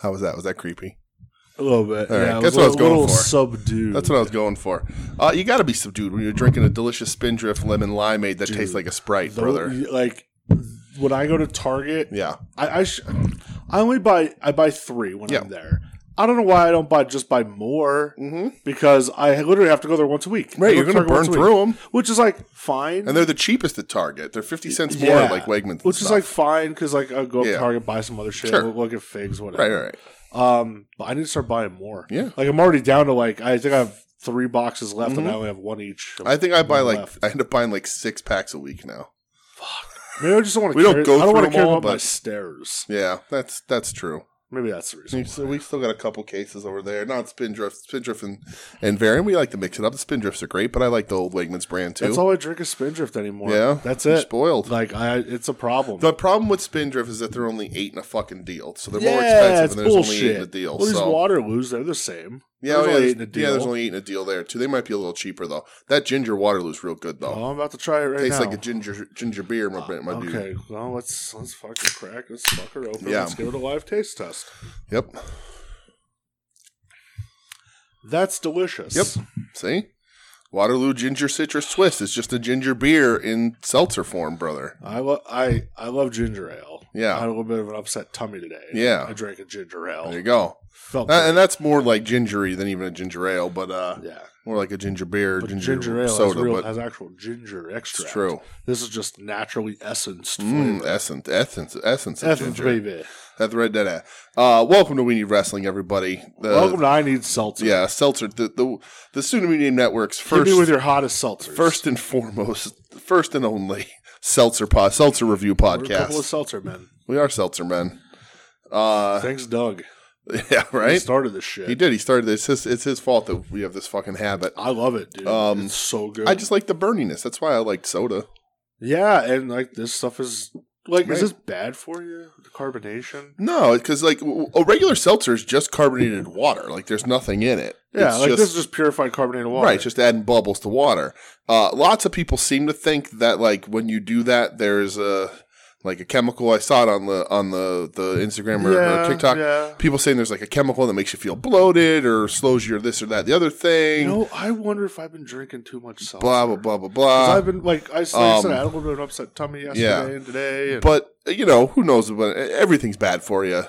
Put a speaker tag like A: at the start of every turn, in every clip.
A: How was that? Was that creepy?
B: A little bit.
A: All right,
B: Yeah, it
A: that's
B: a
A: what I was
B: little-
A: going
B: little
A: for.
B: Subdued.
A: That's what I was going for. Uh, you got to be subdued when you're drinking a delicious spindrift lemon limeade that tastes like a Sprite,
B: Though,
A: brother.
B: Like when I go to Target,
A: Yeah.
B: I I, sh- I only buy I buy three when
A: Yeah.
B: I'm there. I don't know why I don't buy just buy more
A: Mm-hmm.
B: because I literally have to go there once a week. I
A: Right,
B: go
A: you're
B: to
A: going to
B: Target
A: burn
B: once a week,
A: through them.
B: which is like fine.
A: And they're the cheapest at Target. They're 50 cents more,
B: Yeah.
A: like Wegmans.
B: which is like fine because like I go up
A: Yeah.
B: to Target, buy some other shit,
A: Sure.
B: look, look at figs, whatever.
A: Right, right, right.
B: Um, but I need to start buying more.
A: Yeah.
B: like I'm already down to like I think I have three boxes left, and
A: Mhm.
B: I only have one each.
A: I think I buy
B: One
A: like,
B: left.
A: I end up buying like six packs a week now.
B: maybe I just want to.
A: we don't go
B: I don't wanna
A: through 'em
B: carry
A: all,
B: up my
A: but-
B: stairs.
A: Yeah, that's that's true.
B: Maybe that's the reason.
A: So we still got a couple cases over there. Not Spindrift, Spindrift and, and Varian. We like to mix it up. The Spindrifts are great, but I like the old Wegmans brand too.
B: That's all I drink is Spindrift anymore.
A: yeah,
B: that's
A: You're
B: it.
A: Spoiled.
B: Like I, it's a problem.
A: The problem with Spindrift is that they're only eight in a fucking deal, so they're
B: yeah,
A: more expensive.
B: it's
A: And there's
B: bullshit.
A: only eight in a deal.
B: Well, these
A: so.
B: Waterloos, they're the same.
A: yeah, oh, yeah,
B: there's only
A: there's-
B: eight in a
A: yeah, there's
B: deal.
A: only eight in a deal there too. They might be a little cheaper though. That ginger Waterloo's real good though.
B: Oh, I'm about to try it right
A: Tastes
B: now.
A: like a ginger ginger beer, my, my dude.
B: okay, well let's let's fucking crack. Let's fuck her open.
A: Yeah.
B: Let's give it a live taste test.
A: Yep.
B: That's delicious.
A: Yep. See, Waterloo Ginger Citrus Swiss is just a ginger beer in seltzer form, brother.
B: I love I I love ginger ale.
A: Yeah.
B: I had a little bit of an upset tummy today.
A: Yeah.
B: I drank a ginger
A: There you
B: ale.
A: go.
B: Felt
A: Uh, and that's more like gingery than even a ginger ale, but uh,
B: good. yeah.
A: more like a ginger beer,
B: But
A: ginger,
B: ginger, ale
A: soda.
B: has, real,
A: but
B: has actual ginger
A: it's
B: extract.
A: true.
B: This is just naturally essenced
A: Mm,
B: flavor.
A: essence, essence, essence of
B: Essence,
A: ginger.
B: baby.
A: That's right. That. that. Uh, welcome to We Need Wrestling, everybody. The,
B: Welcome to I Need Seltzer.
A: Uh, yeah, seltzer. The the the soon to be named networks
B: Hit
A: first
B: me with your hottest seltzers.
A: first and foremost, first and only seltzer pod, seltzer review
B: We're a couple
A: podcast.
B: of seltzer men.
A: We are seltzer men. Uh,
B: Thanks, Doug.
A: yeah,
B: He
A: right.
B: started this shit.
A: He did. He started this. It's his, it's his fault that we have this fucking habit.
B: I love it, dude.
A: Um,
B: it's so good.
A: I just like the burniness. That's why I like soda.
B: yeah, and like this stuff is like
A: Right.
B: is this bad for you? The carbonation.
A: No, because like w- w- a regular seltzer is just carbonated water. Like there's nothing in it.
B: Yeah,
A: It's
B: like
A: just,
B: this is just purified carbonated water.
A: right. it's Just adding bubbles to water. Uh, lots of people seem to think that like when you do that, there's a like a chemical. I saw it on the on the the Instagram or, or TikTok.
B: Yeah.
A: People saying there's like a chemical that makes you feel bloated or slows your this or that the other thing.
B: You know, I wonder if I've been drinking too much seltzer.
A: blah blah blah blah
B: 'Cause
A: blah.
B: I've been like I, like I said,
A: um,
B: I had a little bit of an upset tummy yesterday
A: yeah.
B: and today. And
A: but you know who knows? But everything's bad for you in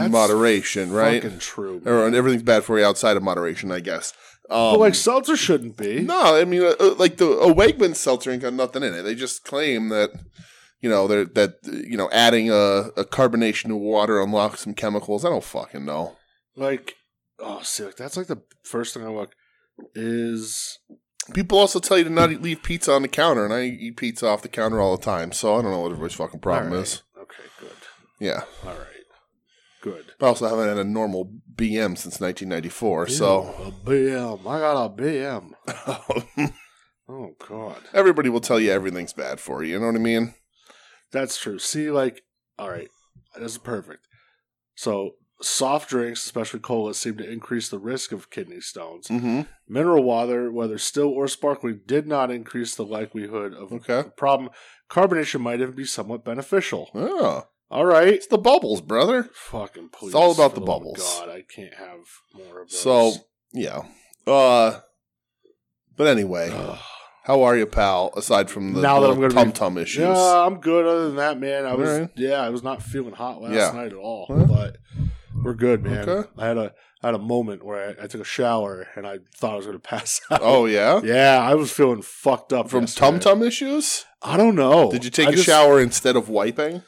B: That's
A: moderation, right?
B: fucking true. man.
A: Or everything's bad for you outside of moderation, I guess. Um,
B: but like seltzer shouldn't be.
A: No, I mean, uh, uh, like the a Wegmans seltzer ain't got nothing in it. They just claim that you know they're that uh, you know adding a, a carbonation to water unlocks some chemicals. I don't fucking know.
B: Like oh, see, like that's like the first thing I look is
A: People also tell you to not eat, leave pizza on the counter, and I eat pizza off the counter all the time. So I don't know what everybody's fucking problem
B: All right.
A: is.
B: Okay, good.
A: Yeah,
B: All right, good.
A: but I also haven't had a normal BM since 1994. So
B: Ew, a BM. I got a BM. Oh God,
A: everybody will tell you everything's bad for you. You know what I mean?
B: that's true. See, like all right, this is perfect. So soft drinks, especially colas, seem to increase the risk of kidney stones.
A: Mm-hmm.
B: Mineral water, whether still or sparkling, did not increase the likelihood of
A: Okay.
B: the problem. Carbonation might even be somewhat beneficial.
A: Oh,
B: All right.
A: it's the bubbles, brother.
B: Fucking please.
A: all about
B: for
A: the
B: love of
A: bubbles.
B: God, I can't have more of those.
A: So yeah. Uh but anyway,
B: Ugh.
A: how are you, pal? Aside from the
B: Now that I'm
A: little
B: gonna be-
A: tum-tum issues.
B: yeah, I'm good. Other than that, man, I
A: All
B: was
A: right.
B: yeah, I was not feeling hot last
A: Yeah.
B: night at all.
A: Well.
B: But we're good, man.
A: Okay.
B: I had a I had a moment where I, I took a shower and I thought I was going to pass out.
A: Oh yeah?
B: yeah, I was feeling fucked up
A: From
B: yesterday.
A: tum-tum issues?
B: I don't know.
A: Did you take
B: a
A: a shower instead of wiping?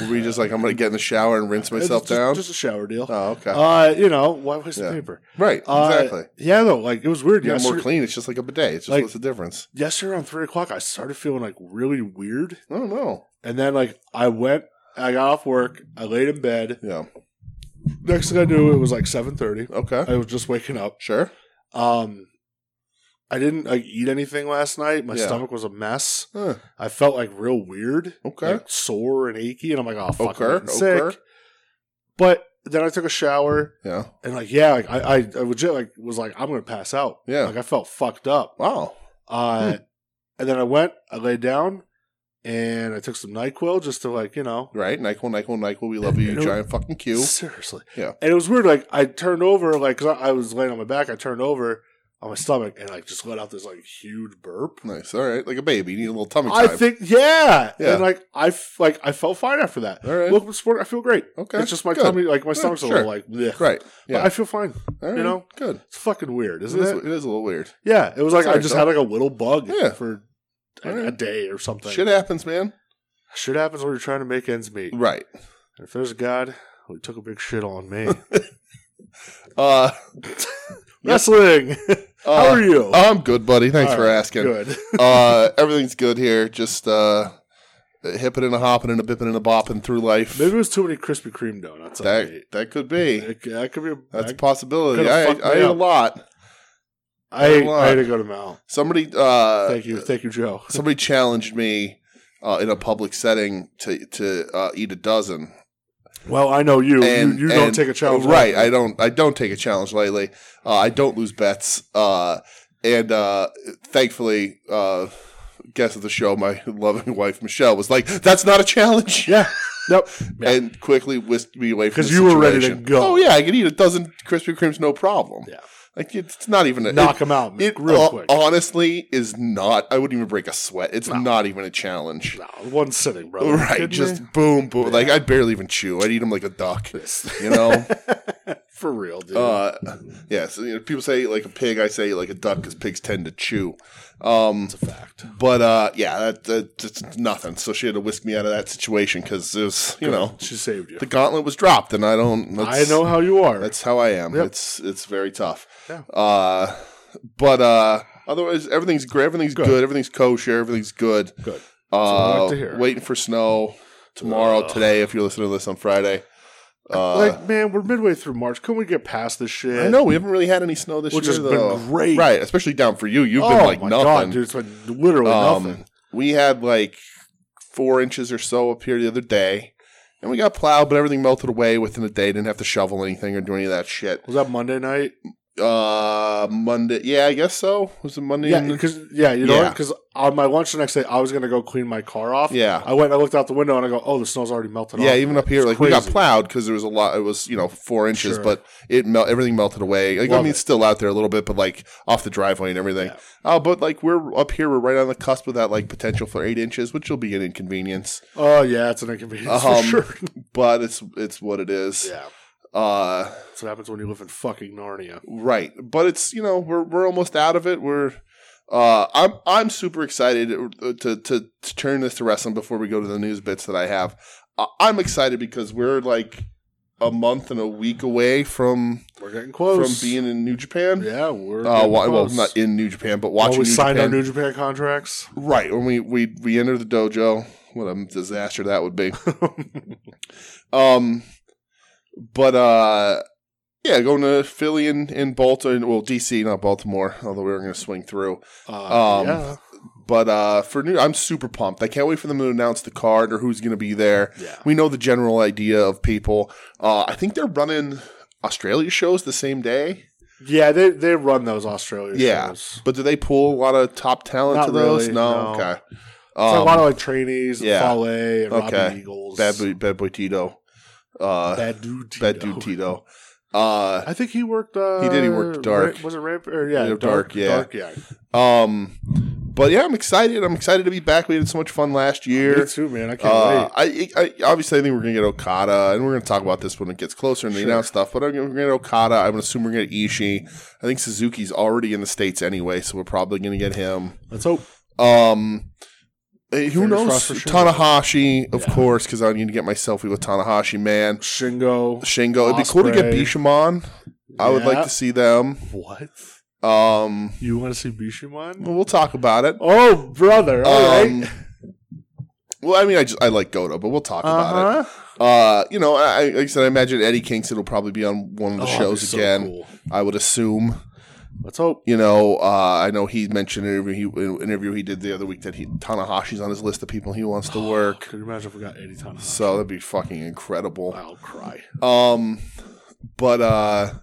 A: Were you just like I'm going to get in the shower and rinse myself
B: just,
A: down?
B: Just a shower deal.
A: oh, okay.
B: Uh, you know, why waste
A: Yeah.
B: the paper?
A: right,
B: Uh,
A: exactly.
B: Yeah, though, like it was weird.
A: You're
B: yesterday,
A: more clean. It's just like a bidet. It's just
B: like-
A: what's the difference?
B: yesterday around three o'clock, I started feeling like really weird,
A: I don't know.
B: and then like I went, I got off work, I laid in bed.
A: Yeah.
B: Next thing I knew, it was like seven thirty.
A: Okay.
B: I was just waking up.
A: Sure.
B: Um, I didn't like eat anything last night. My
A: Yeah.
B: stomach was a mess.
A: Huh.
B: I felt like real weird,
A: Okay.
B: like, sore and achy, and I'm like, oh fuck,
A: Okay,
B: I'm getting sick.
A: okay.
B: But then I took a shower,
A: Yeah.
B: and like yeah, like I, I, I legit like was like I'm gonna pass out.
A: Yeah. Hmm.
B: like I felt fucked up.
A: Wow.
B: Uh, And then I went, I laid down, and I took some Nyquil just to like you know
A: Right? Nyquil, Nyquil, Nyquil. We love you, you
B: Nope.
A: giant fucking Q.
B: seriously.
A: Yeah.
B: and it was weird. Like I turned over, like 'cause I, I was laying on my back. I turned over on my stomach and like just let out this like huge burp.
A: Nice. All right. Like a baby. You need a little tummy
B: I
A: time.
B: think yeah.
A: Yeah.
B: and like I f- like I felt fine after that.
A: All right.
B: Look, sport, I feel great.
A: okay.
B: It's just my
A: Good.
B: tummy, like my
A: Good,
B: stomach's a
A: sure.
B: little like, bleh.
A: Right.
B: But
A: Yeah.
B: I feel fine.
A: All right.
B: you know?
A: Good.
B: It's fucking weird, isn't
A: it,
B: it?
A: is, it is a little weird.
B: Yeah, it was like
A: Sorry,
B: I just
A: Tom.
B: had like a little bug
A: Yeah.
B: for a,
A: All right.
B: a day or something.
A: Shit happens, man.
B: Shit happens when you're trying to make ends meet.
A: Right.
B: And if there's a God, who took a big shit on me.
A: Uh,
B: Wrestling. How
A: uh,
B: are you?
A: I'm good, buddy. Thanks
B: All
A: for
B: right,
A: asking.
B: Good.
A: uh, everything's good here. Just uh, hipping and a hopping and a bipping and a bopping through life.
B: Maybe it was too many Krispy Kreme donuts. I
A: that
B: ate.
A: that could be.
B: That, that could be. A,
A: That's a
B: that,
A: possibility.
B: could've
A: I,
B: fucked me
A: I ate a
B: up.
A: lot.
B: I, ate,
A: lot.
B: I had to go to Mal.
A: Somebody uh,
B: Thank you, thank you, Joe.
A: somebody challenged me uh, in a public setting to to uh, eat a dozen.
B: Well, I know you.
A: And-
B: you you don't
A: and-
B: take a challenge,
A: right? I don't. I don't take a challenge lightly. Uh, I don't lose bets. Uh, and uh, thankfully, uh, guest of the show, my loving wife Michelle, was like, "That's not a challenge."
B: Yeah. Nope. Yeah.
A: and quickly whisked me away from
B: 'Cause
A: the
B: you were ready to
A: situation.
B: go.
A: Oh yeah, I could eat a dozen Krispy Kremes, no problem.
B: Yeah.
A: like it's not even a,
B: Knock them out
A: It, it
B: real
A: ho-
B: quick.
A: honestly is not. I wouldn't even break a sweat. It's not even a challenge.
B: No, one sitting, brother.
A: Right,
B: Kidding
A: just
B: me?
A: boom, boom. Like I'd barely even chew. I'd eat them like a duck. You know.
B: for real, dude.
A: uh, yeah. So you know, people say like a pig. I say like a duck because pigs tend to chew. Um,
B: it's a fact.
A: but uh, yeah, that, that, that's nothing. So she had to whisk me out of that situation because it was you know
B: she saved you.
A: the gauntlet was dropped, and I don't.
B: I
A: that's-
B: know how you are.
A: That's how I am.
B: Yep.
A: It's it's very tough.
B: Yeah.
A: Uh, but uh, otherwise, everything's great. Everything's good.
B: Good.
A: Everything's kosher. Everything's good.
B: good. what I
A: Uh,
B: like to hear.
A: waiting for snow tomorrow,
B: Ugh.
A: today. If you're listening to this on Friday, uh,
B: like, man, we're midway through March. Can we get past this shit?
A: I know we haven't really had any snow this
B: Which
A: year,
B: has been
A: though.
B: great.
A: right? Especially down for you. You've
B: oh
A: been like
B: my
A: nothing.
B: god, dude, it's been literally
A: Um,
B: nothing.
A: We had like four inches or so up here the other day, and we got plowed, but everything melted away within a day. Didn't have to shovel anything or do any of that shit.
B: Was that Monday night?
A: uh Monday. Yeah, I guess so. Was it Monday?
B: Yeah,
A: in the-
B: because yeah, you know,
A: Yeah.
B: because on my lunch the next day, I was gonna go clean my car off.
A: yeah.
B: I went. and I looked out the window and I go, "Oh, the snow's already melted."
A: Yeah,
B: off.
A: even up here,
B: It's
A: like we got
B: crazy.
A: plowed because there was a lot. It was you know four inches,
B: Sure.
A: but it mel- everything melted away. Like I
B: Love
A: mean,
B: it.
A: it's still out there a little bit, but like off the driveway and everything.
B: Yeah.
A: Oh, but like we're up here, we're right on the cusp of that like potential for eight inches, which will be an inconvenience,
B: Oh yeah, it's an inconvenience
A: Um,
B: for sure.
A: but it's it's what it is.
B: yeah,
A: Uh,
B: that's what happens when you live in fucking Narnia.
A: Right, but it's you know we're we're almost out of it. We're uh, I'm I'm super excited to, to to turn this to wrestling before we go to the news bits that I have. Uh, I'm excited because we're like a month and a week away from
B: We're getting
A: from
B: close.
A: being in New Japan.
B: yeah, we're
A: Uh,
B: getting
A: wa- well,
B: close.
A: not in New Japan, but
B: While
A: watching
B: we
A: New
B: signed
A: Japan.
B: our New Japan contracts.
A: right when we we we enter the dojo, what a disaster that would be.
B: Uh,
A: Um, but uh, yeah, going to Philly and in Baltimore, well DC, not Baltimore, although we were going to swing through.
B: Uh,
A: Um,
B: yeah,
A: But uh, for new, I'm super pumped. I can't wait for them to announce the card or who's going to be there.
B: yeah.
A: We know the general idea of people. Uh, I think they're running Australia shows the same day,
B: Yeah, they they run those Australia
A: Yeah.
B: shows.
A: but do they pull a lot of top talent
B: Not
A: to those?
B: really,
A: no?
B: no.
A: okay.
B: It's a
A: Um,
B: lot of like trainees, and
A: yeah.
B: Fale, and
A: Okay.
B: Robbie Eagles,
A: bad boy, bad boy Tito, uh, bad,
B: Bad dude, Tito.
A: dude Tito. Uh,
B: I think he worked. Uh,
A: He did, he worked Dark.
B: Ra- was it Ramp? Or, yeah,
A: Yeah,
B: dark,
A: Dark, yeah.
B: dark. Yeah,
A: um, but yeah, I'm excited. I'm excited to be back. We had so much fun last year.
B: me too, man. I can't
A: Uh,
B: wait.
A: I, I obviously I think we're gonna get Okada, and we're gonna talk about this when it gets closer and they
B: Sure.
A: announce stuff. But I'm gonna, we're gonna get Okada. I would assume we're gonna get Ishii. I think Suzuki's already in the states anyway, so we're probably gonna get him.
B: Let's hope.
A: Um, eh, who
B: Fingers
A: knows?
B: crossed for Shingo.
A: Tanahashi, of
B: Yeah.
A: course, because I need to get my selfie with Tanahashi. Man,
B: Shingo.
A: Shingo. It'd be cool to get
B: Ospreay.
A: Bisham on. I would like
B: Yeah.
A: to see them.
B: What?
A: Um,
B: You want to see Bishamon?
A: we'll talk about it.
B: Oh, brother! All right.
A: Um, Well, I mean, I just I like Goto, but we'll talk about it.
B: Uh-huh.
A: Uh, you know, I, I- like I said, I imagine Eddie Kingston will probably be on one of the
B: Oh, that'd be
A: shows
B: so
A: again.
B: cool.
A: I would assume.
B: Let's hope.
A: You know, uh, I know he mentioned in an interview he, in an interview he did the other week that he Tanahashi's on his list of people he wants to work.
B: Could you imagine if we got Eddie Tanahashi?
A: So that'd be fucking incredible.
B: I'll cry.
A: Um, but uh,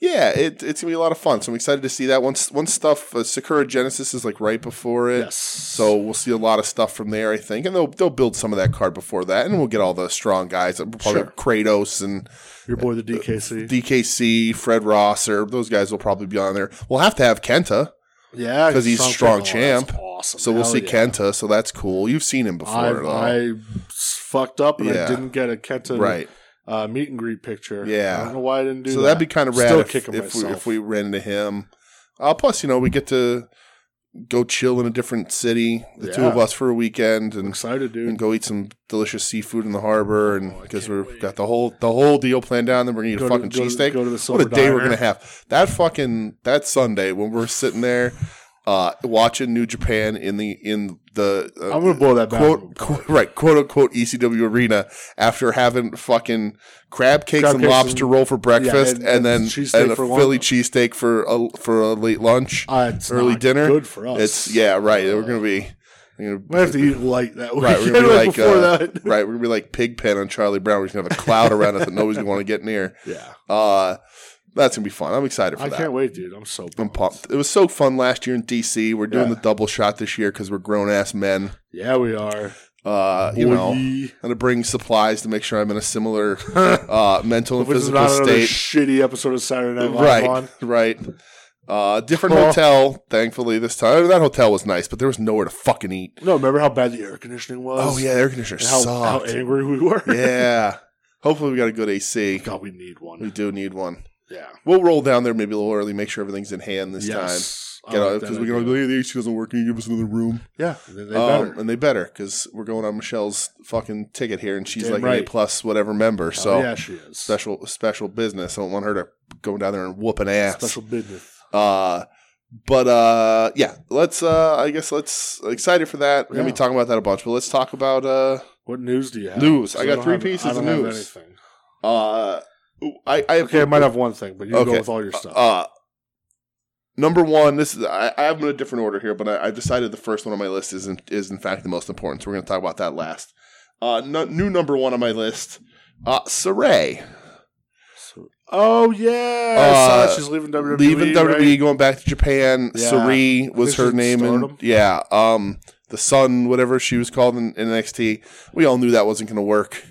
A: yeah, it, it's gonna be a lot of fun. So I'm excited to see that. Once once stuff uh, Sakura Genesis is like right before it,
B: Yes.
A: so we'll see a lot of stuff from there. I think, and they'll they'll build some of that card before that, and we'll get all the strong guys. We'll probably
B: Sure.
A: have Kratos and
B: your boy the DKC.
A: DKC, Fred Rosser. Those guys will probably be on there. We'll have to have Kenta,
B: yeah,
A: 'Cause he's
B: Sean
A: strong
B: Pickle, that's
A: champ.
B: Awesome.
A: so we'll
B: Hell
A: see
B: yeah.
A: Kenta. So that's cool. You've seen him before,
B: I,
A: though.
B: I s- fucked up and
A: Yeah.
B: I didn't get a Kenta
A: right?
B: uh, meet and greet picture.
A: Yeah.
B: I don't know why I didn't do
A: so
B: that.
A: that'd be kind of rad
B: Still
A: if,
B: kicking
A: if we,
B: myself.
A: if we ran into him. Uh, plus, you know, we get to go chill in a different city, the two
B: Yeah.
A: of us for a weekend,
B: I'm
A: and,
B: excited, dude.
A: and go eat some delicious seafood in the harbor, and
B: Oh, I
A: because
B: can't
A: we've
B: wait.
A: got the whole the whole deal planned down, then we're gonna eat a
B: to-
A: fucking
B: to-
A: cheesesteak.
B: Go to the
A: What
B: Silver
A: a day we're
B: Diner.
A: gonna have! That fucking that Sunday when we're sitting there uh, watching New Japan in the in the uh,
B: I'm gonna blow that back.
A: quote, quote right quote unquote ECW arena after having fucking crab cakes
B: Crab
A: and
B: cakes
A: lobster
B: and-
A: roll for breakfast
B: and-
A: and,
B: and
A: then
B: cheesesteak
A: and a
B: for lunch.
A: Philly cheesesteak for a for a late lunch.
B: Uh, it's
A: early
B: not
A: dinner,
B: Good for us.
A: It's yeah right. We're gonna be we're gonna-
B: We have to eat light that week.
A: Right, we're gonna be
B: like
A: like,
B: before
A: uh,
B: that.
A: right. We're gonna be like Pigpen on Charlie Brown. We're just gonna have a cloud around us that nobody's gonna want to get near.
B: Yeah,
A: Uh, that's gonna be fun. I'm excited for
B: I
A: that.
B: can't wait, dude. I'm so
A: I'm
B: pumped.
A: pumped. It was so fun last year in DC. We're doing
B: Yeah.
A: the double shot this year because we're grown ass men.
B: Yeah, we are.
A: Uh, you
B: Boy.
A: know, I'm gonna bring supplies to make sure I'm in a similar uh, mental and
B: which is
A: physical
B: not another
A: state.
B: shitty episode of Saturday Night Live.
A: right,
B: On.
A: right. Uh, different
B: Oh.
A: hotel, thankfully this time. That hotel was nice, but there was nowhere to fucking eat.
B: No, remember how bad the air conditioning was?
A: Oh yeah, the air conditioner
B: And how, how
A: sucked.
B: angry we were.
A: yeah. Hopefully we got a good AC.
B: God, we need
A: We
B: one.
A: do need one.
B: Yeah.
A: We'll roll down there maybe a little early, make sure everything's in hand this
B: yes. I
A: time. Get
B: like
A: out
B: that
A: because we can
B: idea.
A: all go, hey, the AC doesn't work. Can you give us another room?
B: Yeah, they, they
A: Um,
B: better.
A: and they better because we're going on Michelle's fucking ticket here, and she's
B: Damn
A: like an
B: right. Oh,
A: A plus whatever member. So
B: yeah, she is
A: special special business. I don't want her to go down there and whoop an ass.
B: special business.
A: Uh, but uh, yeah, let's. Uh, I guess let's excited for that. We're gonna
B: Yeah.
A: be talking about that a bunch, but let's talk about uh,
B: What news do you have?
A: news.
B: 'Cause
A: I got
B: don't
A: three
B: have-
A: pieces
B: I don't
A: of
B: have
A: news.
B: anything.
A: Uh, I, I have,
B: Okay, I might have one thing, but you
A: Okay.
B: go with all your stuff.
A: Uh, number one, this is I, I have them in a different order here, but I, I decided the first one on my list is in, is in fact the most important. So we're going to talk about that last. Uh, no, new number one on my list, uh, Saray
B: So- oh yeah, I saw
A: Uh,
B: that she's leaving WWE.
A: leaving
B: E,
A: E,
B: right?
A: WWE, going back to Japan.
B: Yeah.
A: Saray was
B: think she's
A: her
B: in
A: name,
B: Stardom.
A: and yeah, um, the Sun, whatever she was called in, in NXT. We all knew that wasn't going to work.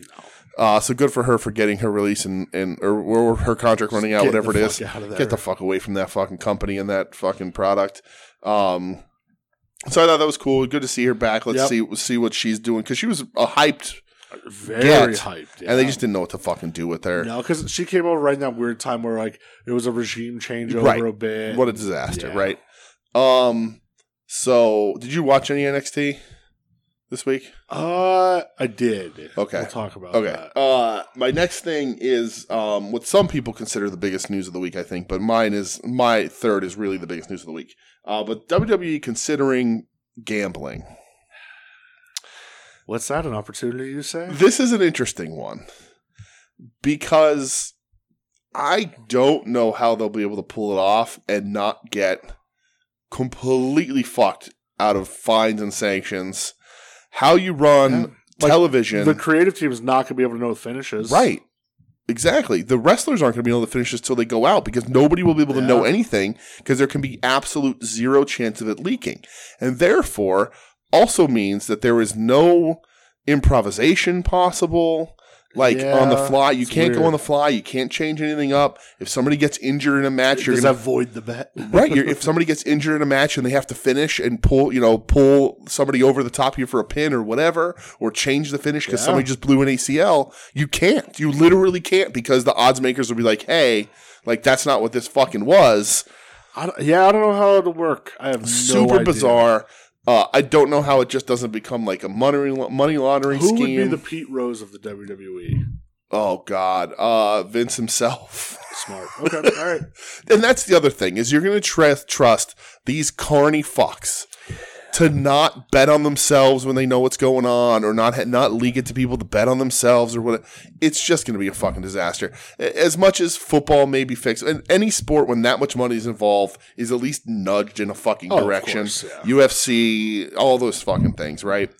A: Uh, so good for her for getting her release and, and or, or her contract running out,
B: Get
A: whatever it
B: the
A: is.
B: fuck out of there.
A: Get the fuck away from that fucking company and that fucking product. Um, so I thought that was cool. Good to see her back. Let's
B: Yep.
A: see see what she's doing because she was uh, hyped
B: very
A: get.
B: hyped,
A: and they
B: yeah.
A: just didn't know what to fucking do with her.
B: no, because she came over right in that weird time where like it was a regime change over
A: Right.
B: a bit.
A: What a disaster,
B: Yeah.
A: right? Um. So did you watch any NXT this week?
B: uh, I did.
A: Okay.
B: we'll talk about
A: Okay.
B: that.
A: Uh, my next thing is um, what some people consider the biggest news of the week, I think, but mine is my third is really the biggest news of the week. Uh, but WWE considering gambling.
B: What's that? An opportunity? You say?
A: This is an interesting one because I don't know how they'll be able to pull it off and not get completely fucked out of fines and sanctions. How you run
B: Yeah. Like,
A: television,
B: the creative team is not going to be able to know the finishes,
A: right? Exactly. The wrestlers aren't going to be able to finish this till they go out because nobody will be able to
B: Yeah.
A: know anything because there can be absolute zero chance of it leaking, and therefore also means that there is no improvisation possible. Like on the
B: Yeah,
A: fly, you
B: it's
A: can't go
B: weird.
A: on the fly. You can't change anything up. If somebody gets injured in a match, you're
B: Does
A: gonna
B: that void the bet?
A: right. You're, if somebody gets injured in a match and they have to finish and pull, you know, pull somebody over the top of you for a pin or whatever, or change the finish because
B: Yeah.
A: somebody just blew an ACL, you can't. You literally can't because the odds makers will be like, "Hey, like that's not what this fucking was."
B: I don't, yeah, I don't know how it'll work. I have no
A: Super
B: idea.
A: bizarre. Uh, I don't know how it just doesn't become like a money money laundering
B: Who would
A: scheme.
B: be the Pete Rose of the E? WWE?
A: oh God, uh, Vince himself.
B: Smart. Okay, all right.
A: and that's the other thing is you're going to tr- trust these carny fucks to not bet on themselves when they know what's going on or not ha- not leak it to people to bet on themselves or what it's just going to be a fucking disaster A- as much as football may be fixed and any sport when that much money is involved is at least nudged in a fucking
B: Oh, of
A: direction
B: course, yeah.
A: UFC all those fucking things right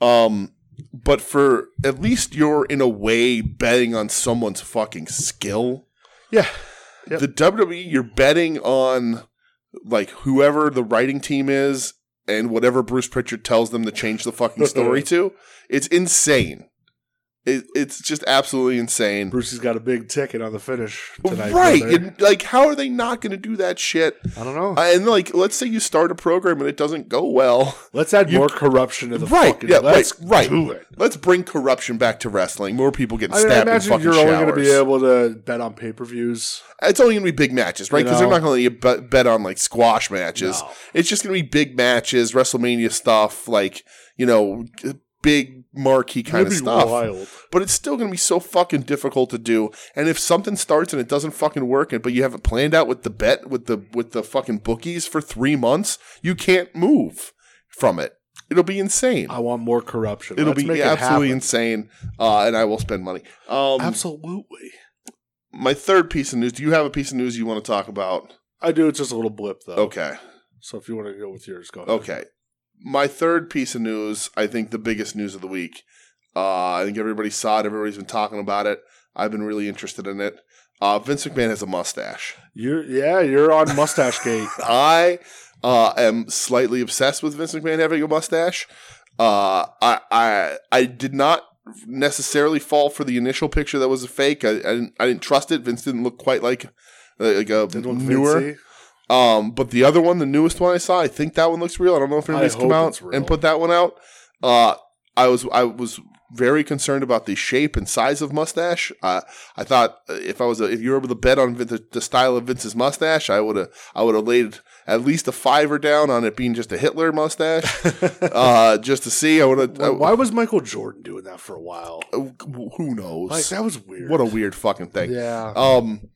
A: um but for at least you're in a way betting on someone's fucking skill
B: Yeah, Yep.
A: The WWE, you're betting on like whoever the writing team is and whatever Bruce Pritchard tells them to change the fucking story to. It's insane. It, it's just absolutely insane.
B: Brucey's got a big ticket on the finish tonight.
A: right.
B: brother.
A: And, like, how are they not going to do that shit?
B: I don't know.
A: Uh, And, like, let's say you start a program and it doesn't go well.
B: Let's add
A: you-
B: more corruption to the
A: Right,
B: fucking.
A: yeah,
B: let's
A: right, right.
B: do it.
A: Let's bring corruption back to wrestling. More people getting
B: I mean, I
A: stabbed in
B: imagine
A: fucking
B: you're only going to
A: showers.
B: be able to bet on pay per views.
A: it's only going to be big matches, right?
B: You
A: Because
B: know?
A: they're not going to let you bet, bet on like squash matches.
B: No.
A: It's just going to be big matches, WrestleMania stuff, like you know, big marquee kind of stuff.
B: Wild.
A: But it's still going to be so fucking difficult to do. And if something starts and it doesn't fucking work, and but you have it planned out with the bet with the with the fucking bookies for three months, you can't move from it. It'll be insane.
B: I want more corruption.
A: It'll
B: Uh, Let's
A: be
B: make it
A: absolutely
B: happen.
A: insane, uh, and I will spend money. Um,
B: Absolutely.
A: My third piece of news. Do you have a piece of news you want to talk about?
B: I do. It's just a little blip though.
A: Okay.
B: So if you want to go with yours, go. Ahead.
A: Okay. My third piece of news, I think the biggest news of the week. Uh, I think everybody saw it. Everybody's been talking about it. I've been really interested in it. Uh, Vince McMahon has a mustache.
B: You're yeah. You're on mustache gate.
A: I uh, am slightly obsessed with Vince McMahon having a mustache. Uh, I, I I did not necessarily fall for the initial picture that was a fake. I, I, didn't, I didn't trust it. Vince didn't look quite like like a
B: Didn't look
A: newer.
B: fancy.
A: Um, but the other one, the newest one I saw, I think that one looks real. I don't know if anybody's
B: hope
A: come out
B: it's real.
A: and put that one out. Uh, I was I was very concerned about the shape and size of mustache. Uh, I thought uh, if I was a, if you were able to bet on Vin- the, the style of Vince's mustache, I would have I would have laid at least a fiver down on it being just a Hitler mustache, uh, just to see. I would
B: Why-
A: have.
B: Why was Michael Jordan doing that for a while?
A: Who knows?
B: Like that was weird.
A: what a weird fucking thing.
B: yeah.
A: Um,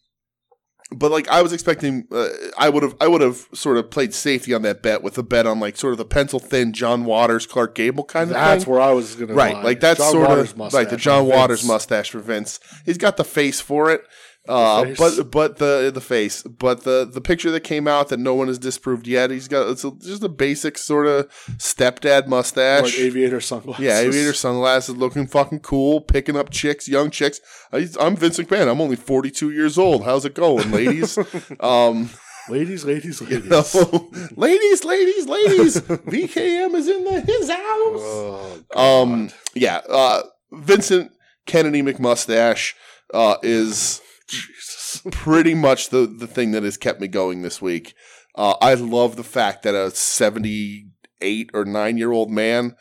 A: but like I was expecting, uh, I would have I would have sort of played safety on that bet with a bet on like sort of the pencil thin John Waters Clark Gable kind of
B: That's
A: thing.
B: where I was gonna
A: right,
B: lie.
A: like that's
B: John
A: sort
B: Waters
A: of
B: mustache
A: like the
B: on
A: John
B: Vince.
A: Waters mustache for Vince. He's got the face for it. Uh,
B: The face.
A: but but the the face, but the the picture that came out that no one has disproved yet. He's got it's a, just a basic sort of stepdad
B: Or an
A: mustache.
B: aviator sunglasses.
A: Yeah, aviator sunglasses, looking fucking cool, picking up chicks, young chicks. I, I'm Vince McMahon. I'm only 42 years old. How's it going, ladies? um,
B: Ladies, ladies, ladies.
A: you know, ladies, ladies, ladies. VKM is in the his house.
B: Oh,
A: Um, yeah, uh, Vincent Kennedy McMustache uh, is
B: Jesus.
A: pretty much the the thing that has kept me going this week. Uh, I love the fact that a 78 or nine year old man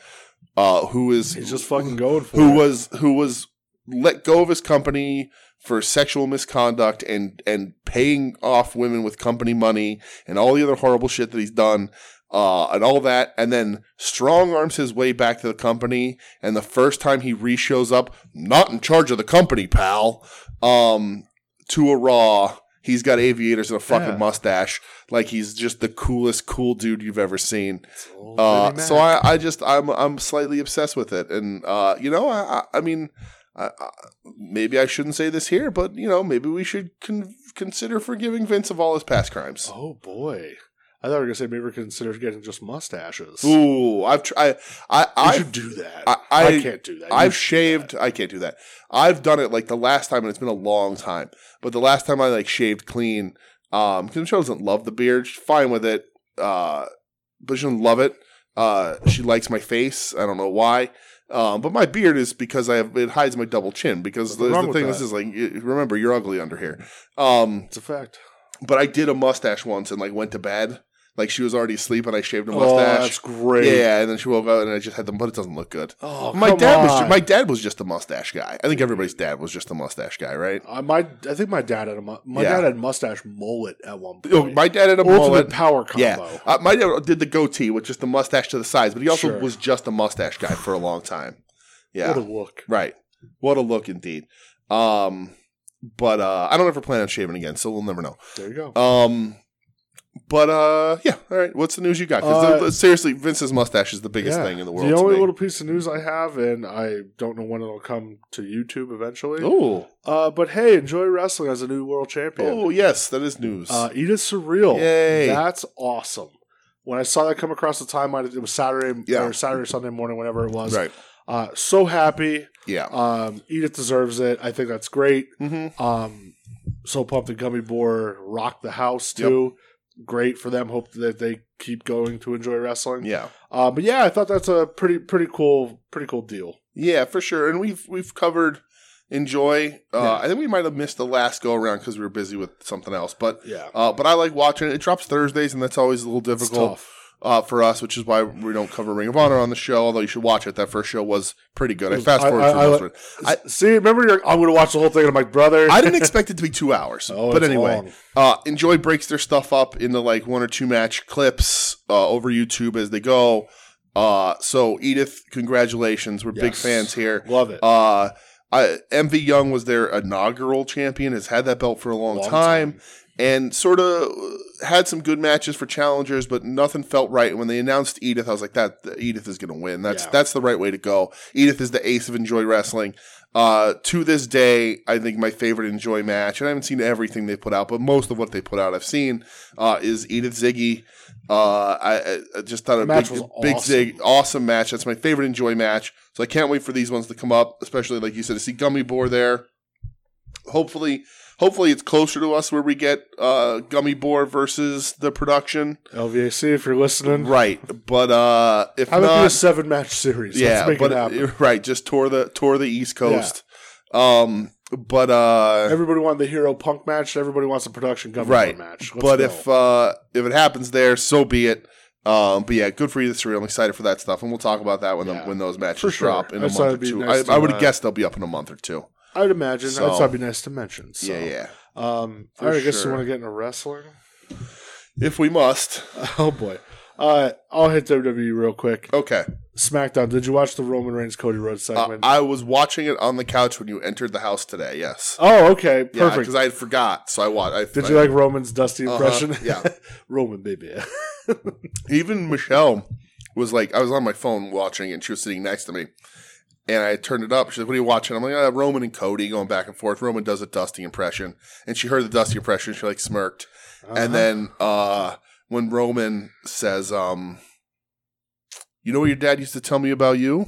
A: uh, who is
B: He's just fucking going for
A: who
B: it.
A: was who was let go of his company for sexual misconduct and and paying off women with company money and all the other horrible shit that he's done uh, and all that and then strong arms his way back to the company and the first time he re-shows up not in charge of the company pal um to a raw he's got aviators and a fucking
B: Yeah.
A: mustache like he's just the coolest cool dude you've ever seen
B: It's a little
A: uh,
B: bitty
A: so
B: man.
A: I, I just I'm I'm slightly obsessed with it, and uh, you know I I, I mean I, I, maybe I shouldn't say this here, but you know maybe we should con- consider forgiving Vince of all his past crimes.
B: Oh boy. I thought we were gonna say maybe consider getting just mustaches. You
A: Ooh, I've tr- I I
B: Oh, should
A: I've,
B: do that.
A: I-
B: I,
A: I-
B: can't do that. You
A: I've
B: should
A: shaved. I can't do that. I've done it like the last time, and it's been a long time. But the last time I like shaved clean, um, because Michelle doesn't love the beard. She's fine with it, uh, but she doesn't love it. Uh, she likes my face. I don't know why. Um, but my beard is because I have it hides my double chin because
B: Nothing
A: there's
B: wrong
A: the
B: with
A: thing is
B: that.
A: is like you- remember you're ugly under here. Um,
B: it's a fact.
A: but I did a mustache once and like went to bed like she was already asleep and I shaved a
B: Oh,
A: mustache.
B: that's great.
A: yeah, and then she woke up and I just had them, but it doesn't look good.
B: Oh,
A: My
B: come
A: dad was
B: on.
A: ju- my dad was just a mustache guy. I think everybody's dad was just a mustache guy, right?
B: I Uh, my I think my dad had a mu- my
A: Yeah.
B: dad had mustache mullet at one point.
A: You know, my dad had a
B: Ultimate
A: mullet.
B: power combo.
A: Yeah, uh, my dad did the goatee with just the mustache to the sides, but he also
B: Sure.
A: was just a mustache guy for a long time. Yeah,
B: What a look.
A: right. What a look indeed. Um, but uh, I don't ever plan on shaving again, so we'll never know.
B: There you go.
A: Um, but uh, yeah, all right. What's the news you got? 'Cause
B: Uh,
A: the- seriously, Vince's mustache is the biggest
B: Yeah.
A: thing in the world.
B: The
A: to
B: only
A: me.
B: little piece of news I have, and I don't know when it'll come to YouTube eventually.
A: Ooh.
B: Uh, but hey, enjoy wrestling as a new world champion.
A: oh yes, that is news.
B: Uh, Edith Surreal.
A: Yay.
B: That's awesome. When I saw that come across the timeline, it was Saturday
A: Yeah.
B: or Saturday, or Sunday morning, whenever it was.
A: right.
B: Uh, so happy.
A: Yeah.
B: Um, Edith deserves it. I think that's great.
A: hmm
B: Um, So Pumped and Gummy Boar rocked the house too. Great for them. Hope that they keep going to enjoy wrestling.
A: Yeah.
B: Uh, but yeah, I thought that's a pretty pretty cool pretty cool deal.
A: Yeah, for sure. And we've we've covered enjoy. Uh,
B: Yeah.
A: I think we might have missed the last go around because we were busy with something else. But
B: Yeah,
A: uh, but I like watching it. It drops Thursdays, and that's always a little
B: it's
A: difficult
B: tough.
A: uh, for us, which is why we don't cover Ring of Honor on the show. Although you should watch it. That first show was pretty good. I
B: was-
A: fast
B: I-
A: forward
B: I-
A: through
B: I-
A: most of it. I-
B: See, remember, you're, I'm going to watch the whole thing. And I'm like, brother.
A: I didn't expect it to be two hours,
B: Oh,
A: but
B: it's
A: anyway,
B: long.
A: uh, Enjoy breaks their stuff up into like one or two match clips uh, over YouTube as they go. Uh, so Edith, congratulations! We're big
B: Yes.
A: fans here.
B: love it.
A: Uh, I, MV Young was their inaugural champion, has had that belt for a long,
B: Long
A: time, and sort of had some good matches for challengers, but nothing felt right. When they announced Edith, I was like, "That Edith is going to win. That's
B: Yeah.
A: that's the right way to go." Edith is the ace of Enjoy Wrestling. Uh, to this day, I think my favorite Enjoy match, and I haven't seen everything they put out, but most of what they put out I've seen, uh, is Edith Ziggy. Uh, I, I- I just thought a
B: The match
A: big,
B: was
A: big
B: awesome.
A: Zig, awesome match. That's my favorite Enjoy match. So I can't wait for these ones to come up, especially like you said, to see Gummy Boar there. Hopefully, hopefully it's closer to us where we get uh, Gummy Boar versus the production.
B: LVAC, if you're listening,
A: Right, but uh, if
B: how about
A: not,
B: a seven match series? Let's
A: yeah,
B: make
A: but
B: it happen.
A: right, just tore the tore the East Coast. Um, but uh,
B: everybody wanted the hero punk match. Everybody wants a production gun
A: Right.
B: match. Let's
A: but
B: go.
A: if uh, if it happens there, so be it. Um, but yeah, good for you, Surreal. I'm excited for that stuff, and we'll talk about that when
B: Yeah.
A: the, when those matches
B: For sure.
A: drop in
B: I
A: a month
B: just
A: or
B: thought it'd be
A: two.
B: nice
A: I,
B: to,
A: I would
B: uh,
A: guess they'll be up in a month or two.
B: I would imagine
A: so-
B: that's probably nice to mention. So.
A: Yeah, yeah.
B: Um,
A: For
B: all right, I guess
A: sure.
B: you want to get into wrestling.
A: If we must,
B: Oh boy, uh, I'll hit WWE real quick.
A: okay.
B: SmackDown. Did you watch the Roman Reigns Cody Rhodes
A: Uh,
B: segment?
A: I was watching it on the couch when you entered the house today. Yes,
B: oh, okay,
A: yeah,
B: perfect.
A: because I had forgot, so I watched. I,
B: Did you like Roman's dusty
A: Uh-huh,
B: impression?
A: yeah.
B: Roman baby.
A: Even Michelle was like, I was on my phone watching, and she was sitting next to me. And I turned it up. She's like, "What are you watching?" I'm like, uh, "Roman and Cody going back and forth." Roman does a dusty impression, and she heard the dusty impression. She like smirked,
B: Uh-huh.
A: and then uh, when Roman says, um, "You know what your dad used to tell me about you?"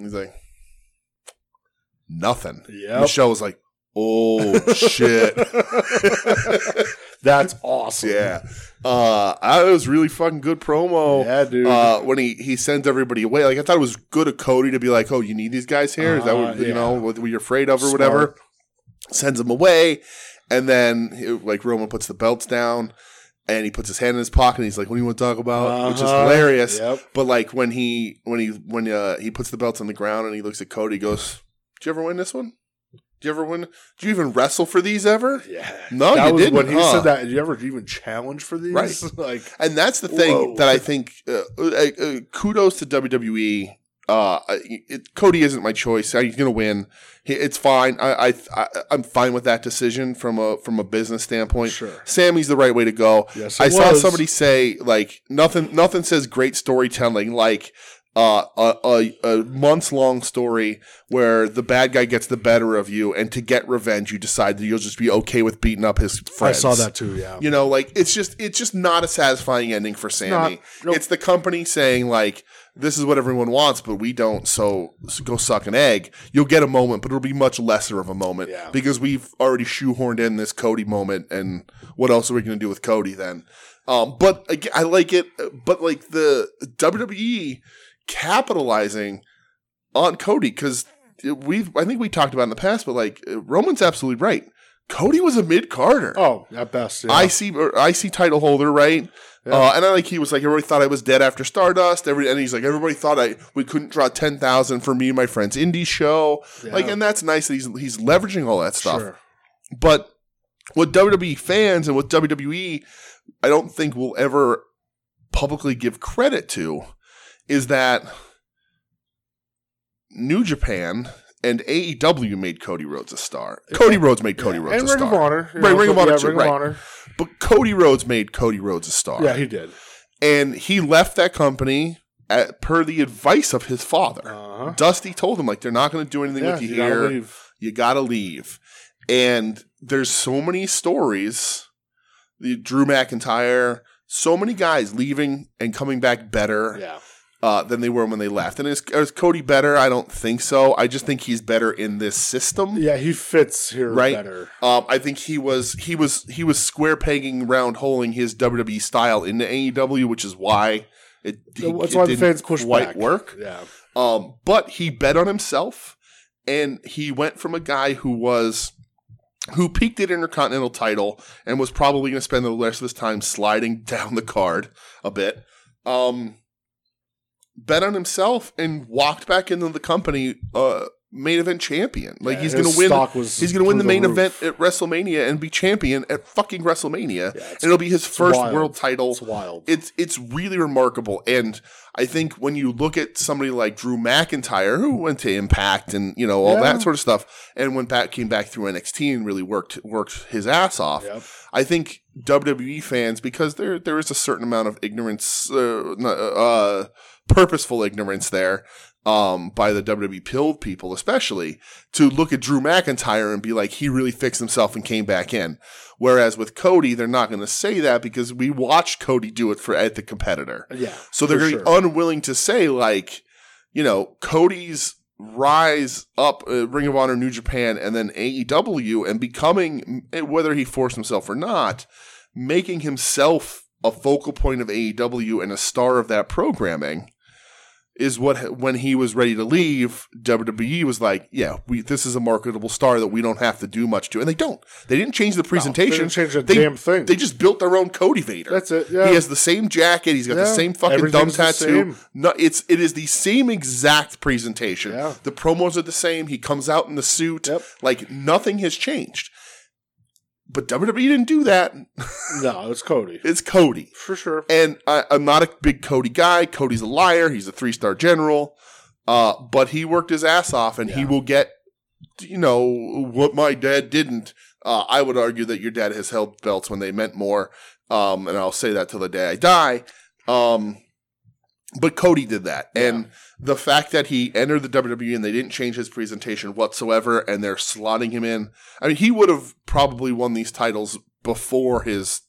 A: He's like, "Nothing."
B: yeah,
A: Michelle was like, "Oh shit."
B: that's awesome.
A: Yeah. Uh, I, it was really fucking good promo.
B: yeah, dude.
A: Uh, when he, he sends everybody away, like I thought it was good of Cody to be like, "Oh, you need these guys here? Is that what
B: Uh, yeah.
A: you know what, what you're afraid of or
B: Smart.
A: whatever?" Sends them away, and then he- like Roman puts the belts down, and he puts his hand in his pocket, and he's like, "What do you want to talk about?" Which is
B: Uh-huh.
A: hilarious.
B: Yep.
A: But like when he when he when uh, he puts the belts on the ground and he looks at Cody, he goes, "Did you ever win this one? Did you ever win? Did you even wrestle for these ever?"
B: Yeah.
A: No,
B: that
A: you
B: was
A: didn't,
B: when he
A: huh?
B: said that. Did you ever even challenge for these?
A: Right.
B: like,
A: And that's the thing
B: Whoa.
A: that I think. Uh, uh, uh, kudos to WWE. Uh, it, Cody isn't my choice. He's going to win. He- It's fine. I, I, I I'm fine with that decision from a from a business standpoint.
B: Sure.
A: Sammy's the right way to go.
B: Yes, it
A: I saw
B: was.
A: somebody say like nothing. Nothing says great storytelling like. Uh, a, a, a months long story where the bad guy gets the better of you, and to get revenge, you decide that you'll just be okay with beating up his
B: I
A: friends.
B: saw that too. Yeah.
A: You know, like it's just it's just not a satisfying ending for Sammy. It's,
B: Nope.
A: the company saying like this is what everyone wants, but we don't. So s- go suck an egg. You'll get a moment, but it'll be much lesser of a moment
B: Yeah.
A: because we've already shoehorned in this Cody moment. And what else are we going to do with Cody then? Um, but aga I like it. But like the WWE capitalizing on Cody because we've I think we talked about it in the past, but like Roman's absolutely right. Cody was a mid Carter.
B: Oh, at best. Yeah.
A: I see, or I see title holder, right? Uh, and I like he was like everybody thought I was dead after Stardust. Every and he's like everybody thought I we couldn't draw ten thousand for me and my friend's indie show. Like,
B: Yeah.
A: and that's nice that he's he's leveraging all that stuff.
B: Sure.
A: But what WWE E fans and what WWE, E, I don't think will ever publicly give credit to, is that New Japan and AEW made Cody Rhodes a star. Cody Rhodes made Cody Rhodes
B: and
A: a
B: Ring
A: star.
B: of Honor. you
A: Right, Ring of
B: yeah,
A: Honor too,
B: Ring
A: right.
B: of Honor.
A: But Cody Rhodes made Cody Rhodes a star.
B: Yeah, he did.
A: and he left that company at, per the advice of his father.
B: Uh-huh.
A: Dusty told him, like, they're not going to do anything
B: Yeah,
A: with you,
B: you gotta
A: here.
B: leave.
A: You got to leave. And there's so many stories. The Drew McIntyre, so many guys leaving and coming back better.
B: Yeah.
A: uh, than they were when they left. And is, is Cody better? I don't think so. I just think he's better in this system.
B: Yeah, he fits here
A: Right.
B: better.
A: Um, I think he was he was he was square pegging round holing his WWE style into AEW, which is why it he-
B: That's
A: it
B: why the
A: didn't
B: fans push
A: quite
B: back.
A: work.
B: Yeah,
A: Um, but he bet on himself, and he went from a guy who was who peaked at Intercontinental title and was probably going to spend the rest of his time sliding down the card a bit. Um, bet on himself and walked back into the company uh, main event champion. Like
B: Yeah,
A: he's
B: his
A: going to win.
B: stock was
A: He's going to win the
B: through
A: main
B: roof.
A: event at WrestleMania and be champion at fucking WrestleMania.
B: Yeah, it's-
A: and it'll be his first
B: wild.
A: world title.
B: It's wild.
A: It's it's really remarkable, and I think when you look at somebody like Drew McIntyre, who went to Impact and you know all
B: Yeah.
A: that sort of stuff, and went back came back through NXT and really worked worked his ass off.
B: Yep.
A: I think WWE fans, because there there is a certain amount of ignorance, uh, no, uh, purposeful ignorance there, um, by the WWE pill people, especially to look at Drew McIntyre and be like, he really fixed himself and came back in. Whereas with Cody, they're not going to say that because we watched Cody do it for at the competitor.
B: yeah,
A: So they're
B: for
A: going to be unwilling to say like, you know, Cody's rise up uh, Ring of Honor, New Japan, and then AEW, and becoming m- whether he forced himself or not, making himself a focal point of AEW and a star of that programming. Is what when he was ready to leave, WWE was like, "Yeah, we this is a marketable star that we don't have to do much to," and they don't. They didn't change the
B: They
A: presentation.
B: didn't change a
A: They-
B: damn thing.
A: They just built their own Cody Vader.
B: That's it. Yeah.
A: He has the same jacket. He's got the
B: Yeah.
A: same fucking dumb
B: Everything's the
A: tattoo.
B: same.
A: No, it's it is the same exact presentation.
B: Yeah.
A: The promos are the same. He comes out in the suit.
B: Yep.
A: Like nothing has changed. But WWE didn't do that.
B: no, it's Cody
A: It's Cody,
B: for sure.
A: and I, I'm not a big Cody guy. Cody's a liar. He's a three star general. Uh, but he worked his ass off, and he
B: Yeah.
A: will get, you know, what my dad didn't. Uh, I would argue that your dad has held belts when they meant more, um, and I'll say that till the day I die. Um, but Cody did that, and the fact that he entered the WWE and they didn't change his presentation whatsoever, and they're slotting him in. I mean, he would have probably won these titles before his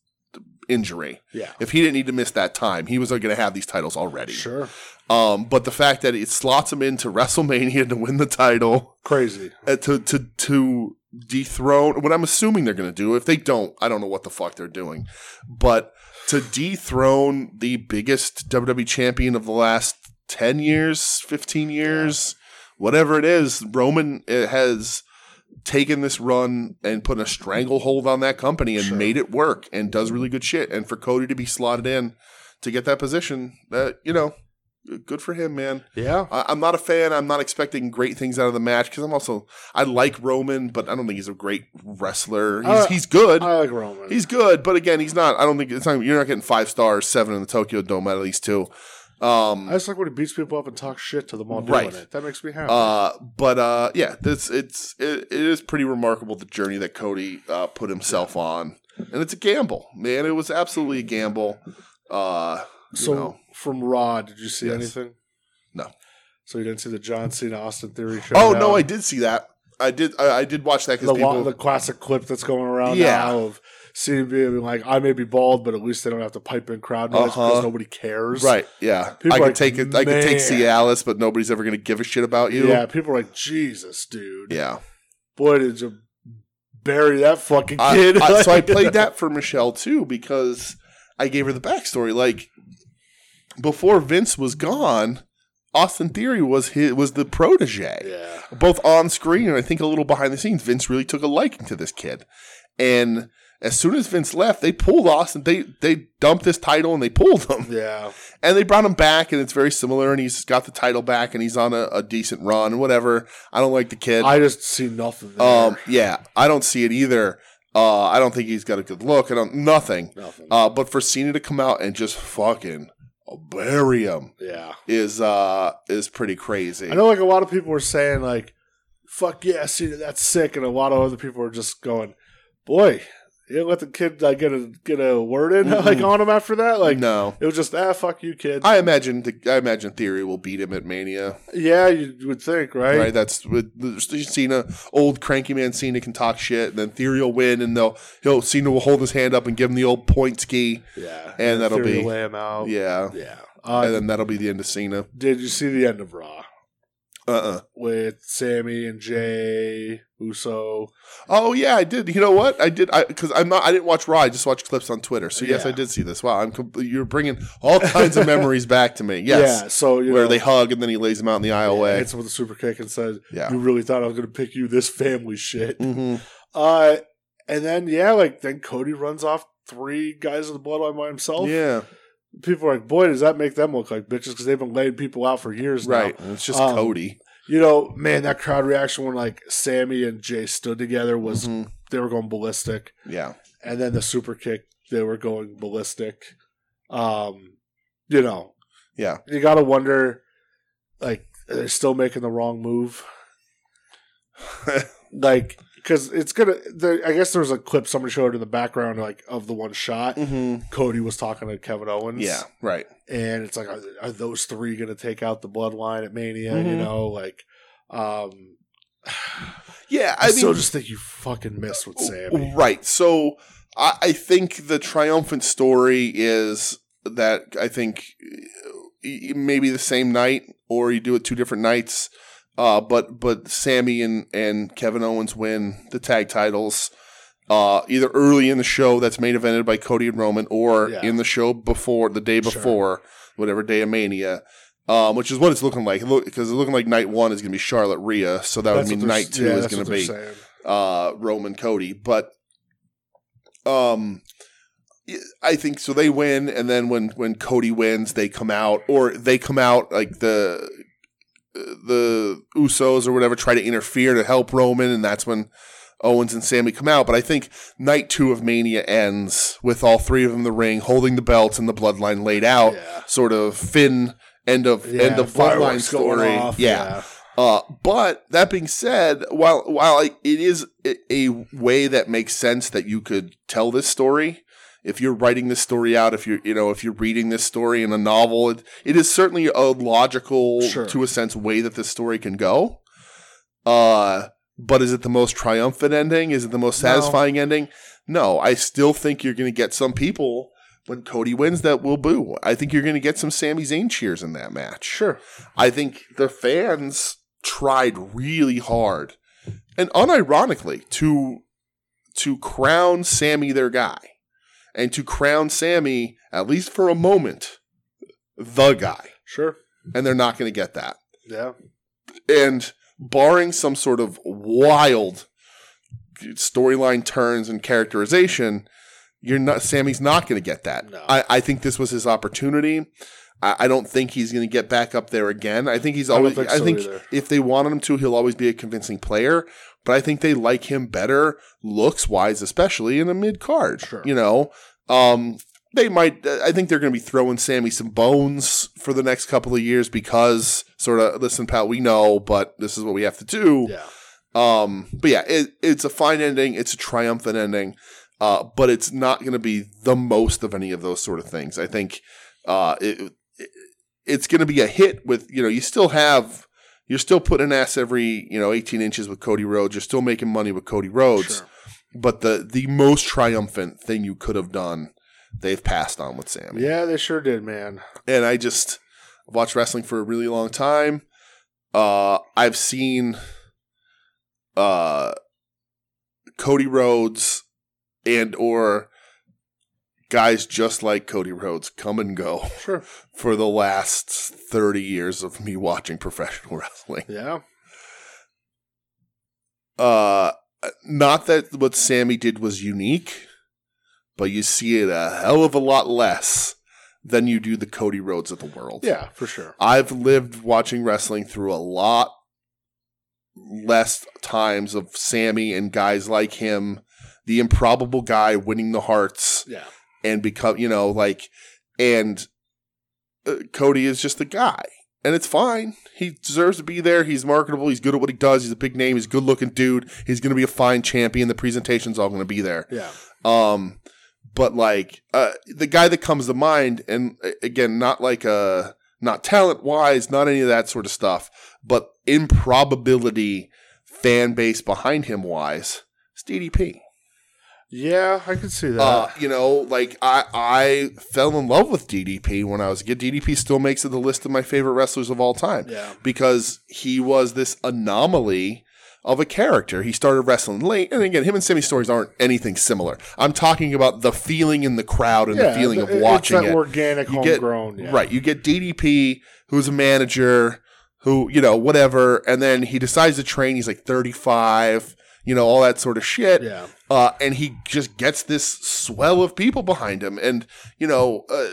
A: injury
B: Yeah,
A: if he didn't need to miss that time, he was going to have these titles already.
B: sure.
A: Um, but the fact that it slots him into WrestleMania to win the title,
B: Crazy.
A: uh, to to to dethrone what I'm assuming they're going to do. If they don't, I don't know what the fuck they're doing. But to dethrone the biggest WWE champion of the last ten years, fifteen years, whatever it is, Roman uh, has taken this run and put a stranglehold on that company and
B: Sure.
A: made it work and does really good shit. And for Cody to be slotted in to get that position, that you know, good for him, man.
B: Yeah.
A: I, I'm not a fan. I'm not expecting great things out of the match because I'm also I like Roman, but I don't think he's a great wrestler. He's,
B: Uh,
A: he's good.
B: I like Roman.
A: he's good, but again, he's not. I don't think it's not, you're not getting five stars, seven in the Tokyo Dome at least two. Um,
B: I just like when he beats people up and talks shit to them while
A: Right.
B: doing it. That makes me happy.
A: uh, but uh, yeah, this it's it, it is pretty remarkable the journey that Cody uh, put himself on, and it's a gamble, man. It was absolutely a gamble. Uh, you
B: so
A: know.
B: from Raw, did you see
A: Yes.
B: anything?
A: No.
B: So you didn't see the John Cena Austin Theory show?
A: oh no, I did see that. I did. I, I did watch that
B: the,
A: because
B: wa-
A: people.
B: the classic clip that's going around
A: Yeah.
B: now of Cena being like, "I may be bald, but at least they don't have to pipe in crowd noise
A: Uh-huh.
B: because nobody cares."
A: Right. Yeah.
B: People
A: I
B: are
A: could
B: like,
A: take it. I could take
B: "Man."
A: Cialis, but nobody's ever going to give a shit about you.
B: Yeah, people are like, "Jesus, dude,
A: Yeah.
B: boy, did you bury that fucking
A: I-
B: kid?"
A: I- so I played that for Michelle too because I gave her the backstory. Like before Vince was gone, Austin Theory was his, was the protege.
B: Yeah,
A: both on screen and I think a little behind the scenes, Vince really took a liking to this kid. And as soon as Vince left, they pulled Austin. They they dumped this title and they pulled him.
B: yeah,
A: And they brought him back, and it's very similar. And he's got the title back, and he's on a, a decent run. Whatever. I don't like the kid.
B: I just see nothing. There.
A: um, yeah, I don't see it either. Uh, I don't think he's got a good look. I don't nothing.
B: nothing.
A: Uh, but for Cena to come out and just fucking bury him
B: yeah,
A: is uh is pretty crazy.
B: I know. Like a lot of people were saying, like, "Fuck yeah, Cena, that's sick," and a lot of other people were just going, "Boy, You didn't let the kid uh, get a get a word in like
A: Mm-mm.
B: on him after that. Like
A: no.
B: it was just ah fuck you kid.
A: I imagine the, I imagine Theory will beat him at Mania,
B: yeah, you would think right.
A: right? That's with Cena, old cranky man Cena can talk shit, and then Theory will win, and they'll he'll Cena will hold his hand up and give him the old point ski,
B: Yeah,
A: And that'll
B: Theory
A: be-
B: lay him out.
A: yeah,
B: yeah. Uh,
A: and then that'll be the end of Cena.
B: did you see the end of Raw
A: Uh uh
B: with Sammy and Jay Uso?
A: Oh yeah, I did. You know what? I did. I because I'm not. I didn't watch Raw. I just watched clips on Twitter. So yes,
B: Yeah.
A: I did see this. Wow, I'm. Com- you're bringing all kinds of memories back to me. Yes,
B: Yeah, so you
A: where
B: know,
A: they hug and then he lays him out in the aisle way.
B: hits him with a super kick and says,
A: Yeah.
B: "You really thought I was going to pick you? This family shit."
A: hmm
B: Uh, and then yeah, like then Cody runs off three guys of the bloodline by himself.
A: Yeah.
B: People are like, boy, does that make them look like bitches because they've been laying people out for years
A: Right.
B: now.
A: And It's just
B: Um,
A: Cody.
B: You know, man, that crowd reaction when like Sammy and Jay stood together was
A: Mhm.
B: they were going ballistic,
A: Yeah.
B: and then the super kick they were going ballistic. Um, you know,
A: Yeah.
B: you gotta wonder, like, are they still making the wrong move? like because it's gonna there, i guess there was a clip somebody showed in the background like of the one shot
A: hmm
B: cody was talking to kevin owens
A: Yeah. Right.
B: and it's like are, are those three gonna take out the bloodline at mania you
A: Mhm.
B: know like um
A: Yeah.
B: i,
A: I mean,
B: still just think you fucking missed with sammy
A: Right. So I, I think the triumphant story is that I think eh, maybe the same night or you do it two different nights. Uh, but but Sammy and, and Kevin Owens win the tag titles uh, either early in the show that's main evented by Cody and Roman or
B: Yeah.
A: in the show before the day
B: Sure.
A: before whatever day of Mania, um, which is what it's looking like. Look, because it's looking like night one is going to be Charlotte Rhea, so that
B: That's
A: would
B: what
A: mean
B: they're-
A: night two
B: yeah,
A: is
B: that's
A: going
B: what
A: to
B: they're
A: be
B: saying.
A: uh, Roman Cody. But um, I think so. They win, and then when when Cody wins, they come out, or they come out like the the Usos or whatever try to interfere to help Roman, and that's when. Owens and Sammy come out, but I think night two of Mania ends with all three of them in the ring holding the belts and the bloodline laid out,
B: yeah
A: sort of Finn end of
B: yeah,
A: end of bloodline
B: fireworks going
A: story.
B: off,
A: yeah. Uh, but that being said, while while I, it is a, a way that makes sense that you could tell this story, if you're writing this story out, if you're you know if you're reading this story in a novel, it, it is certainly a logical,
B: Sure.
A: to a sense, way that this story can go. Uh, but is it the most triumphant ending? Is it the most
B: No.
A: satisfying ending? No, I still think you're going to get some people when Cody wins that will boo. I think you're going to get some Sami Zayn cheers in that match.
B: sure
A: I think the fans tried really hard and unironically to to crown Sammy their guy and to crown Sammy at least for a moment the guy
B: sure
A: and they're not going to get that
B: yeah
A: and barring some sort of wild storyline turns and characterization, you're not Sammy's not going to get that.
B: No.
A: I, I think this was his opportunity. I, I don't think he's going to get back up there again. I think he's
B: I don't
A: always. I
B: think
A: think,
B: so either.
A: if they wanted him to, he'll always be a convincing player. But I think they like him better, looks wise, especially in a mid card.
B: Sure.
A: You know, um, they might. I think they're going to be throwing Sammy some bones for the next couple of years because sort of listen, pal, we know, but this is what we have to do.
B: yeah
A: Um, but yeah, it, it's a fine ending. It's a triumphant ending. Uh, but it's not going to be the most of any of those sort of things. I think uh, it, it- it's going to be a hit with you know you still have you're still putting an ass every you know 18 inches with Cody Rhodes. You're still making money with Cody Rhodes.
B: sure.
A: But the the most triumphant thing you could have done, they've passed on with Sammy.
B: yeah they sure did man
A: And I just I've watched wrestling for a really long time. Uh, I've seen uh, Cody Rhodes and or guys just like Cody Rhodes come and go
B: sure
A: for the last 30 years of me watching professional wrestling.
B: yeah
A: Uh, not that what Sammy did was unique, but you see it a hell of a lot less than you do the Cody Rhodes of the world.
B: yeah for sure
A: I've lived watching wrestling through a lot less times of Sammy and guys like him, the improbable guy winning the hearts
B: yeah
A: and become, you know, like, and uh, Cody is just a guy. and it's fine. He deserves to be there. He's marketable. He's good at what he does. He's a big name. He's a good looking dude. He's going to be a fine champion. The presentation's all going to be there.
B: Yeah.
A: Um, but like uh, the guy that comes to mind, and uh, again, not like uh not talent wise, not any of that sort of stuff, but improbability, fan base behind him wise, it's DDP.
B: Yeah, I could see that.
A: Uh, you know, like I, I fell in love with DDP when I was a kid. DDP still makes it the list of my favorite wrestlers of all time
B: yeah.
A: because he was this anomaly of a character. He started wrestling late, and again, him and Simi's stories aren't anything similar. I'm talking about the feeling in the crowd and
B: yeah,
A: the feeling
B: it-
A: of watching
B: it's that
A: it.
B: organic,
A: You get-
B: homegrown. yeah.
A: Right, you get DDP, who's a manager, who you know, whatever, and then he decides to train. He's like 35, you know, all that sort of shit
B: Yeah.
A: uh, and he just gets this swell of people behind him. And you know, uh,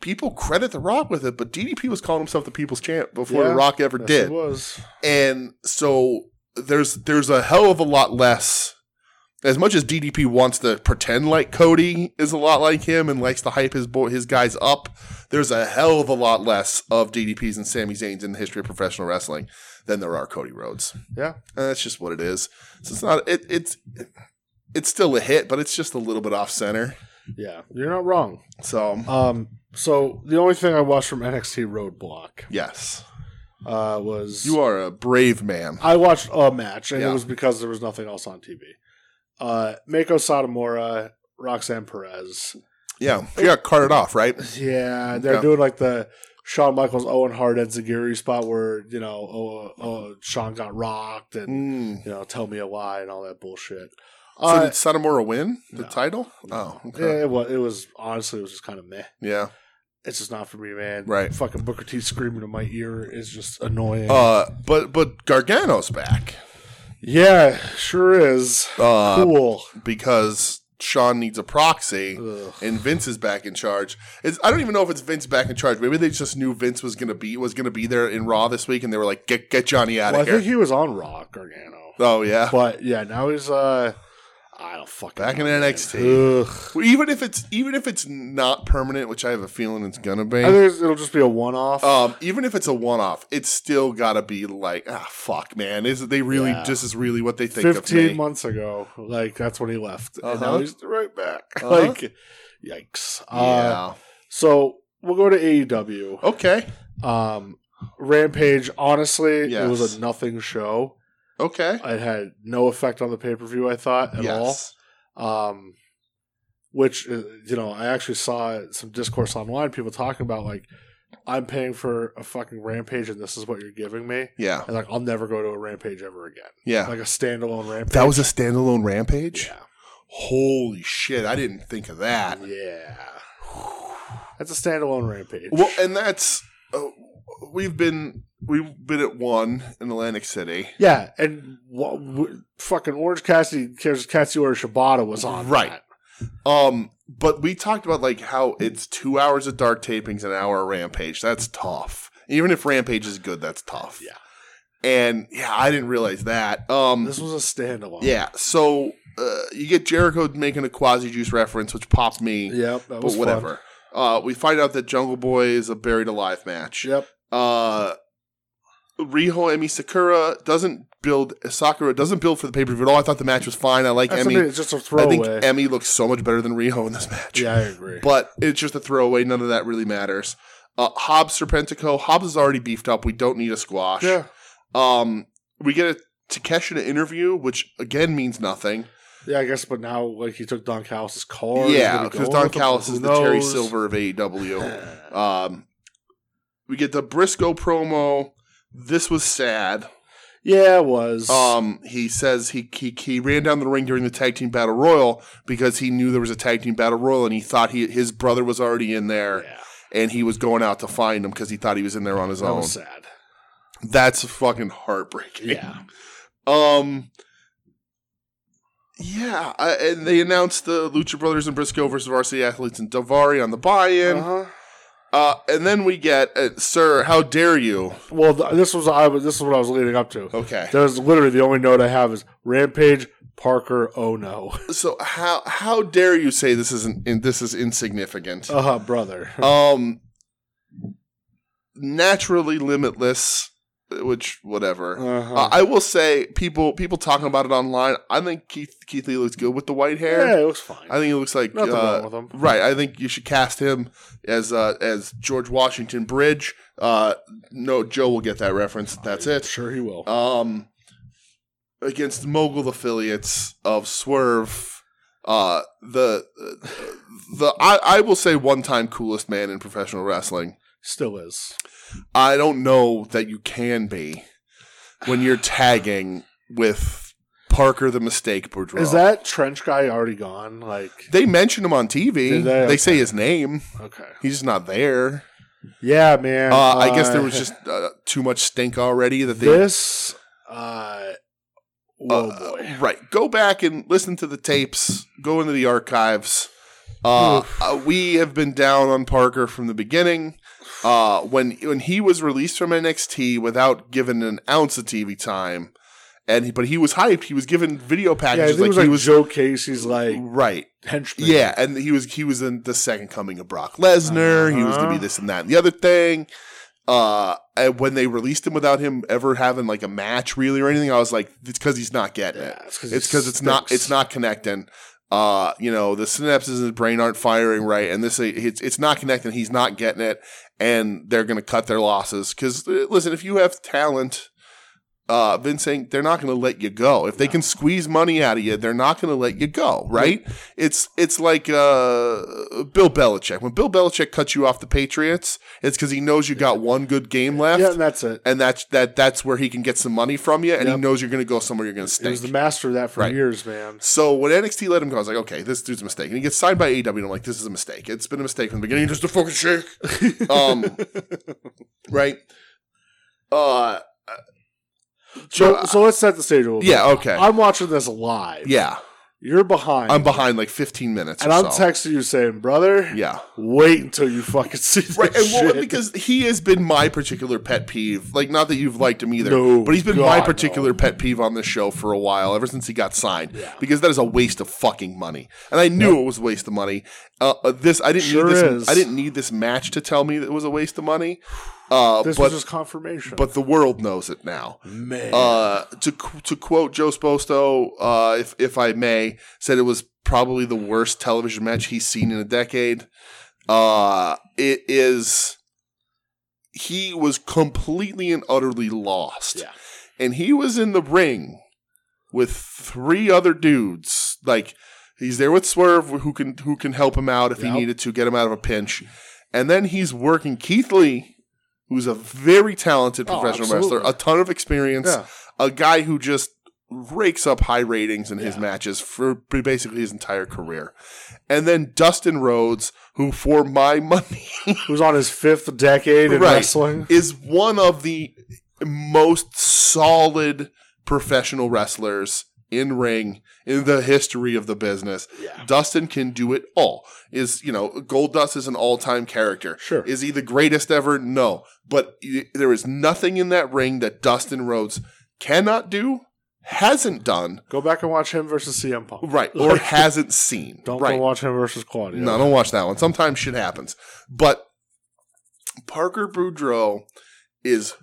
A: people credit The Rock with it, but DDP was calling himself the People's Champ before
B: Yeah,
A: The Rock ever
B: Yes,
A: did.
B: It was.
A: And so there's there's a hell of a lot less. As much as DDP wants to pretend like Cody is a lot like him and likes to hype his boy, his guys up, there's a hell of a lot less of DDPs and Sami Zayn's in the history of professional wrestling than there are Cody Rhodes.
B: Yeah.
A: And that's just what it is. So it's not it, it's it's still a hit, but it's just a little bit off center.
B: Yeah. You're not wrong.
A: So
B: Um, so the only thing I watched from NXT Roadblock
A: yes,
B: uh, was
A: you are a brave man.
B: I watched a match, and
A: Yeah.
B: it was because there was nothing else on TV. Uh, Mako Satomura, Roxanne Perez.
A: Yeah, you got carted off, right?
B: Yeah, they're
A: Yeah.
B: doing like the Shawn Michaels, Owen Hart, and Zagiri spot where you know, oh, oh, Shawn got rocked, and
A: Mm.
B: you know, tell me a lie and all that bullshit.
A: So
B: Uh,
A: did Satomura win the
B: no.
A: title?
B: no.
A: Oh, okay.
B: Yeah, it was. It was honestly, it was just kind of meh.
A: yeah.
B: It's just not for me, man.
A: Right.
B: Fucking Booker T screaming in my ear is just annoying.
A: Uh, but but Gargano's back
B: yeah, sure is.
A: uh,
B: cool.
A: because Sean needs a proxy.
B: Ugh.
A: and Vince is back in charge. It's, I don't even know if it's Vince back in charge. Maybe they just knew Vince was gonna be was gonna be there in Raw this week, and they were like, "Get get Johnny out
B: Well, I
A: of here."
B: think he was on Raw Gargano,
A: oh yeah,
B: but yeah, now he's uh, I don't fucking
A: Back in
B: know, man.
A: NXT.
B: Ugh.
A: Well, even if it's even if it's not permanent, which I have a feeling it's gonna be.
B: I think it's- it'll just be a one-off.
A: um, even if it's a one-off, it's still gotta be like, ah, fuck, man. Is they really?
B: Yeah.
A: This is really what they think of me.
B: Fifteen months ago, like that's when he left, and
A: Uh-huh.
B: now he's right back.
A: Uh-huh.
B: Like, yikes. Uh, so we'll go to AEW.
A: yeah. Okay.
B: Um, Rampage. Honestly, it was
A: Yes.
B: a nothing show.
A: Okay.
B: It had no effect on the pay per view. I thought at all.
A: yes.
B: um, which uh, you know I actually saw some discourse online, people talking about like I'm paying for a fucking rampage and this is what you're giving me,
A: Yeah.
B: and like I'll never go to a rampage ever again,
A: Yeah.
B: like a standalone rampage.
A: that was a standalone rampage.
B: yeah,
A: Holy shit! I didn't think of that.
B: yeah. That's a standalone rampage.
A: Well, and that's uh, we've been we've been at one in Atlantic City,
B: yeah, and wha- w- fucking Orange Cassidy, Cassidy Shibata was on
A: Right.
B: that.
A: um, but we talked about like how it's two hours of dark tapings, an hour of Rampage. That's tough. Even if Rampage is good, that's tough.
B: Yeah.
A: and yeah, I didn't realize that. Um,
B: This was a standalone.
A: yeah, so uh, you get Jericho making a quasi juice reference, which popped me,
B: yep. That was
A: but whatever. Uh, we find out that Jungle Boy is a buried alive match.
B: Fun. Yep.
A: uh Riho Emi Sakura doesn't build Sakura doesn't build for the pay per view at all. I thought the match was fine. I like
B: That's the
A: Emmy.
B: thing, it's just a
A: I think
B: throwaway.
A: Emmy looks so much better than Riho in this match.
B: yeah, I agree.
A: But it's just a throwaway. None of that really matters. Uh, Hobbs Serpentico. Hobbs is already beefed up. We don't need a squash.
B: yeah.
A: Um, we get a Takeshita interview, which again means nothing.
B: Yeah, I guess, but now like he took Don Callis' car. he's
A: yeah,
B: gonna be
A: because
B: going
A: Don
B: with him,
A: Callis
B: who
A: is the Terry
B: knows?
A: Silver of E AEW. Um, we get the Briscoe promo. This was sad.
B: yeah, it was.
A: Um, he says he, he he ran down the ring during the tag team battle royal because he knew there was a tag team battle royal and he thought he his brother was already in there
B: yeah,
A: and he was going out to find him because he thought he was in there on his
B: that
A: own.
B: was sad.
A: That's fucking heartbreaking.
B: Yeah,
A: Um. Yeah, I, and they announced the Lucha Brothers and Briscoe versus Varsity Athletes and Davari on the buy-in, uh
B: uh-huh.
A: and then we get, uh, sir, how dare you?
B: well, th- this was I. was- This is what I was leading up to.
A: Okay,
B: That was literally the only note I have is Rampage Parker. Oh no,
A: so how how dare you say
B: Uh-huh, Oh.
A: this isn't and this is insignificant?
B: uh huh, brother.
A: Um, naturally limitless, which whatever.
B: Uh-huh.
A: Uh, I will say people people talking about it online. I think Keith Keith Lee looks good with the white hair.
B: yeah, it looks fine.
A: I think he looks like
B: Nothing
A: uh,
B: wrong with him.
A: right. I think you should cast him as uh, as George Washington Bridge. Uh, no, Joe will get that reference. That's
B: I'm
A: it.
B: Sure, he will.
A: Um, against mogul affiliates of Swerve, uh, the the I, I will say one time coolest man in professional wrestling.
B: Still is.
A: I don't know that you can be when you're tagging with Parker the Mistake Boudreaux.
B: Is that trench guy already gone? Like,
A: they mention him on TV.
B: Did they?
A: They,
B: Okay.
A: say his name.
B: okay.
A: He's just not there.
B: Yeah, man.
A: Uh, I guess there was just uh, too much stink already that they.
B: this. Uh, whoa,
A: uh,
B: boy.
A: Right. Go back and listen to the tapes. Go into the archives. Uh, uh, we have been down on Parker from the beginning. Uh, when when he was released from NXT without given an ounce of TV time, and he, but he was hyped. He was given video
B: Yeah, I
A: packages
B: think it was
A: like
B: like
A: he was
B: Joe Casey's like
A: right.
B: henchman.
A: Yeah, and he was he was in the second coming of Brock Lesnar. He was to be
B: Uh-huh.
A: this and that and the other thing. Uh, and when they released him without him ever having like a match really or anything, I was like, it's because he's not getting it.
B: Yeah, it's because
A: It's because it's not it's not connecting. Uh, you know, the synapses in his brain aren't firing right, and this it's it's not connecting. He's not getting it, and they're gonna cut their losses. Because listen, if you have talent. Uh, Vince saying they're not going to let you go. If they can squeeze money out of you, they're not going to let you go. Right? It's it's like uh, Bill Belichick. When Bill Belichick cuts you off the Patriots, it's because he knows you got one good game left,
B: Yeah, and that's it.
A: and that's that that's where he can get some money from you, and
B: Yep.
A: he knows you're going to go somewhere you're going to
B: He was
A: stay.
B: the master of that for
A: Right.
B: years, man.
A: So when NXT let him go, I was like, okay, this dude's a mistake. And he gets signed by AEW, and I'm like, this is a mistake. It's been a mistake from the beginning. Just a fucking shake. um, right? Uh,
B: So, so let's set the stage a little
A: yeah,
B: bit.
A: okay.
B: I'm watching this live.
A: Yeah.
B: You're behind.
A: I'm behind like 15 minutes
B: and
A: or
B: I'm
A: so.
B: texting you saying, brother,
A: yeah.
B: wait until you fucking see this
A: Right, and well,
B: shit.
A: because he has been my particular pet peeve. Like, not that you've liked him either,
B: No,
A: but he's been
B: God,
A: my
B: no.
A: particular pet peeve on this show for a while, ever since he got signed.
B: Yeah.
A: Because that is a waste of fucking money, and I knew it was a waste of money. Uh, uh, this I didn't
B: Sure
A: need this.
B: is.
A: I didn't need this match to tell me that it was a waste of money. Uh,
B: this
A: but
B: was just confirmation.
A: but the world knows it now.
B: man,
A: Uh, to qu- to quote Joe Sposto, uh, if if I may, said it was probably the worst television match he's seen in a decade. Uh, it is. He was completely and utterly lost,
B: Yeah.
A: and he was in the ring with three other dudes. Like he's there with Swerve, who can who can help him out if
B: Yep.
A: he needed to get him out of a pinch, and then he's working Keith Lee, who's a very talented
B: Oh,
A: professional
B: absolutely.
A: wrestler, a ton of experience
B: yeah.
A: a guy who just rakes up high ratings in his
B: Yeah.
A: matches for basically his entire career. And then Dustin Rhodes, who for my money
B: who's on his fifth decade in
A: Right.
B: wrestling?
A: is one of the most solid professional wrestlers in ring in the history of the business.
B: Yeah,
A: Dustin can do it all. Is you know Gold Dust is an all time character.
B: Sure.
A: Is he the greatest ever? No. But y- there is nothing in that ring that Dustin Rhodes cannot do, hasn't done,
B: go back and watch him versus CM Punk.
A: right, or hasn't seen.
B: Don't
A: right.
B: go watch him versus Claudio.
A: No, don't watch that one. Sometimes shit happens. But Parker Boudreaux is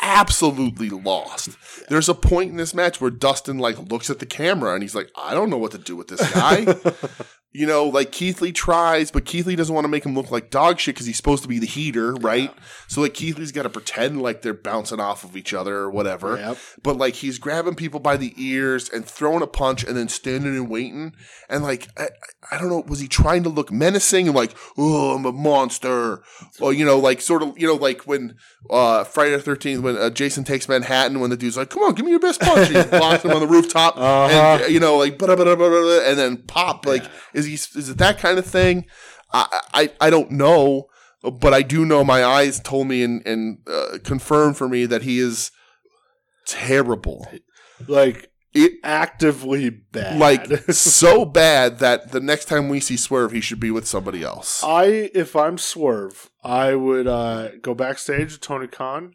A: absolutely lost. There's a point in this match where Dustin like looks at the camera and he's like, I don't know what to do with this guy. you know, like Keith Lee tries, but Keith Lee doesn't want to make him look like dog shit because he's supposed to be the heater, right? So like Keith Lee's got to pretend like they're bouncing off of each other or whatever
B: Yep.
A: but like he's grabbing people by the ears and throwing a punch and then standing and waiting and like I, I- I don't know was he trying to look menacing and like oh I'm a monster or you know like sort of you know like when uh, Friday the Thirteenth when uh, Jason takes Manhattan when the dude's like come on give me your best punch and he blocks him on the rooftop
B: Uh-huh.
A: and uh, you know like blah, blah, blah, blah, blah, and then pop like is he is it that kind of thing I I, I don't know. But I do know my eyes told me and, and uh, confirmed for me that he is terrible.
B: Like
A: It
B: actively bad.
A: like so bad that the next time we see Swerve, he should be with somebody
B: Uh,
A: else.
B: I if I'm Swerve, I would uh, go backstage to Tony Khan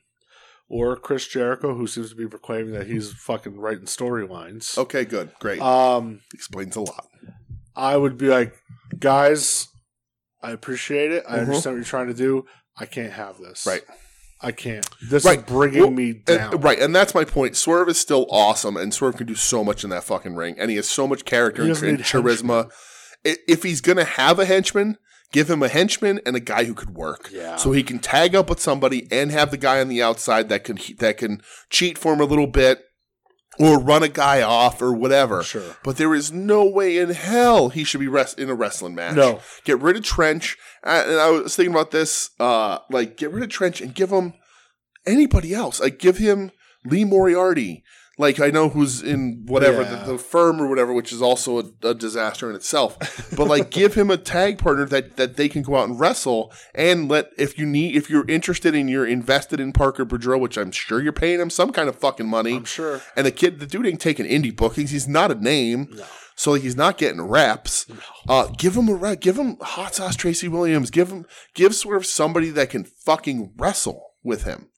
B: or Chris Jericho, who seems to be proclaiming that he's fucking writing storylines.
A: Okay, good, great.
B: Um,
A: Explains a lot.
B: I would be like, guys, I appreciate it. I
A: Mhm.
B: understand what you're trying to do. I can't have this.
A: Mm-hmm. Right.
B: I can't. This is
A: Right.
B: bringing
A: Well,
B: me
A: And-
B: down.
A: right, and that's my point. Swerve is still awesome, and Swerve can do so much in that fucking ring, and he has so much character
B: He
A: and,
B: doesn't
A: and
B: need
A: charisma. I- If he's gonna have a henchman, give him a henchman and a guy who could work,
B: Yeah.
A: so he can tag up with somebody and have the guy on the outside that can that can cheat for him a little bit or run a guy off or whatever.
B: Sure.
A: But there is no way in hell he should be rest- in a wrestling match.
B: No.
A: Get rid of Trench. Uh, And I was thinking about this. Uh, like, get rid of Trench and give him anybody else. Like, give him Lee Moriarty. Like, I know who's in whatever,
B: Yeah.
A: the, the firm or whatever, which is also a, a disaster in itself. But, like, give him a tag partner that, that they can go out and wrestle. And let, if you need, if you're interested and you're invested in Parker Boudreaux, which I'm sure you're paying him some kind of fucking money.
B: I'm sure.
A: And the kid, the dude ain't taking indie bookings. He's not a name, so he's not getting reps. Uh, give him a rep. Give him hot sauce Tracy Williams. Give him give sort of somebody that can fucking wrestle with him.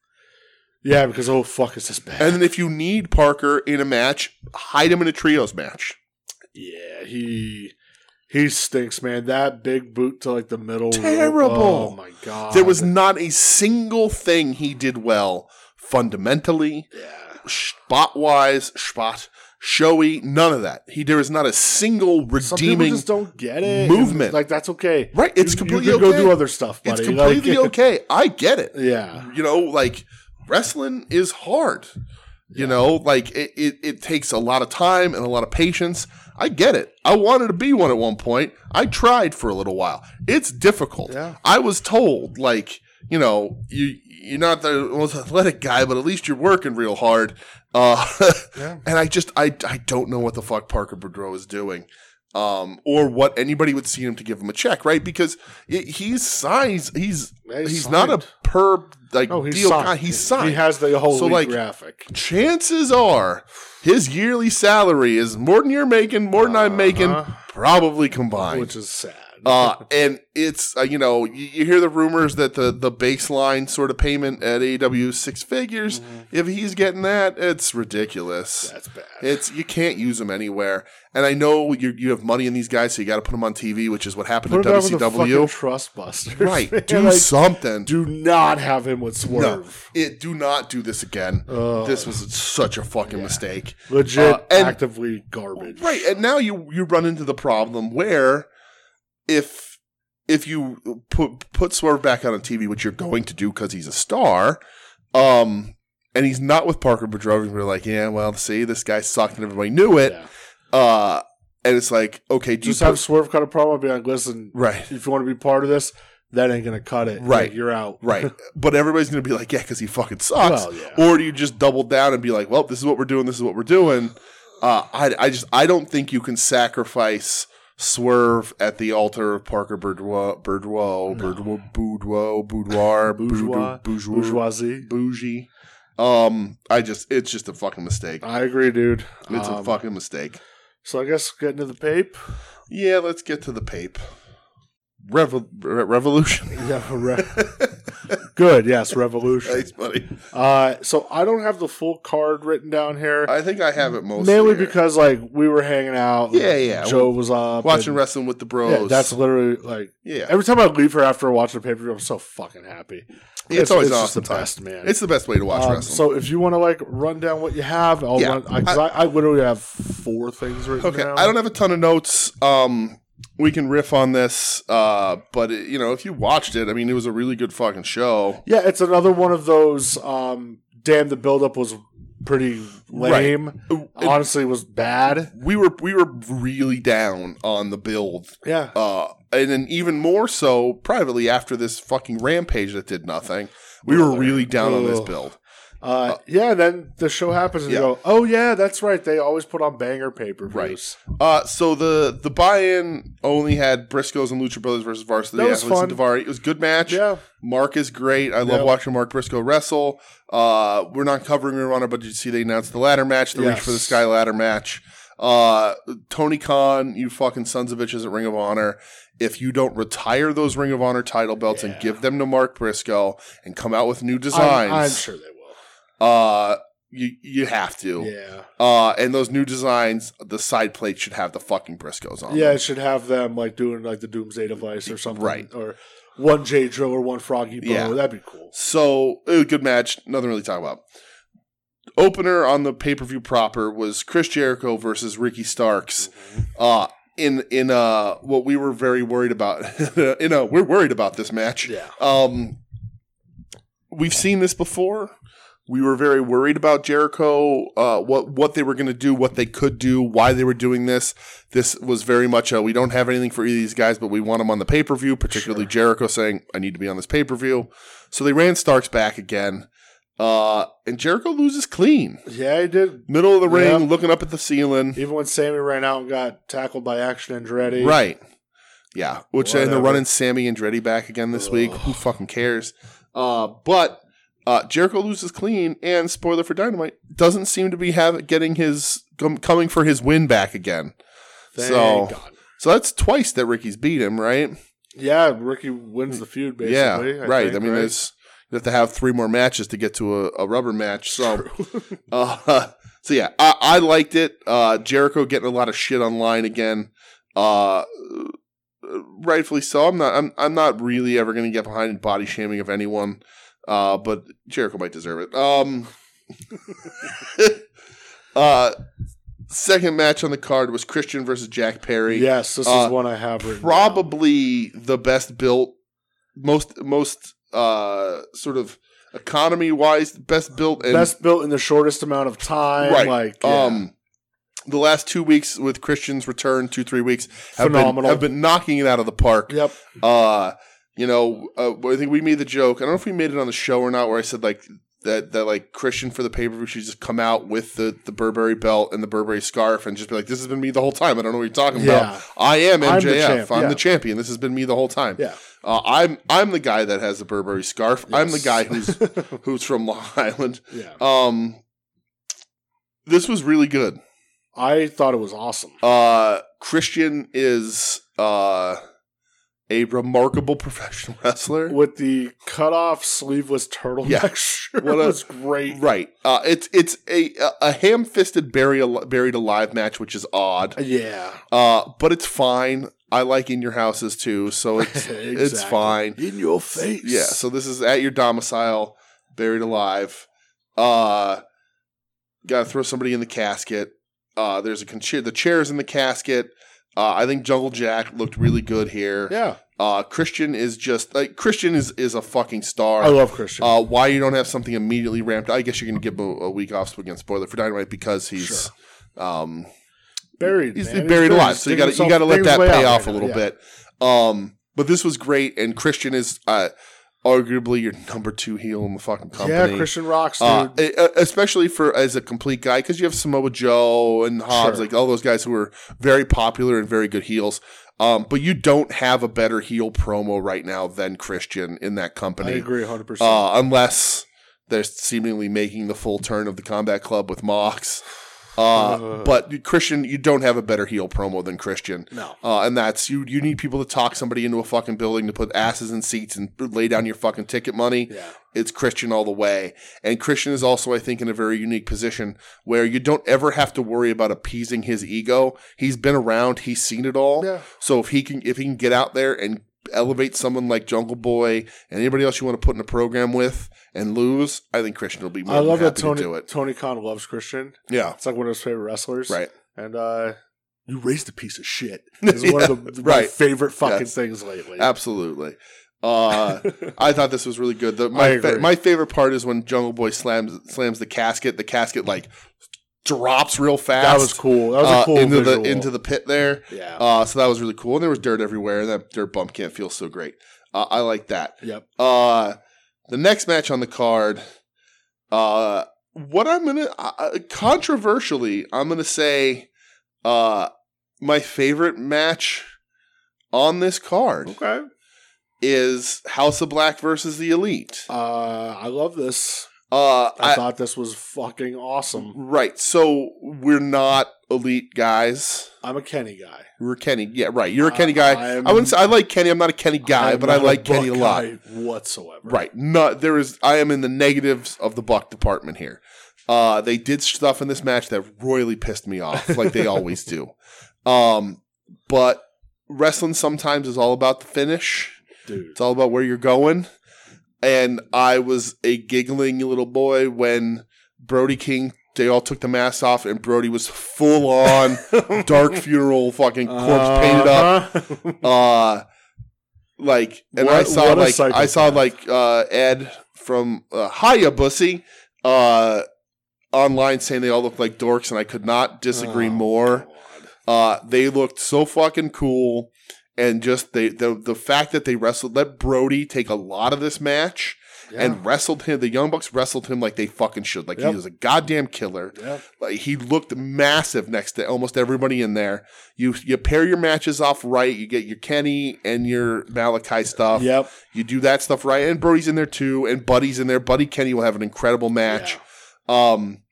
B: Yeah, because oh fuck, is this bad?
A: And then if you need Parker in a match, hide him in a trios match
B: yeah, he he stinks, man. That big boot to like the middle. rope.
A: Terrible.
B: Oh my god.
A: There was not a single thing he did well fundamentally,
B: Yeah.
A: spot wise, spot showy. None of that. He there is not a single
B: Some people
A: redeeming.
B: just don't get it.
A: movement.
B: like that's okay.
A: Right, it's
B: You-
A: completely
B: you can
A: okay.
B: Go do other stuff, buddy.
A: It's completely
B: Like-
A: okay. I get it.
B: Yeah.
A: you know like wrestling is hard you know like it, it, it takes a lot of time and a lot of patience i get it i wanted to be one at one point i tried for a little while it's difficult
B: Yeah.
A: i was told like you know you you're not the most athletic guy but at least you're working real hard uh
B: Yeah.
A: and i just i i don't know what the fuck parker boudreau is doing um, or what anybody would see him to give him a check, right? Because it, he's signed. He's
B: Yeah,
A: he's,
B: he's
A: not a
B: signed.
A: per like
B: Oh, he's
A: deal
B: signed.
A: guy. He's signed.
B: He has the whole
A: So,
B: league
A: like-
B: graphic.
A: Chances are, his yearly salary is more than you're making, more than I'm making,
B: Uh-huh.
A: probably combined.
B: which is sad.
A: Uh, and it's uh, you know you, you hear the rumors that the the baseline sort of payment at AEW is six figures. If he's getting that, it's ridiculous.
B: Mm-hmm. That's bad.
A: It's you can't use them anywhere. And I know you you have money in these guys, so you got to put them on TV, which is what happened
B: Put
A: to
B: him down with the fucking
A: WCW.
B: trust busters. man.
A: Right? Do
B: Like,
A: something.
B: do not have him with
A: no,
B: Swerve. Uh,
A: it, do not do this again. this was such a fucking mistake.
B: Legit,
A: Uh, and-
B: actively garbage.
A: Right, and now you you run into the problem where if if you put put Swerve back out on TV, which you're going to do because he's a star, um, and he's not with Parker Boudreaux, and we're like, yeah, well, see, this guy sucked, and everybody knew it.
B: Yeah.
A: Uh, and it's like, okay, do
B: Just
A: you
B: have
A: put,
B: Swerve cut a promo and be like, listen,
A: right?
B: if you want to be part of this, that ain't going to cut it.
A: Right.
B: Like, you're out.
A: Right. but everybody's going to be like, yeah, because he fucking sucks.
B: Well, yeah.
A: Or do you just double down and be like, well, this is what we're doing. This is what we're doing. Uh, I, I just, I don't think you can sacrifice Swerve at the altar of Parker Bourdois, Bourdois, Bourdois, Boudoir, Boudoir,
B: Bourgeois,
A: Bourdois, Bourgeois,
B: bourgeoisie.
A: Bougie. Um, I just, it's just a fucking mistake.
B: I agree, dude.
A: It's a
B: Uh, Um,
A: fucking mistake.
B: So I guess getting to the pape.
A: Yeah, let's get to the Pape. Revo- re- revolution.
B: Yeah, re- good. Yes, revolution.
A: Thanks, buddy.
B: Uh, so I don't have the full card written down here.
A: I think I have it mostly.
B: mainly
A: here.
B: because like we were hanging out.
A: Yeah, yeah.
B: Joe was up
A: watching
B: and-
A: wrestling with the bros.
B: Yeah, that's literally like
A: yeah.
B: every time I leave her after watching a pay per view, I'm so fucking happy.
A: Yeah, it's always an
B: just
A: awesome
B: the
A: time.
B: best, man.
A: it's the best way to watch
B: Um,
A: wrestling.
B: so if you want to like run down what you have, I'll
A: Yeah,
B: run. I, 'cause I, I literally have four things written
A: okay,
B: down.
A: I don't have a ton of notes. Um, we can riff on this, uh, but it, you know, if you watched it, I mean, it was a really good fucking show.
B: Yeah, it's another one of those. Um, damn, the buildup was pretty lame.
A: It-
B: Honestly, was bad.
A: we were we were really down on the build,
B: Yeah,
A: uh, and then even more so privately after this fucking rampage that did nothing. We were really down on this
B: Ugh.
A: build.
B: Uh, yeah, and then the show happens and
A: Yeah.
B: you go, oh, yeah, that's right. They always put on banger pay per
A: Right.
B: views.
A: Uh, so the the buy-in only had Briscoes and Lucha Brothers versus Varsity
B: That was
A: Athletes and
B: fun.
A: Daivari. It was a good match.
B: Yeah.
A: Mark is great. I love
B: Yeah.
A: watching Mark Briscoe wrestle. Uh, we're not covering Ring of Honor, but did you see they announced the ladder match, the Reach
B: Yes.
A: for the Sky ladder match? Uh, Tony Khan, you fucking sons of bitches at Ring of Honor. If you don't retire those Ring of Honor title belts and
B: Yeah.
A: give them to Mark Briscoe and come out with new
B: I'm,
A: designs,
B: I'm sure they will.
A: uh, you you have to.
B: Yeah.
A: Uh, and those new designs, the side plate should have the fucking Briscoes on.
B: Yeah,
A: them.
B: it should have them like doing like the Doomsday device or something.
A: Right.
B: Or one J Driller, one Froggy Bow.
A: Yeah.
B: That'd be cool.
A: So, a good match. Nothing really to talk about. Opener on the pay per view proper was Chris Jericho versus Ricky Starks. Uh, in in uh, what we were very worried about. you know, we're worried about this match.
B: Yeah.
A: Um, we've seen this before. We were very worried about Jericho, uh, what what they were going to do, what they could do, why they were doing this. This was very much a we don't have anything for either of these guys, but we want them on the pay per view. Particularly Jericho saying, "I need to be on this pay per view." So they ran Starks back again, uh, and Jericho loses clean,
B: Yeah, he did.
A: middle of the ring,
B: Yeah.
A: looking up at the ceiling.
B: Even when Sammy ran out and got tackled by Action Andretti.
A: Right. Yeah. Which and they're
B: Whatever.
A: running Sammy and Dreddy back again this week.
B: Ugh.
A: Who fucking cares? Uh, but uh, Jericho loses clean, and spoiler for Dynamite doesn't seem to be have, getting his com- coming for his win back again.
B: Thank
A: So-
B: God.
A: So that's twice that Ricky's beat him, right?
B: Yeah, Ricky wins the feud basically.
A: yeah,
B: I
A: right.
B: think,
A: I mean, there's you have to have three more matches to get to a, a rubber match. So, uh, so yeah, I, I liked it. Uh, Jericho getting a lot of shit online again. Uh, rightfully so. I'm not. I'm. I'm not really ever going to get behind body shaming of anyone. Uh, but Jericho might deserve it. Um. uh, second match on the card was Christian versus Jack Perry
B: yes, this
A: uh,
B: is one I have written. down.
A: probably the best built most most uh sort of economy wise best built and
B: best built in the shortest amount of time.
A: right
B: Like, yeah.
A: um the last two weeks with Christian's return, two three weeks have been,
B: Phenomenal.
A: have been knocking it out of the park.
B: yep.
A: Uh, you know, uh, I think we made the joke. I don't know if we made it on the show or not, where I said like that that like Christian for the pay per view should just come out with the the Burberry belt and the Burberry scarf and just be like, "This has been me the whole time. I don't know what you're talking
B: Yeah.
A: about. I am
B: I'm the
A: MJF. I'm,
B: champ,
A: the,
B: yeah.
A: champion. This has been me the whole time.
B: Yeah.
A: Uh, I'm I'm the guy that has the Burberry scarf. I'm the
B: Yes.
A: guy who's who's from Long Island.
B: Yeah.
A: Um, this was really good.
B: I thought it was awesome.
A: Uh, Christian is uh a remarkable professional wrestler.
B: With the cut off sleeveless turtleneck
A: Yeah.
B: shirt
A: What a-
B: was great.
A: Right. Uh, it's it's a a ham fisted buried al- buried alive match, which is odd.
B: Yeah.
A: Uh, but it's fine. I like in your houses too, so it's it's
B: Exactly.
A: fine.
B: In your face.
A: Yeah. So this is at your domicile, buried alive. Uh, gotta throw somebody in the casket. Uh, there's a con- chair- the chairs in the casket. Uh, I think Jungle Jack looked really good here.
B: Yeah.
A: Uh, Christian is just like Christian is is a fucking star.
B: I love Christian.
A: Uh, why you don't have something immediately ramped? I guess you're going to give him a, a week off so against spoiler for Dynamite because he's um,
B: buried.
A: he's
B: man.
A: buried, alive. So you got to you got to let that pay off a little bit. Um, but this was great, and Christian is uh, arguably your number two heel in the fucking company.
B: Yeah, Christian rocks, dude.
A: Uh, e- e- especially for as a complete guy, because you have Samoa Joe and Hobbs,
B: Sure.
A: like all those guys who are very popular and very good heels. Um, but you don't have a better heel promo right now than Christian in that
B: I
A: company.
B: agree 100%.
A: Uh, unless they're seemingly making the full turn of the Combat Club with Mox. Uh,
B: Ugh.
A: but Christian, you don't have a better heel promo than Christian.
B: no.
A: Uh, and that's you. You need people to talk somebody into a fucking building to put asses in seats and lay down your fucking ticket money.
B: Yeah.
A: It's Christian all the way, and Christian is also, I think, in a very unique position where you don't ever have to worry about appeasing his ego. He's been around. He's seen it all.
B: Yeah.
A: So if he can if he can get out there and elevate someone like Jungle Boy and anybody else you want to put in a program with and lose, I think Christian will be more
B: I love
A: than
B: that
A: happy
B: Tony
A: to do it.
B: Tony Khan loves Christian.
A: Yeah,
B: It's like one of his favorite wrestlers.
A: right.
B: And uh you raised a piece of shit. This is one of the my
A: right.
B: favorite fucking
A: Yes.
B: things lately.
A: Absolutely. Uh, I thought this was really good. The,
B: I
A: my
B: agree.
A: fa- my favorite part is when Jungle Boy slams slams the casket. The casket like drops real fast.
B: that was cool. That was
A: uh,
B: a cool
A: into
B: visual.
A: the into the pit there.
B: yeah.
A: Uh, so that was really cool. And there was dirt everywhere, and that dirt bump can't feel so great. Uh, I like that.
B: yep.
A: Uh, the next match on the card, uh, what I'm gonna uh, controversially, I'm gonna say, uh, my favorite match on this card
B: Okay.
A: is House of Black versus the Elite.
B: Uh I love this.
A: Uh,
B: I,
A: I-
B: thought this was fucking awesome.
A: right. So we're not elite guys.
B: I'm a Kenny guy.
A: We're Kenny. Yeah, right. You're a
B: I-
A: Kenny guy. I,
B: I'm-
A: wouldn't. Say, I like Kenny. I'm not a Kenny guy,
B: I'm
A: but I
B: not a
A: like Kenny a
B: Buck
A: lot.
B: guy whatsoever.
A: Right. Not there is. I am in the negatives of the Buck department here. Uh, they did stuff in this match that royally pissed me off, like they always do. Um, but wrestling sometimes is all about the finish,
B: dude.
A: It's all about where you're going. And I was a giggling little boy when Brody King, they all took the masks off, and Brody was full on dark funeral fucking corpse
B: Uh-huh.
A: painted up.
B: painted up.
A: Uh, like, and I
B: What-
A: saw
B: what a
A: like, I saw
B: psychopath.
A: like uh, Ed from uh, Hiya Bussy uh, online saying they all look like dorks, and I could not
B: Oh,
A: disagree more. Uh, they looked so fucking cool, and just they the the fact that they wrestled let Brody take a lot of this match and wrestled him. The Young Bucks wrestled him like they fucking should, like
B: Yep.
A: he was a goddamn killer.
B: yeah.
A: Like he looked massive next to almost everybody in there. You you pair your matches off right. You get your Kenny and your Malachi stuff.
B: Yep.
A: You do that stuff right, and Brody's in there too, and Buddy's in there. Buddy Kenny will have an incredible match. Um,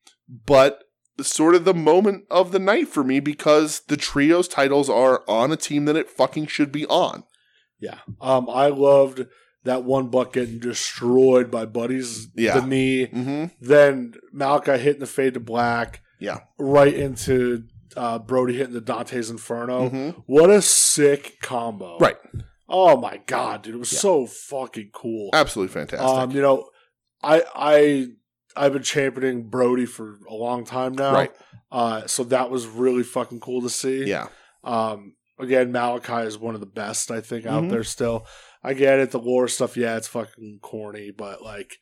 A: but sort of the moment of the night for me because the trios titles are on a team that it fucking should be on.
B: Yeah. Um, I loved that one buck getting destroyed by Buddy's
A: Yeah.
B: the knee.
A: Mm-hmm.
B: Then Malachi hitting the fade to black.
A: Yeah.
B: Right into uh, Brody hitting the Dante's Inferno.
A: Mhm.
B: What a sick combo.
A: Right.
B: Oh my god, dude. It was
A: Yeah.
B: so fucking cool.
A: Absolutely fantastic.
B: Um, you know, I I I've been championing Brody for a long time now.
A: Right.
B: Uh so that was really fucking cool to see.
A: yeah.
B: Um, again, Malachi is one of the best I think out
A: Mhm.
B: there still. I get it, the lore stuff. Yeah, it's fucking corny, but like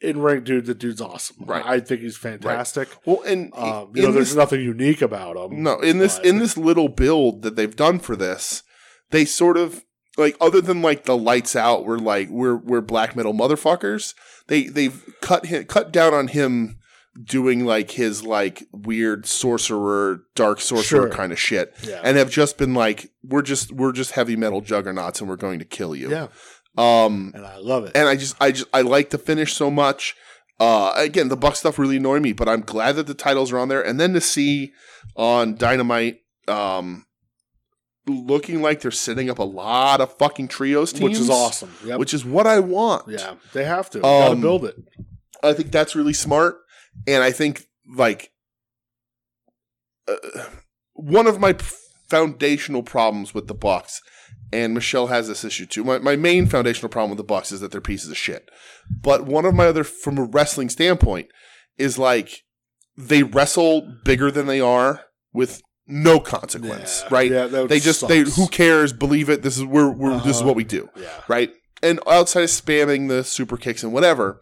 B: in ring, dude, the dude's awesome.
A: Right.
B: I think he's fantastic.
A: Well, and
B: Um, you know,
A: in
B: there's
A: this,
B: nothing unique about him.
A: no in this
B: but-
A: in this little build that they've done for this, they sort of like other than like the lights out, we're like we're we're black metal motherfuckers. They they've cut him, cut down on him doing like his like weird sorcerer dark sorcerer
B: Sure.
A: kind of shit.
B: Yeah.
A: and have just been like, we're just we're just heavy metal juggernauts, and we're going to kill you.
B: yeah,
A: Um,
B: and I love it.
A: and I just I just I like the finish so much. Uh, again, the Buck stuff really annoyed me, but I'm glad that the titles are on there. And then to see on Dynamite, um, looking like they're setting up a lot of fucking trios teams,
B: which is awesome. Yep.
A: which is what I want.
B: yeah, they have to. They gotta
A: Um,
B: build it.
A: I think that's really smart, and I think like uh, one of my p- foundational problems with the Bucks, and Michelle has this issue too. My my main foundational problem with the Bucks is that they're pieces of shit. But one of my other, from a wrestling standpoint, is like they wrestle bigger than they are with no consequence,
B: Yeah.
A: right?
B: Yeah, that
A: They just they who cares? Believe it. This is we're, we're this is
B: Uh-huh.
A: what we do
B: Yeah,
A: right? And outside of spamming the super kicks and whatever,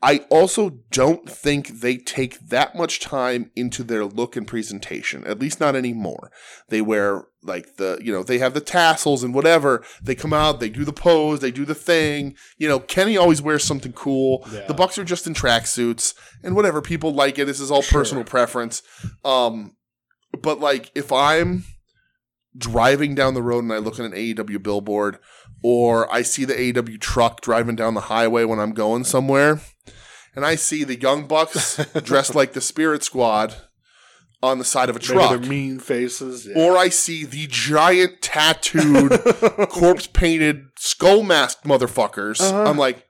A: I also don't think they take that much time into their look and presentation. At least not anymore. They wear like the you know they have the tassels and whatever. They come out, they do the pose, they do the thing. You know, Kenny always wears something cool.
B: Yeah.
A: The Bucks are just in tracksuits and whatever people like it. This is all
B: Sure.
A: personal preference. Um, but like if I'm driving down the road and I look at an AEW billboard or I see the AEW truck driving down the highway when I'm going somewhere and I see the Young Bucks dressed like the Spirit Squad on the side of a
B: Maybe their
A: truck.
B: mean faces. Yeah.
A: Or I see the giant tattooed, corpse painted, skull masked motherfuckers.
B: Uh-huh.
A: I'm like,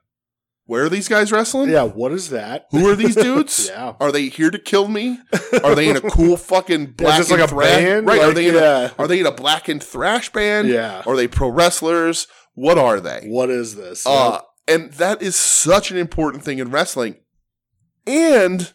A: where are these guys wrestling?
B: yeah, what is that?
A: Who are these dudes?
B: Yeah.
A: Are they here to kill me? Are they in a cool fucking black
B: just
A: and
B: like a
A: thrash?
B: band?
A: Right? are
B: Like,
A: they in
B: yeah.
A: a Are they in a black and thrash band?
B: Yeah.
A: Are they pro wrestlers? What are they?
B: What is this?
A: Uh, and that is such an important thing in wrestling, and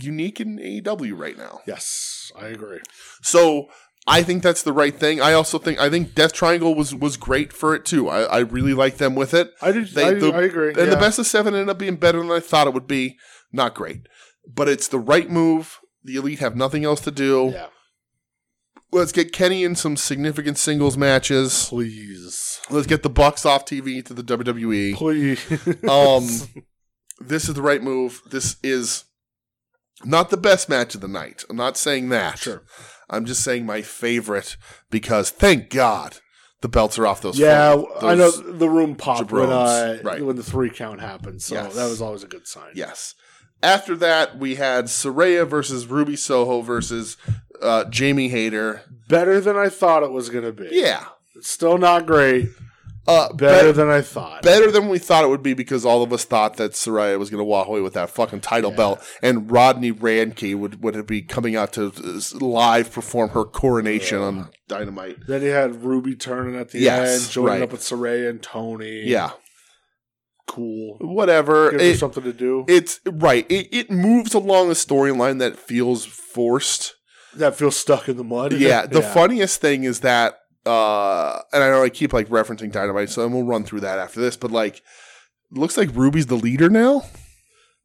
A: unique in AEW right now.
B: yes, I agree.
A: So I think that's the right thing. I also think I think Death Triangle was was great for it too. I, I really like them with it.
B: I do.
A: They-
B: I,
A: the-
B: I agree.
A: And the best of seven ended up being better than I thought it would be. Not great. But it's the right move. The elite have nothing else to do.
B: Yeah.
A: Let's get Kenny in some significant singles matches.
B: Please.
A: Let's get the Bucks off TV to the E. WWE.
B: Please.
A: Um, this is the right move. This is not the best match of the night. I'm not saying that.
B: Sure.
A: I'm just saying my favorite because thank God the belts are off those.
B: yeah,
A: phone-
B: I know
A: those-
B: the room popped when, uh,
A: jabrones. Right.
B: when the three count happened, so
A: Yes.
B: that was always a good sign.
A: Yes. After that, we had Soraya versus Ruby Soho versus uh, Jamie Hayter.
B: Better than I thought it was going to be.
A: Yeah.
B: It's still not great,
A: Uh,
B: Better
A: bet-
B: than I thought.
A: better than we thought it would be because all of us thought that Soraya was going to walk away with that fucking title belt, and Rodney Ranke would would be coming out to uh, live perform her coronation on Dynamite.
B: Then you had Ruby turning at the
A: Yes,
B: end, joining
A: right.
B: up with Saraya and Tony.
A: Yeah,
B: cool.
A: whatever.
B: Give her
A: It,
B: something to do.
A: it's right. It, it moves along a storyline that feels forced.
B: that feels stuck in the mud.
A: Yeah. The funniest thing is that, uh, and I know I keep like referencing Dynamite, so we'll run through that after this. But like, looks like Ruby's the leader now.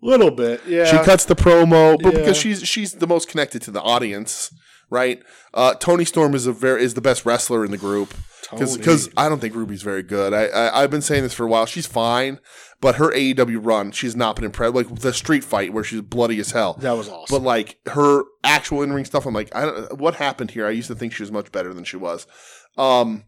B: little bit. Yeah,
A: She cuts the promo, but
B: Yeah.
A: because she's she's the most connected to the audience, right? Uh, Tony Storm is a very is the best wrestler in the group because
B: Tony.
A: I don't think Ruby's very good. I, I I've been saying this for a while. She's fine, but her AEW run, she's not been impressed. Like the street fight where she's bloody as hell.
B: that was
A: But
B: awesome.
A: like her actual in ring stuff, I'm like, I don't. What happened here? I used to think she was much better than she was. Um,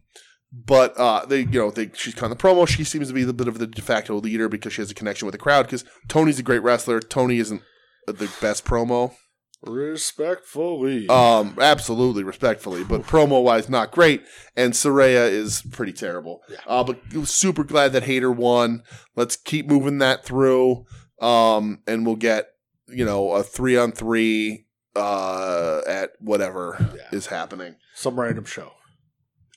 A: but uh, they, you know, they she's kind of the promo. She seems to be the bit of the de facto leader because she has a connection with the crowd. Because Tony's a great wrestler. Tony isn't the best promo.
B: Respectfully,
A: Um, absolutely, respectfully, but promo wise, not great. And Soraya is pretty terrible.
B: Yeah.
A: Uh, but super glad that Hater won. Let's keep moving that through. Um, and we'll get you know a three on three uh at whatever
B: Yeah.
A: is happening.
B: some random show,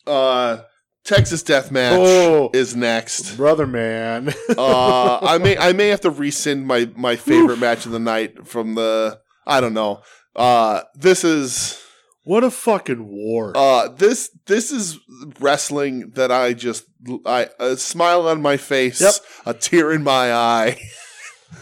A: Uh, Texas Death Match
B: Oh.
A: is next.
B: brother man.
A: Uh, I may I may have to rescind my my favorite match of the night from the I don't know. Uh, this is.
B: what a fucking war!
A: Uh, this this is wrestling that I just I a smile on my face,
B: Yep.
A: a tear in my eye,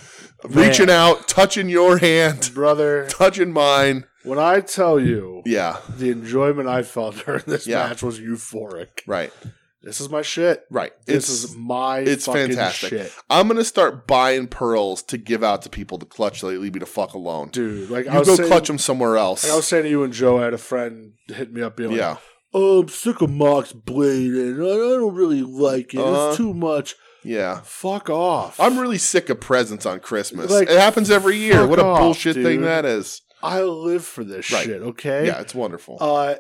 B: Man.
A: reaching out, touching your hand,
B: brother,
A: touching mine.
B: when I tell you
A: Yeah,
B: the enjoyment I felt during this
A: Yeah.
B: match was euphoric.
A: right,
B: This is my shit.
A: right.
B: This
A: It's,
B: is my
A: it's
B: fucking
A: fantastic.
B: shit,
A: I'm gonna start buying pearls to give out to people to clutch. They leave me to fuck alone.
B: dude. Like I
A: you
B: was
A: go
B: saying,
A: clutch them somewhere else.
B: like I was saying to you and Joe, I had a friend hit me up being like,
A: yeah,
B: "Oh, I'm sick of Mox Blade, and I I don't really like it.
A: Uh-huh.
B: it's too much.
A: yeah.
B: Fuck off."
A: I'm really sick of presents on Christmas.
B: Like,
A: it happens every year.
B: fuck
A: What a
B: off,
A: bullshit thing
B: dude.
A: that is.
B: I live for this
A: Right.
B: shit. Okay.
A: Yeah, it's wonderful.
B: Uh,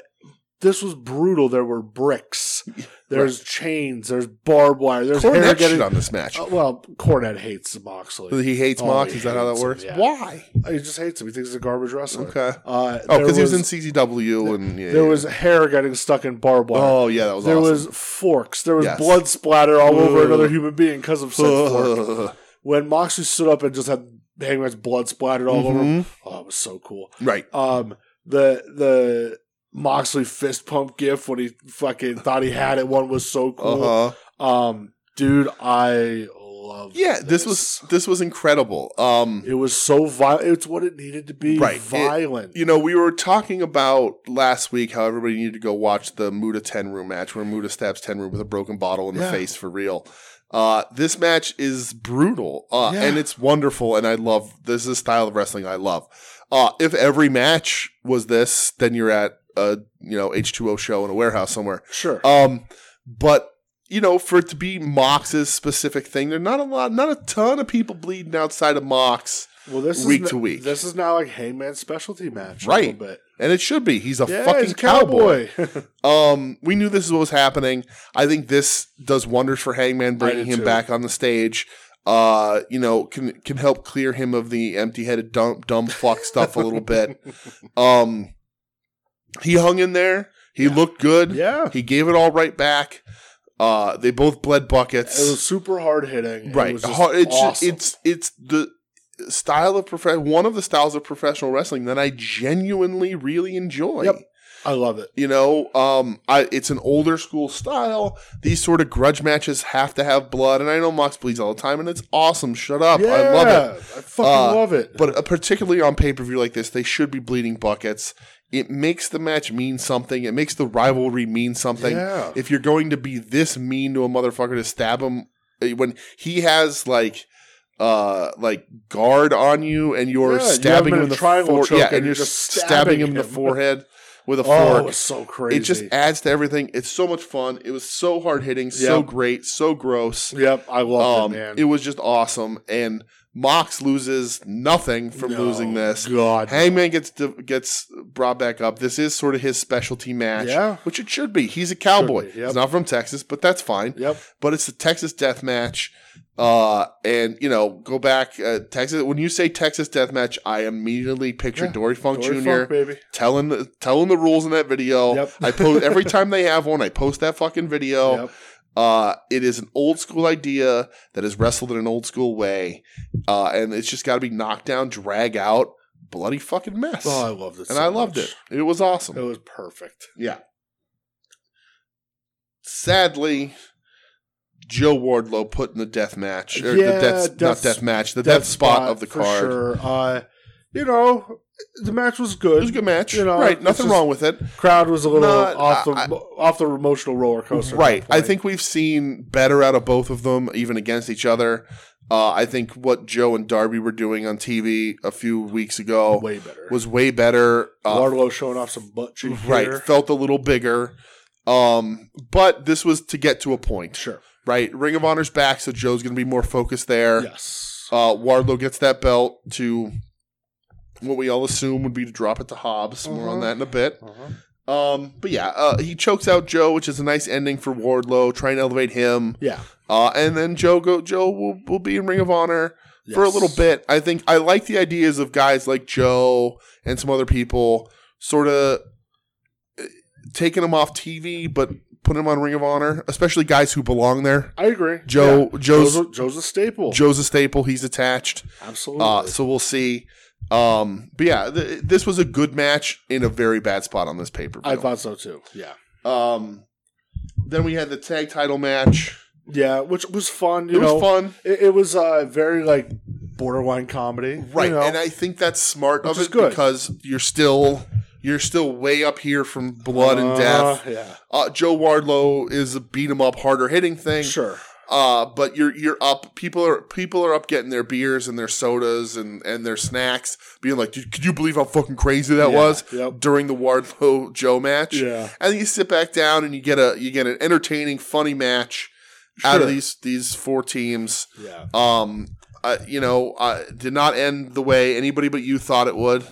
B: this was brutal. There were bricks. There's chains. There's barbed wire. There's
A: Cornette shit
B: hair getting.
A: on this match.
B: Uh, well, Cornette hates Moxley.
A: He hates
B: Oh,
A: Mox.
B: he
A: Is that how
B: hates
A: that
B: him,
A: works?
B: yeah.
A: Why?
B: He just hates him. He thinks he's a garbage wrestler.
A: Okay.
B: Uh,
A: Oh,
B: there
A: because he was in CZW and yeah,
B: there
A: yeah.
B: was hair getting stuck in barbed wire.
A: Oh yeah, that was
B: there
A: awesome.
B: was forks. There was
A: Yes.
B: blood splatter all over
A: Ugh.
B: another human being because of said fork. When Moxley stood up and just had Hangman's blood splattered all over him,
A: Mhm.
B: oh, it was so cool.
A: Right.
B: um the the Moxley fist pump gif when he fucking thought he had it one was so cool.
A: Uh huh.
B: Um dude, I love
A: Yeah, this was this was incredible. Um,
B: it was so violent. It's what it needed to be.
A: Right. It-
B: Violent.
A: you know, we were talking about last week how everybody needed to go watch the Muda Tenru match where Muda stabs Tenru with a broken bottle in the
B: Yeah.
A: face for real. Uh, this match is brutal, uh,
B: Yeah.
A: and it's wonderful, and I love this is a style of wrestling I love. Uh, if every match was this, then you're at a you know H two O show in a warehouse somewhere.
B: sure.
A: Um, but you know, for it to be Mox's specific thing, there are not a lot, not a ton of people bleeding outside of Mox,
B: well this
A: week
B: is n-
A: to week.
B: This is now like Hangman's specialty match.
A: Right.
B: A little bit.
A: and it should be. He's a
B: Yeah,
A: fucking
B: he's a
A: cowboy.
B: cowboy.
A: Um, we knew this is what was happening. I think this does wonders for Hangman, bringing
B: did
A: him
B: too.
A: back on the stage. Uh, you know, can can help clear him of the empty-headed dumb dumb fuck stuff a little bit. Um, he hung in there. He
B: Yeah.
A: looked good.
B: yeah.
A: He gave it all right back. Uh, they both bled buckets.
B: It was super hard hitting.
A: right
B: It was just
A: Hard- it's, ju-
B: awesome.
A: it's it's the style of prof- one of the styles of professional wrestling that i genuinely really enjoy
B: Yep. I love it.
A: you know um i it's an older school style these sort of grudge matches have to have blood and i know mox bleeds all the time and it's awesome shut up i love it
B: it. I fucking
A: Uh,
B: love it.
A: but uh, particularly on pay per view like this, they should be bleeding buckets. It makes the match mean something. It makes the rivalry mean something.
B: Yeah.
A: If you're going to be this mean to a motherfucker to stab him uh, when he has like uh like guard on you and you're
B: Yeah, you have
A: stabbing him
B: him in a
A: in the
B: triangle
A: fore-
B: choke
A: yeah,
B: and
A: and
B: you're
A: you're
B: just
A: stabbing,
B: stabbing
A: him in the
B: him.
A: foread with a
B: oh, it
A: fork.
B: was so crazy.
A: It just adds to everything. It's so much fun. It was so hard hitting, so
B: Yep.
A: great, so gross
B: Yep, I love
A: um,
B: it, man.
A: it was just awesome and Mox loses nothing from
B: No,
A: losing this.
B: God.
A: Hangman gets gets brought back up. This is sort of his specialty match,
B: Yeah.
A: which it should be. He's a cowboy.
B: Should be, yep.
A: He's not from Texas, but that's fine.
B: Yep.
A: But it's the Texas Death Match, uh, and you know, go back uh, Texas. When you say Texas Death Match, I immediately picture
B: Yeah.
A: Dory Funk
B: Dory
A: Jr.
B: Funk, baby.
A: telling the, telling the rules in that video.
B: Yep.
A: I post every time they have one. I post that fucking video.
B: Yep.
A: Uh, it is an old school idea that is wrestled in an old school way, uh, and it's just got to be knocked down, drag out, bloody fucking mess.
B: Oh, I loved it.
A: and
B: so
A: I loved
B: much.
A: it. It was awesome.
B: It was perfect.
A: Yeah. Sadly, Joe Wardlow put in the death match, or
B: Yeah,
A: the death,
B: death-
A: not death match, the death, spot, of the
B: for
A: card.
B: Sure. Uh, you know, the match was
A: It
B: good.
A: was a good match,
B: You know,
A: right?
B: it's
A: Nothing
B: just-
A: wrong with it.
B: Crowd was a little
A: Not-
B: off the
A: I-
B: off the emotional roller coaster. at
A: Right.
B: that
A: I
B: point.
A: think we've seen better out of both of them, even against each other. Uh, I think what Joe and Darby were doing on TV a few weeks ago
B: way better.
A: was way better. Uh,
B: Wardlow showing off some butt cheek
A: right.
B: here.
A: Felt a little bigger. Um, but this was to get to a point,
B: Sure.
A: right? Ring of Honor's back, so Joe's going to be more focused there.
B: Yes.
A: Uh, Wardlow gets that belt to what we all assume would be to drop it to Hobbs. More on
B: Uh-huh.
A: that in a bit.
B: Uh-huh.
A: Um, but yeah, uh, he chokes out Joe, which is a nice ending for Wardlow, trying to elevate him.
B: Yeah.
A: Uh, and then Joe go Joe will, will be in Ring of Honor for a
B: Yes.
A: little bit. I think I like the ideas of guys like Joe and some other people sort of taking them off TV, but putting them on Ring of Honor, especially guys who belong there.
B: I agree.
A: Joe
B: Yeah.
A: Joe's
B: a, Joe's a staple.
A: Joe's a staple. He's attached.
B: Absolutely.
A: Uh, so we'll see. Um, but yeah, th- this was a good match in a very bad spot on this paper.
B: I thought so too. Yeah.
A: Um, then we had the tag title match.
B: Yeah, which was fun. You
A: It was
B: know,
A: fun.
B: It, it was uh, very like borderline comedy,
A: right
B: You know?
A: and i think that's smart
B: Which
A: of
B: is
A: it
B: good.
A: because you're still you're still way up here from blood and death
B: Uh, Yeah,
A: uh, joe wardlow is a beat 'em up harder hitting thing
B: sure.
A: uh, but you're you're up people are people are up getting their beers and their sodas and and their snacks being like "Dude, could you believe how fucking crazy that
B: Yeah,
A: was
B: yep.
A: during the wardlow joe match
B: Yeah.
A: and then you sit back down and you get a you get an entertaining funny match out of
B: Sure.
A: these these four teams
B: Yeah,
A: um, I, you know, I did not end the way anybody but you thought it would.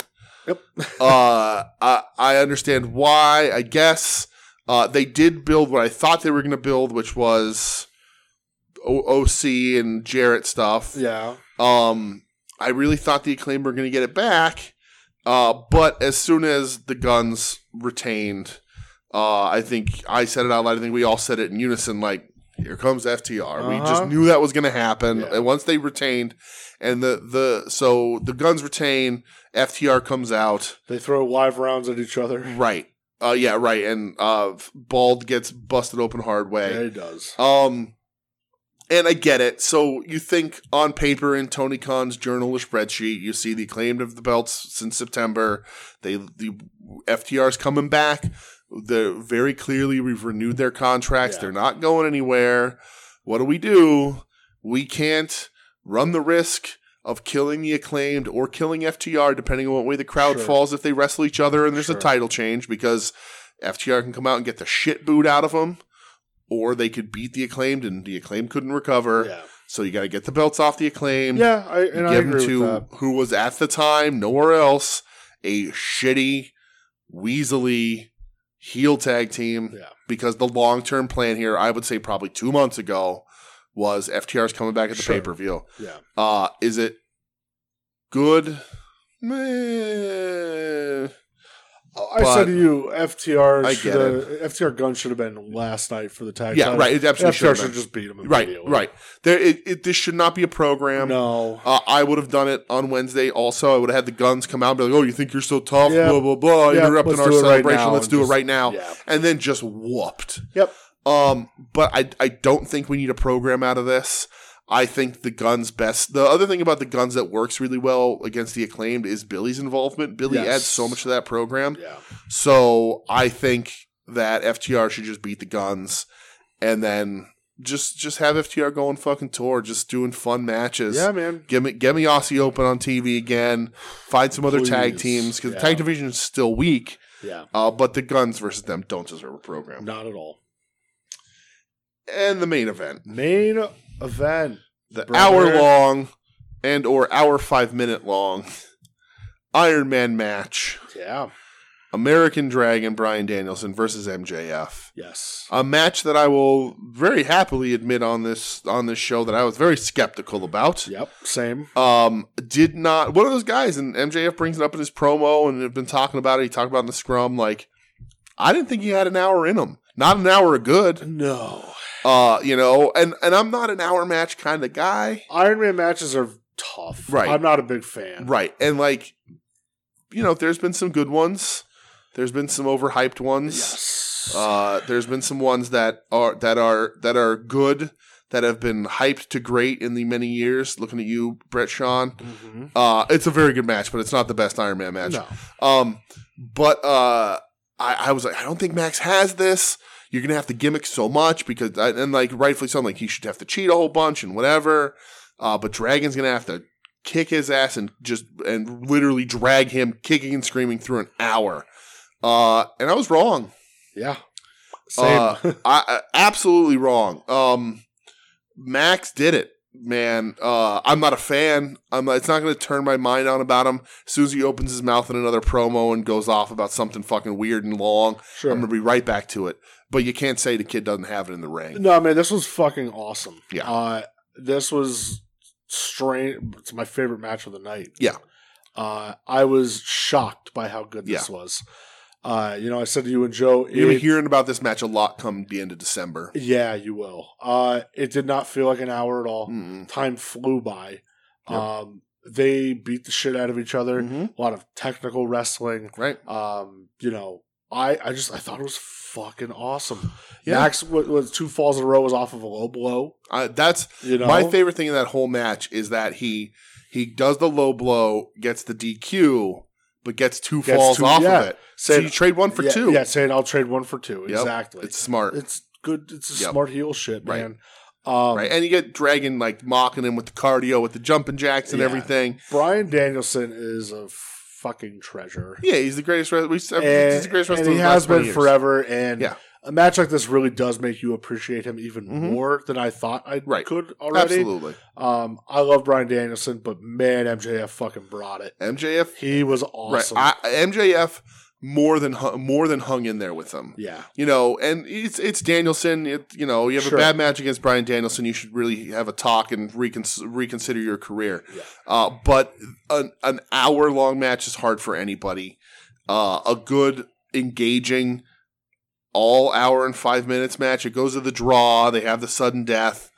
B: Yep.
A: uh, I, I understand why. I guess uh, they did build what I thought they were going to build, which was o- OC and Jarrett stuff.
B: yeah.
A: Um, I really thought the acclaim were going to get it back, uh, but as soon as the guns retained, uh, I think I said it out loud. I think we all said it in unison. Like, here comes FTR. We
B: Uh-huh.
A: just knew that was going to happen.
B: Yeah.
A: And once they retained, and the the so the guns retain, FTR comes out.
B: They throw live rounds at each other.
A: Right. Uh, yeah. Right. And uh, Bald gets busted open hard way.
B: Yeah, he does.
A: Um, and I get it. So you think on paper in Tony Khan's journal or spreadsheet, you see the claim of the belts since September. They the FTR's coming back. They're very clearly we've renewed their contracts.
B: Yeah.
A: They're not going anywhere. What do we do? We can't run the risk of killing the acclaimed or killing FTR, depending on what way the crowd
B: Sure.
A: falls if they wrestle each other and there's
B: Sure.
A: a title change because FTR can come out and get the shit boot out of them or they could beat the acclaimed and the acclaimed couldn't recover.
B: Yeah,
A: So you got to get the belts off the acclaimed.
B: yeah. I,
A: You
B: and I
A: give them
B: agree
A: to
B: with that.
A: who was at the time nowhere else a shitty, weaselly heel tag team.
B: Yeah.
A: Because the long term plan here, I would say probably two months ago, was FTR's coming back at the
B: Sure.
A: pay per view.
B: Yeah,
A: Uh, is it good? Meh.
B: I said to you, FTR.
A: I
B: I
A: get
B: FTR gun should have been last night for the tag.
A: Yeah,
B: titles.
A: right. It absolutely
B: FTR
A: should have
B: should
A: been.
B: just beat him.
A: Right,
B: immediately.
A: right. There, it, it, this should not be a program.
B: No.
A: Uh, I would have done it on Wednesday also. I would have had the guns come out and be like, oh, you think you're so tough?
B: Yeah.
A: Blah, blah, blah.
B: Yeah,
A: Interrupting
B: let's
A: our
B: do it right
A: celebration.
B: now
A: let's
B: and
A: do
B: just-
A: it right now.
B: Yeah.
A: And then just whooped.
B: Yep.
A: Um, but I, I don't think we need a program out of this. I think the guns best. The other thing about the guns that works really well against the acclaimed is Billy's involvement. Billy
B: Yes.
A: adds so much to that program.
B: Yeah.
A: So I think that FTR should just beat the guns and then just just have FTR going fucking tour, just doing fun matches.
B: Yeah, man.
A: Give me get me Aussie Open on TV again. Find some other tag
B: Please.
A: teams because
B: Yeah.
A: the tag division is still weak.
B: Yeah.
A: Uh, but the Guns versus them don't deserve a program.
B: Not at all.
A: And the main event,
B: Main event.
A: the
B: Brother.
A: hour long and or hour five minute long Iron Man match.
B: Yeah.
A: American Dragon Brian Danielson versus MJF.
B: Yes.
A: A match that I will very happily admit on this on this show that I was very skeptical about.
B: Yep. Same.
A: Um, did not one of those guys, and MJF brings it up in his promo, and have been talking about it. He talked about it in the scrum. Like, I didn't think he had an hour in him. Not an hour of good.
B: No.
A: Uh, you know, and and I'm not an hour match kind of guy.
B: Iron Man matches are tough.
A: Right.
B: I'm not a big fan.
A: Right. And like, you know, there's been some good ones. There's been some overhyped ones.
B: Yes.
A: Uh, there's been some ones that are that are that are good that have been hyped to great in the many years. Looking at you, Brett Sean.
B: Mhm.
A: Uh, it's a very good match, but it's not the best Iron Man match.
B: No.
A: Um, but uh, I, I was like, I don't think Max has this. You're gonna have to gimmick so much because, I, and like rightfully so, I'm like he should have to cheat a whole bunch and whatever. Uh, but Dragon's gonna have to kick his ass and just and literally drag him kicking and screaming through an hour. Uh, and I was wrong.
B: Yeah. Same.
A: Uh, I, I- absolutely wrong. Um, Max did it, man. Uh, I'm not a fan. I'm. not- It's not going to turn my mind on about him. As soon as he opens his mouth in another promo and goes off about something fucking weird and long,
B: sure.
A: I'm going to be right back to it. But you can't say the kid doesn't have it in the ring.
B: No, man, this was fucking awesome.
A: Yeah.
B: Uh, this was strange. It's my favorite match of the night.
A: Yeah.
B: Uh, I was shocked by how good this was. Uh, you know, I said to you and Joe,
A: You're gonna be
B: it-
A: hearing about this match a lot come the end of December.
B: yeah, you will. Uh, it did not feel like an hour at all.
A: Mm-mm.
B: Time flew by.
A: Yep.
B: Um, they beat the shit out of each other.
A: Mhm.
B: A lot of technical wrestling.
A: Right?
B: Um, you know, I, I just I thought it was fucking awesome.
A: Yeah.
B: Max was, was two falls in a row was off of a low blow.
A: I, that's
B: You know,
A: My favorite thing in that whole match is that he he does the low blow, gets the DQ, but gets two
B: Gets
A: falls
B: two-
A: off
B: yeah.
A: of it. so you trade one for
B: yeah,
A: two.
B: Yeah, saying I'll trade one for two.
A: Yep.
B: Exactly.
A: It's
B: It's
A: smart,
B: it's good. It's a
A: Yep.
B: smart heel shit,
A: Right.
B: man. Um,
A: right? And you get Dragon like mocking him with the cardio, with the jumping jacks and
B: Yeah.
A: everything.
B: Brian Danielson is a fucking treasure.
A: Yeah, he's the greatest. Re- he's
B: And,
A: Uh, the greatest wrestler.
B: and he
A: of the
B: has
A: last 20
B: been
A: years.
B: forever. And
A: Yeah.
B: a match like this really does make you appreciate him even
A: Mhm.
B: more than I thought I
A: Right.
B: could already.
A: Absolutely,
B: Um, I love Brian Danielson, but man, MJF fucking brought it.
A: MJF.
B: He was awesome.
A: Right, I, MJF more than hu- more than hung in there with him.
B: yeah,
A: you know, and it's it's Danielson. It, you know, you have
B: Sure.
A: a bad match against Brian Danielson. You should really have a talk and recons- reconsider your career.
B: Yeah.
A: Uh, but an an hour long match is hard for anybody. Uh, a good engaging all hour and five minutes match. It goes to the draw. They have the sudden death.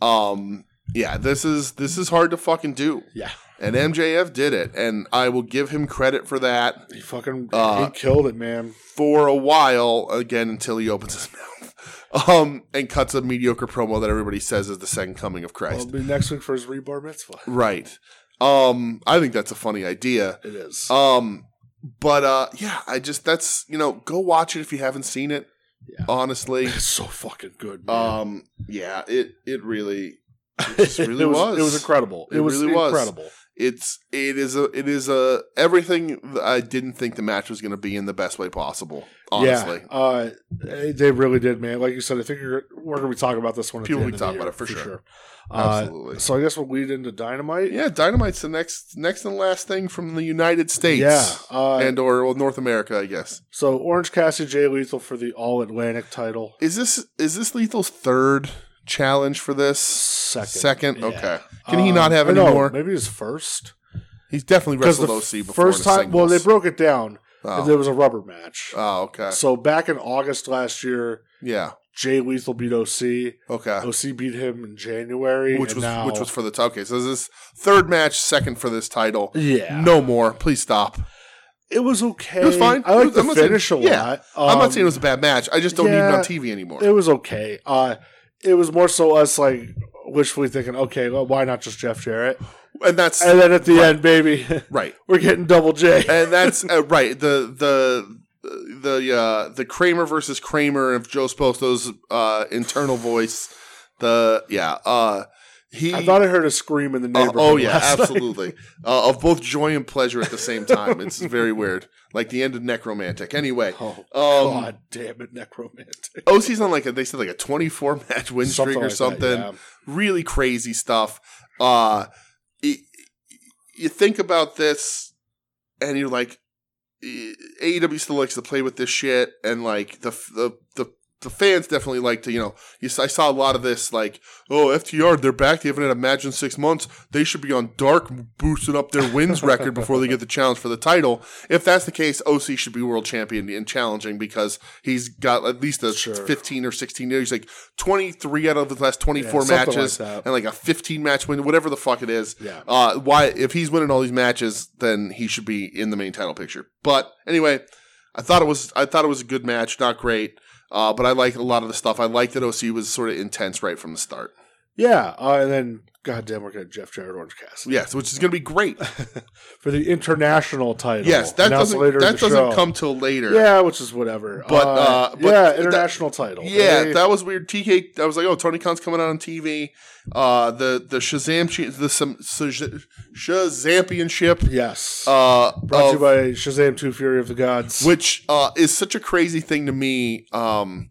A: Um, yeah, this is this is hard to fucking do.
B: yeah.
A: And MJF did it, and I will give him credit for that
B: He fucking
A: Uh,
B: he killed it, man.
A: for a while again until he opens his mouth um, and cuts a mediocre promo that everybody says is the second coming of
B: Well,
A: Christ.
B: it'll be next week for his rebar mitzvah.
A: right. Um, I think that's a funny idea.
B: It is.
A: Um, but uh, yeah, I just that's you know go watch it if you haven't seen it.
B: Yeah.
A: Honestly,
B: It's so fucking good. Man.
A: um, yeah, it it really just really
B: it was,
A: uh, was.
B: It was incredible. It,
A: It
B: was
A: really was.
B: incredible.
A: it's it is a it is a everything that I didn't think the match was going to be in the best way possible. Honestly,
B: Yeah, uh, they really did, man. Like you said, I think you're, we're going to be talking about this one. At
A: People
B: the
A: will
B: end
A: be
B: of the
A: talking
B: year,
A: about it for sure.
B: Uh,
A: absolutely.
B: so I guess we'll lead into dynamite.
A: Yeah, Dynamite's the next next and last thing from the United States.
B: Yeah. Uh,
A: and or well, North America, I guess.
B: so Orange Cassidy, Jay Lethal for the All Atlantic title.
A: Is this is this Lethal's third challenge for this?
B: Second.
A: Second?
B: Yeah.
A: Okay. Can he not have
B: or
A: any
B: no,
A: more?
B: Maybe his first.
A: He's definitely
B: Because
A: wrestled
B: the
A: OC before.
B: first
A: in a
B: time, well, they
A: singles.
B: broke it down. And
A: Oh.
B: there was a rubber match.
A: Oh, okay.
B: So back in August last year,
A: Yeah.
B: Jay Lethal beat OC.
A: Okay.
B: OC beat him in January,
A: Which
B: and
A: was
B: now-
A: which was for the top. Okay, so this is third match, second for this title.
B: yeah.
A: No more. Please stop.
B: it was okay.
A: It was fine.
B: I
A: It
B: like
A: was-
B: the
A: I'm not saying-
B: finish a
A: yeah.
B: lot.
A: I'm
B: Um,
A: not saying it was a bad match. I just don't need it
B: yeah,
A: on TV anymore.
B: It was okay. Uh, it was more so us like wishfully thinking, okay, well, why not just Jeff Jarrett?
A: and that's
B: And then at the end, baby,
A: right.
B: we're getting double J.
A: and that's uh, right. The the the uh, the Kramer versus Kramer of Joe Sposto's uh, internal voice. The yeah, uh, he.
B: I thought I heard a scream in the
A: uh,
B: neighborhood.
A: oh yeah,
B: last night.
A: absolutely. Uh, of both joy and pleasure at the same time. It's very weird, like the end of Necromantic. Anyway,
B: Oh,
A: um,
B: God damn it, necromantic.
A: OC's on like a, they said like a 24 match win streak or
B: like that,
A: something
B: yeah.
A: really crazy stuff. Uh, it, you think about this, and you're like, eh, AEW still likes to play with this shit, and like the the the. The fans definitely like to, you know. You, s- I saw a lot of this, like, oh, FTR, they're back. They haven't had a match in six months. They should be on dark, boosting up their wins record before they get the challenge for the title. If that's the case, OC should be world champion and challenging because he's got at least a
B: Sure.
A: 15 or 16 years. He's like 23 out of the last 24
B: something like
A: matches
B: that.
A: and like a 15 match win, whatever the fuck it is.
B: Yeah.
A: Uh, why if he's winning all these matches, then he should be in the main title picture. But anyway, I thought it was I thought it was a good match, not great. Uh, but I like a lot of the stuff. I like that OC was sort of intense right from the start.
B: Yeah, uh, and then goddamn, we're gonna Jeff Jarrett Orange Cassidy
A: Yes, which is going to be great.
B: for the international title.
A: Yes, that
B: announced
A: doesn't
B: later in
A: that
B: the
A: doesn't
B: show.
A: come till later.
B: Yeah, which is whatever.
A: But,
B: Uh,
A: uh, but
B: yeah,
A: that-
B: international title.
A: Yeah,
B: They-
A: that was weird. TK, I was like, oh, Tony Khan's coming out on TV. Uh, the the Shazam chi- the some, Shazampionship.
B: yes.
A: Uh,
B: Brought to you
A: of-
B: by Shazam: Two Fury of the Gods.
A: which uh, is such a crazy thing to me um,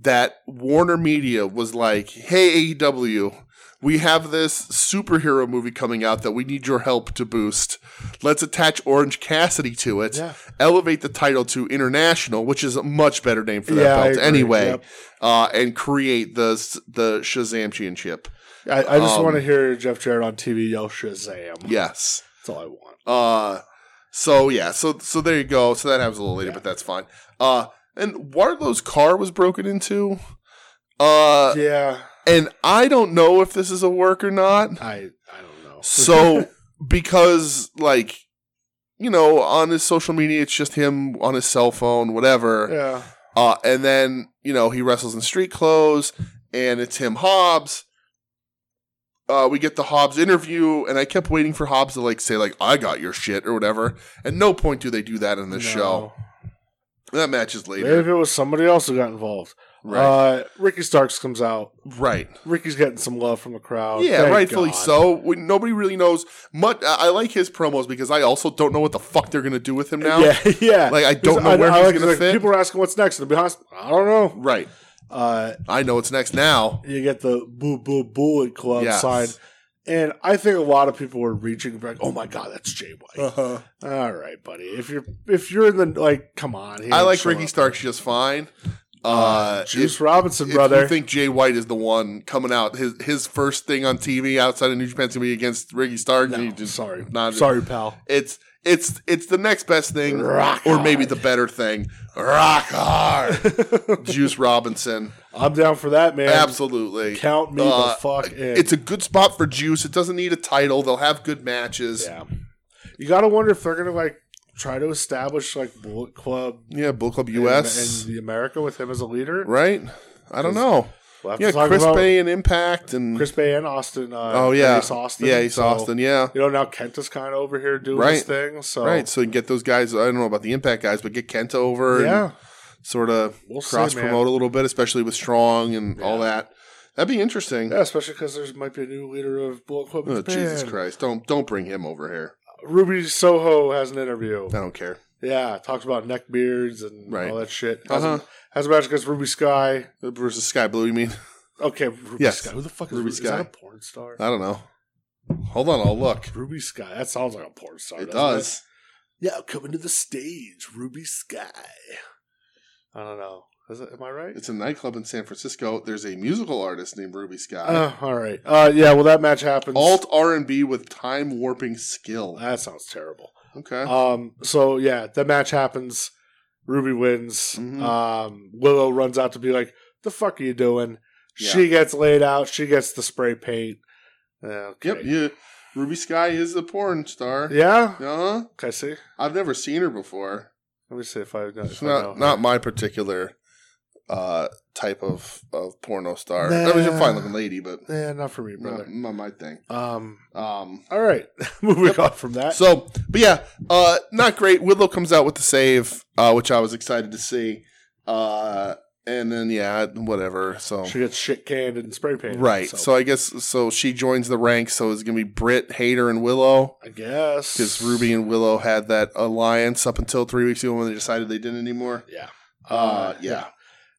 A: that Warner Media was like, "Hey AEW, we have this superhero movie coming out that we need your help to boost. Let's attach Orange Cassidy to it,
B: Yeah.
A: elevate the title to international, which is a much better name for that
B: Yeah, I
A: belt
B: agree,
A: anyway,
B: yep.
A: uh, and create the the Shazam Championship."
B: I, I just
A: um,
B: want to hear Jeff Jarrett on TV yell Shazam.
A: Yes.
B: That's all I want.
A: Uh, so yeah, so so there you go. So that happens a little later,
B: Yeah.
A: but that's fine. Uh, and Wardlow's car was broken into. Uh,
B: yeah,
A: and I don't know if this is a work or not.
B: I I don't know.
A: So because like, you know, on his social media, it's just him on his cell phone, whatever.
B: yeah,
A: Uh, and then you know he wrestles in street clothes, and it's him Hobbs. Uh, we get the Hobbs interview, and I kept waiting for Hobbs to like say like I got your shit or whatever. At no point do they do that in this
B: No.
A: show. That match is
B: Maybe
A: later,
B: if it was somebody else who got involved.
A: right?
B: Uh, Ricky Starks comes out.
A: right.
B: Ricky's getting some love from the crowd.
A: yeah,
B: oh, Thank
A: rightfully
B: God.
A: so. We, nobody really knows much. I, I like his promos because I also don't know what the fuck they're gonna do with him now.
B: Yeah, yeah.
A: Like, I don't know where he's gonna fit.
B: People are asking what's next, and to be honest, I don't know.
A: Right.
B: Uh,
A: I know what's next now.
B: you get the boo boo bullet club
A: Yes.
B: sign, and I think a lot of people were reaching back. Oh my God, that's Jay White.
A: Uh-huh.
B: All right, buddy. If you're if you're in the like, come on. he
A: I
B: didn't
A: like
B: show
A: Ricky
B: up.
A: Starks just fine. Uh,
B: Juice
A: if-
B: Robinson,
A: if
B: brother.
A: you think Jay White is the one coming out, his his first thing on TV outside of New Japan's gonna be against Ricky Stark.
B: No,
A: you just-
B: sorry,
A: not-
B: sorry, pal.
A: It's it's it's the next best thing,
B: Rock
A: or maybe
B: hard.
A: the better thing. Rock hard, Juice Robinson.
B: I'm down for that, man.
A: Absolutely,
B: Count me
A: Uh,
B: the fuck in.
A: It's a good spot for Juice. It doesn't need a title. They'll have good matches. Yeah,
B: yeah. You gotta wonder if they're gonna like try to establish like Bullet Club
A: Bull Club
B: in-
A: US,
B: in, the America with him as a leader.
A: right? I don't know.
B: We'll have
A: Yeah,
B: to talk
A: Chris
B: about
A: Bay and Impact and
B: Chris Bay and Austin. Uh,
A: oh yeah,
B: Ace Austin.
A: yeah, Ace
B: So,
A: Austin, yeah.
B: You know now Kent is kind of over here doing his
A: Right.
B: thing. So
A: Right, so you can get those guys. I don't know about the impact guys, but get Kenta over
B: yeah,
A: and sort of
B: We'll see,
A: cross promote a little bit, especially with Strong and all
B: Yeah.
A: that. That'd be interesting.
B: yeah, especially because there's might be a new leader of Bullet Club. in
A: Oh, Jesus
B: Japan.
A: Christ! Don't don't bring him over here.
B: Ruby Soho has an interview.
A: I don't care.
B: Yeah, talks about neck beards and
A: Right.
B: all that shit. Has,
A: Uh-huh.
B: a, has a match against Ruby Sky.
A: Versus Sky Blue, you mean?
B: Okay, Ruby
A: Yes.
B: Sky. Who the fuck is
A: Ruby
B: Ruby Sky? Is
A: Sky.
B: that a porn star?
A: I don't know. Hold on, I'll look.
B: Ruby Sky. That sounds like a porn star.
A: It
B: doesn't
A: does.
B: Yeah, coming to the stage, Ruby Sky. I don't know. Is it, am I right?
A: It's a nightclub in San Francisco. There's a musical artist named Ruby Sky.
B: Uh, all right. Uh, yeah. Well, that match happens.
A: Alt R and B with time warping skill.
B: that sounds terrible.
A: Okay.
B: Um. So yeah, that match happens. Ruby wins.
A: Mhm.
B: Um. Willow runs out to be like, "The fuck are you doing?"
A: Yeah.
B: She gets laid out. She gets the spray paint. Okay.
A: Yep. Yeah. Ruby Sky is a porn star.
B: Yeah.
A: Uh huh.
B: Okay. See.
A: I've never seen her before.
B: Let me see if I. If
A: It's oh,
B: I
A: not
B: know.
A: not my particular uh, type of, of porno star. I mean, she's a
B: Nah.
A: fine looking lady, but
B: Yeah, not for me, brother.
A: not, not my thing.
B: Um.
A: Um,
B: All right. Moving on from that.
A: so, but yeah, uh, not great. Willow comes out with the save, uh, which I was excited to see. Uh, and then yeah, whatever. So
B: she gets shit canned and spray painted.
A: right.
B: So,
A: So. I guess so. She joins the ranks. So it's gonna be Britt, Hater, and Willow.
B: I guess
A: Because Ruby and Willow had that alliance up until three weeks ago when they decided they didn't anymore.
B: Yeah.
A: Uh, yeah,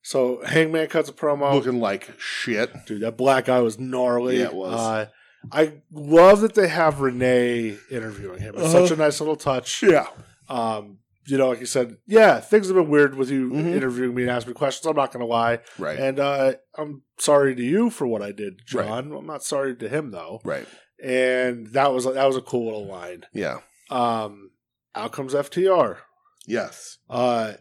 B: So Hangman cuts a promo.
A: looking like shit.
B: Dude, that black eye was gnarly.
A: Yeah, it was.
B: Uh, I love that they have Renee interviewing him. It's
A: Uh-huh.
B: such a nice little touch.
A: Yeah.
B: Um, you know, like you said, yeah, things have been weird with you
A: Mhm.
B: interviewing me and asking me questions. I'm not going to lie,
A: Right.
B: and uh, I'm sorry to you for what I did, John. I'm not sorry to him though.
A: right.
B: And that was that was a cool little line.
A: Yeah.
B: Um, out comes FTR.
A: Yes.
B: Uh,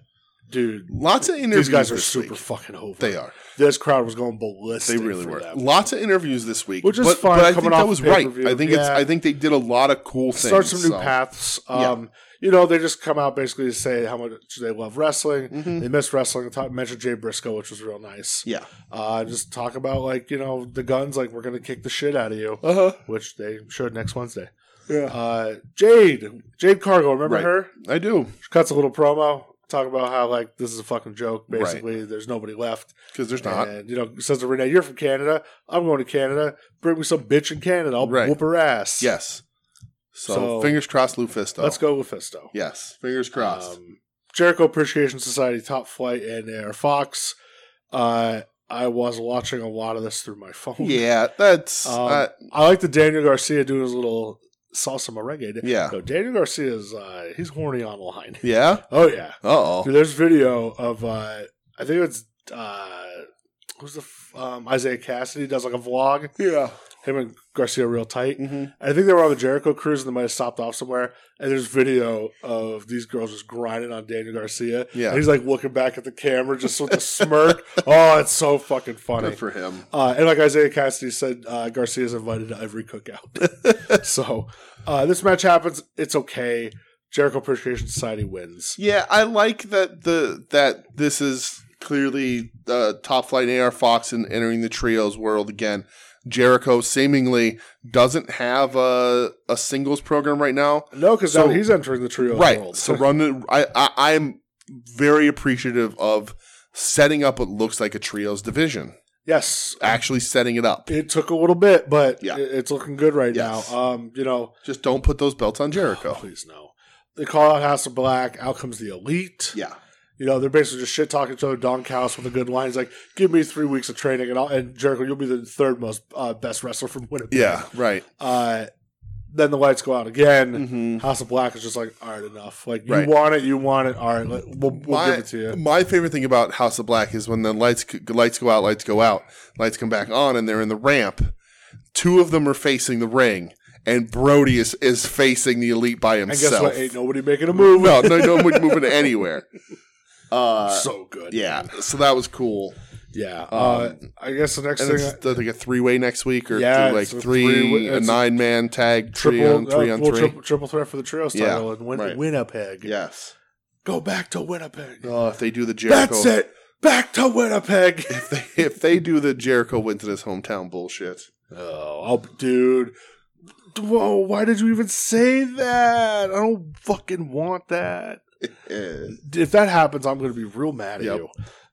B: dude,
A: Lots of interviews.
B: these guys are
A: this
B: super
A: week.
B: fucking over.
A: They are.
B: This crowd was going ballistic.
A: They really
B: for
A: were.
B: them.
A: Lots of interviews this week,
B: Which is
A: but,
B: fine,
A: But I
B: coming
A: think that
B: off
A: was right.
B: pay-per-view,
A: I think it's.
B: yeah.
A: I think they did a lot of cool things.
B: Start some new
A: so-
B: paths.
A: Yeah.
B: Um, You know, they just come out basically to say how much they love wrestling.
A: Mhm.
B: They miss wrestling. Talk, mentioned Jay Briscoe, which was real nice.
A: Yeah.
B: Uh, just talk about like you know the guns, like we're gonna kick the shit out of you,
A: Uh huh.
B: which they showed next Wednesday.
A: Yeah.
B: Uh, Jade, Jade Cargo, remember
A: Right.
B: her?
A: I do
B: She cuts a little promo, talk about how like this is a fucking joke. Basically, there's nobody left.
A: because there's not.
B: And you know, says to Renee, "You're from Canada. I'm going to Canada. Bring me some bitch in Canada. I'll
A: Right.
B: whoop her ass."
A: yes. So,
B: So-
A: fingers crossed, Lufisto.
B: let's go with Fisto.
A: Yes, fingers crossed.
B: Um, Jericho Appreciation Society, Top Flight, and Air Fox. Uh, I was watching a lot of this through my phone.
A: yeah, that's
B: Um,
A: uh,
B: I like the Daniel Garcia doing his little salsa merengue.
A: yeah,
B: No, Daniel Garcia is uh, he's horny online.
A: yeah.
B: Oh yeah,
A: Uh oh.
B: Dude, there's video of uh, I think it's uh, who's the f- um, Isaiah Cassidy does like a vlog.
A: Yeah.
B: Him and Garcia real tight.
A: hmm
B: I think they were on the Jericho cruise and they might have stopped off somewhere. And there's video of these girls just grinding on Daniel Garcia. And
A: Yeah.
B: he's like looking back at the camera just with a smirk. Oh, it's so fucking funny.
A: Good for him.
B: Uh, and like Isaiah Cassidy said, uh, Garcia's invited to every cookout. so uh, this match happens. It's okay. Jericho Appreciation Society wins.
A: Yeah, I like that the that this is clearly uh, top flight AR Fox and entering the trios world again. Jericho seemingly doesn't have a a singles program right now.
B: No, because
A: So-
B: now he's entering the trio
A: right.
B: world.
A: So run. The, I, I I'm very appreciative of setting up what looks like a trios division.
B: yes,
A: Actually setting it up.
B: it took a little bit, but
A: Yeah.
B: it- it's looking good right
A: Yes.
B: now. Um, you know,
A: Just don't put those belts on Jericho.
B: Oh, please no. They call out House of Black. Out comes the Elite.
A: Yeah.
B: You know, they're basically just shit talking each other. Don Callis with a good line. He's like, "Give me three weeks of training, and I'll, and Jericho, you'll be the third most uh, best wrestler from Winnipeg."
A: Yeah. Right.
B: Uh, then the lights go out again.
A: Mm-hmm.
B: House of Black is just like, all right, enough. Like you
A: Right.
B: want it, you want it. All right, let, we'll, we'll
A: My-
B: give it to you.
A: My favorite thing about House of Black is when the lights c- lights go out, lights go out, lights come back on, and they're in the ramp. Two of them are facing the ring, and Brody is is facing the elite by
B: And
A: himself.
B: guess what? Ain't nobody making a move.
A: no, no, no one's moving anywhere. Uh,
B: so good.
A: yeah, so that was cool.
B: yeah. Uh, I guess the next
A: And
B: thing,
A: it's I think a three way next week, or
B: Yeah,
A: three- like
B: it's a
A: three,
B: three-way-
A: a
B: it's a
A: nine man tag trio,
B: triple,
A: on three
B: uh,
A: on
B: well,
A: three.
B: triple, triple threat for the trios
A: Yeah,
B: title and win,
A: right.
B: Winnipeg.
A: Yes.
B: Go back to Winnipeg.
A: Oh, if they do the Jericho,
B: That's it. Back to Winnipeg.
A: If they, if they do the Jericho went to this hometown bullshit.
B: Oh, I'll, dude. Whoa, why did you even say that? I don't fucking want that. If that happens, I'm going to be real mad at
A: Yep.
B: you.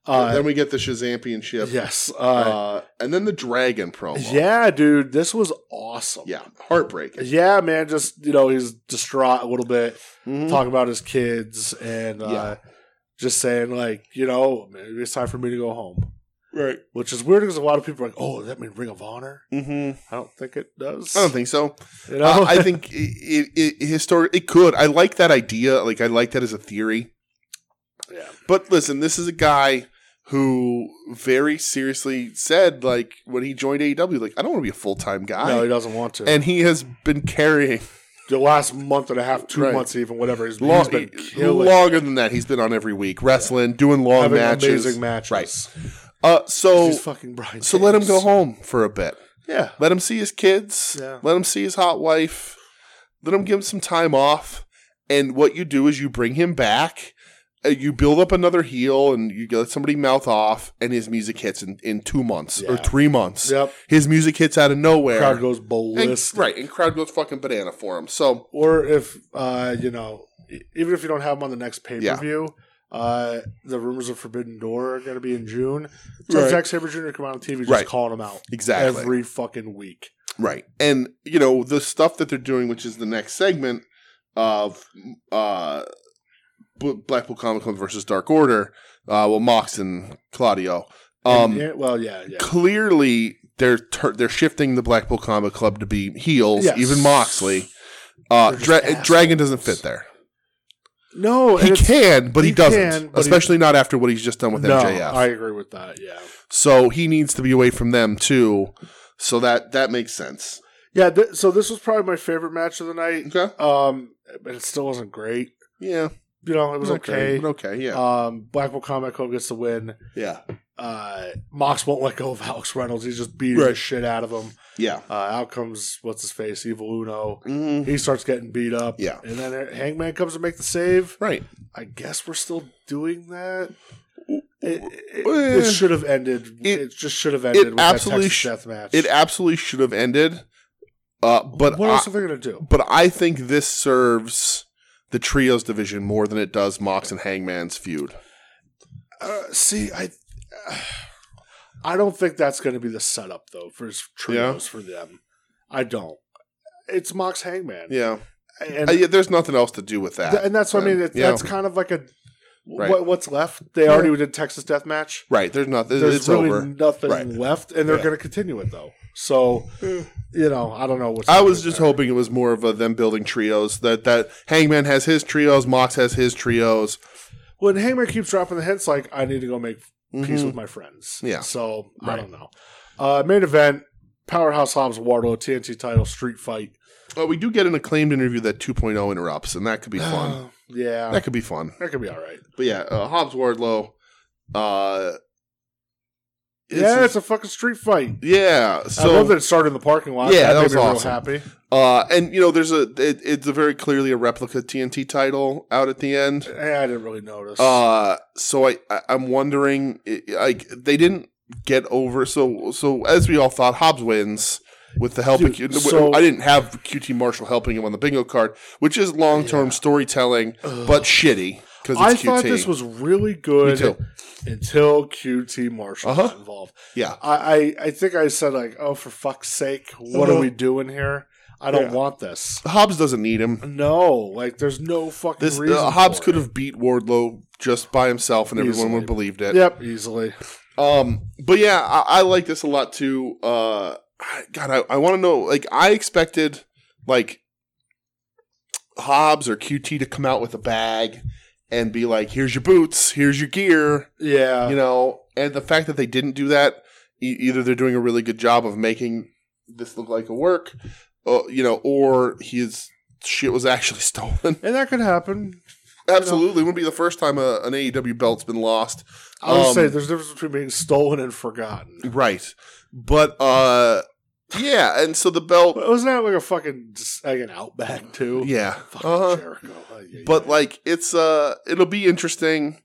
B: Uh,
A: then we get the Shazampionship.
B: yes. Uh,
A: Uh, and then the Dragon promo.
B: yeah, dude. This was awesome.
A: Oh, Yeah. Heartbreaking.
B: Yeah, man. Just, you know, he's distraught a little bit,
A: Mhm.
B: talking about his kids and uh,
A: Yeah.
B: just saying, like, you know, maybe it's time for me to go home.
A: Right.
B: Which is weird because a lot of people are like, oh, does that mean Ring of Honor?
A: hmm
B: I don't think it does.
A: I don't think so.
B: you know?
A: Uh, I think it, it, it histor- it could. I like that idea. Like I like that as a theory.
B: yeah.
A: But listen, this is a guy who very seriously said, like when he joined AEW, like I don't want to be a full time guy,
B: No, he doesn't want to.
A: and he has been carrying
B: the last month and a half, two
A: Right.
B: months, even whatever. He's,
A: lo-
B: he's been killing,
A: longer than that. He's been on every week wrestling, doing long
B: having
A: matches.
B: amazing matches.
A: Right. Uh, so
B: He's fucking Brian.
A: so let him go
B: Cage.
A: home for a bit.
B: Yeah,
A: Let him see his kids.
B: Yeah.
A: Let him see his hot wife. Let him give him some time off. And what you do is you bring him back. uh, You build up another heel, and you let somebody mouth off, and his music hits in, in two months or
B: Yeah.
A: three months.
B: yep.
A: His music hits out of nowhere.
B: Crowd goes
A: And-
B: ballistic.
A: right, and crowd goes fucking banana for him. So
B: Or if uh, you know, e- even if you don't have him on the next pay per
A: Yeah.
B: view. Uh, the rumors of Forbidden Door are going to be in June. So
A: Right.
B: Zack Sabre Jr. come out on TV just
A: Right.
B: calling him out
A: exactly,
B: every fucking week.
A: Right. And you know, the stuff that they're doing, which is the next segment of uh B- Blackpool Comic Con versus Dark Order, uh well Mox and Claudio. Um
B: And- and- well, yeah, yeah.
A: clearly they're tur they're shifting the Blackpool Combat Club to be heels,
B: Yes.
A: even Moxley. Uh,
B: They're just
A: Dra-
B: assholes.
A: Dragon doesn't fit there.
B: No,
A: He
B: and it's-
A: can, but he,
B: he
A: doesn't.
B: can, but he-
A: especially not after what he's just done with
B: no,
A: MJF.
B: I agree with that. Yeah,
A: so he needs to be away from them too. So that that makes sense.
B: yeah. Th- so this was probably my favorite match of the night.
A: Okay.
B: Um, but it still wasn't great.
A: Yeah.
B: You know, it was okay.
A: but okay. Yeah.
B: Um, Blackpool Combat Club gets the win.
A: yeah.
B: Uh, Mox won't let go of Alex Reynolds. He's just beating the
A: Right.
B: shit out of him.
A: Yeah.
B: Uh, out comes what's his face, Evil Uno.
A: Mhm.
B: He starts getting beat up.
A: Yeah.
B: and then Hangman comes to make the save.
A: Right.
B: I guess we're still doing that.
A: It,
B: It, it, it should have ended. It,
A: Eh. It-
B: just should have ended.
A: it
B: with
A: absolutely
B: that
A: sh-
B: Texas death match.
A: absolutely should have ended. Uh, but
B: what
A: I-
B: else are they gonna do?
A: but I think this serves the trios division more than it does Mox and Hangman's feud.
B: Uh, see, I, I don't think that's gonna be the setup though for his trios for them. I don't. It's Mox Hangman.
A: Yeah,
B: and
A: Uh, yeah there's nothing else to do with that.
B: Th- and that's what I mean.
A: Um,
B: It,
A: yeah.
B: That's kind of like a
A: Right.
B: what, what's left. They
A: Yeah.
B: already did Texas Death Match.
A: right? There's nothing.
B: There's
A: It's
B: really
A: over.
B: nothing
A: Right.
B: left, and they're
A: Yeah.
B: going to continue it though. So you know, I don't know what's.
A: I
B: gonna
A: was
B: be
A: just
B: there.
A: hoping it was more of a them building trios. That that Hangman has his trios, Mox has his trios.
B: when Hangman keeps dropping the hints, like I need to go make peace
A: Mhm.
B: with my friends.
A: Yeah.
B: So I
A: Right.
B: don't know. Uh, main event: Powerhouse Hobbs Wardlow TNT title street fight.
A: But we do get an acclaimed interview that 2.0 interrupts, and that could be fun.
B: Uh, yeah,
A: that could be fun.
B: that could be all right.
A: But yeah, uh, Hobbs Wardlow. Uh, this
B: yeah,
A: is-
B: it's a fucking street fight.
A: yeah. So
B: I love that it started in the parking lot.
A: Yeah, that
B: made
A: was
B: me real
A: awesome.
B: happy.
A: Uh, and you know, there's a it, it's a very clearly a replica TNT title out at the end.
B: Eh, I didn't really notice.
A: Uh, so I, I I'm wondering i- like they didn't get over so so as we all thought Hobbs wins with the help
B: Dude,
A: of Q-
B: so-
A: I didn't have QT Marshall helping him on the bingo card, which is long term
B: Yeah.
A: storytelling but shitty because
B: I
A: it's QT.
B: thought this was really
A: Me
B: good
A: too.
B: until QT Marshall was
A: Uh-huh.
B: involved.
A: Yeah,
B: I, I, I think I said like, oh, for fuck's sake, what
A: Uh-huh.
B: are we doing here? I don't
A: Yeah.
B: want this.
A: Hobbs doesn't need him.
B: No, like there's no fucking
A: This
B: reason.
A: uh, Hobbs
B: for
A: could
B: it.
A: have beat Wardlow just by himself, and everyone
B: Easily.
A: would have believed it.
B: Yep, easily.
A: Um, but yeah, I, I like this a lot too. Uh, I- God, I, I want to know. Like, I expected like Hobbs or QT to come out with a bag and be like, "Here's your boots. Here's your gear."
B: Yeah,
A: You know, and the fact that they didn't do that, e- either they're doing a really good job of making this look like a work, uh, you know, or his shit was actually stolen.
B: and that could happen.
A: Absolutely, wouldn't be the first time a, an AEW belt's been lost.
B: I would
A: Um,
B: say there's a difference between being stolen and forgotten.
A: Right. But uh yeah, and so the belt
B: But wasn't that like a fucking just, like an outback too?
A: yeah.
B: Fucking
A: Uh,
B: Jericho. Ay, ay,
A: but
B: ay.
A: like it's uh it'll be interesting.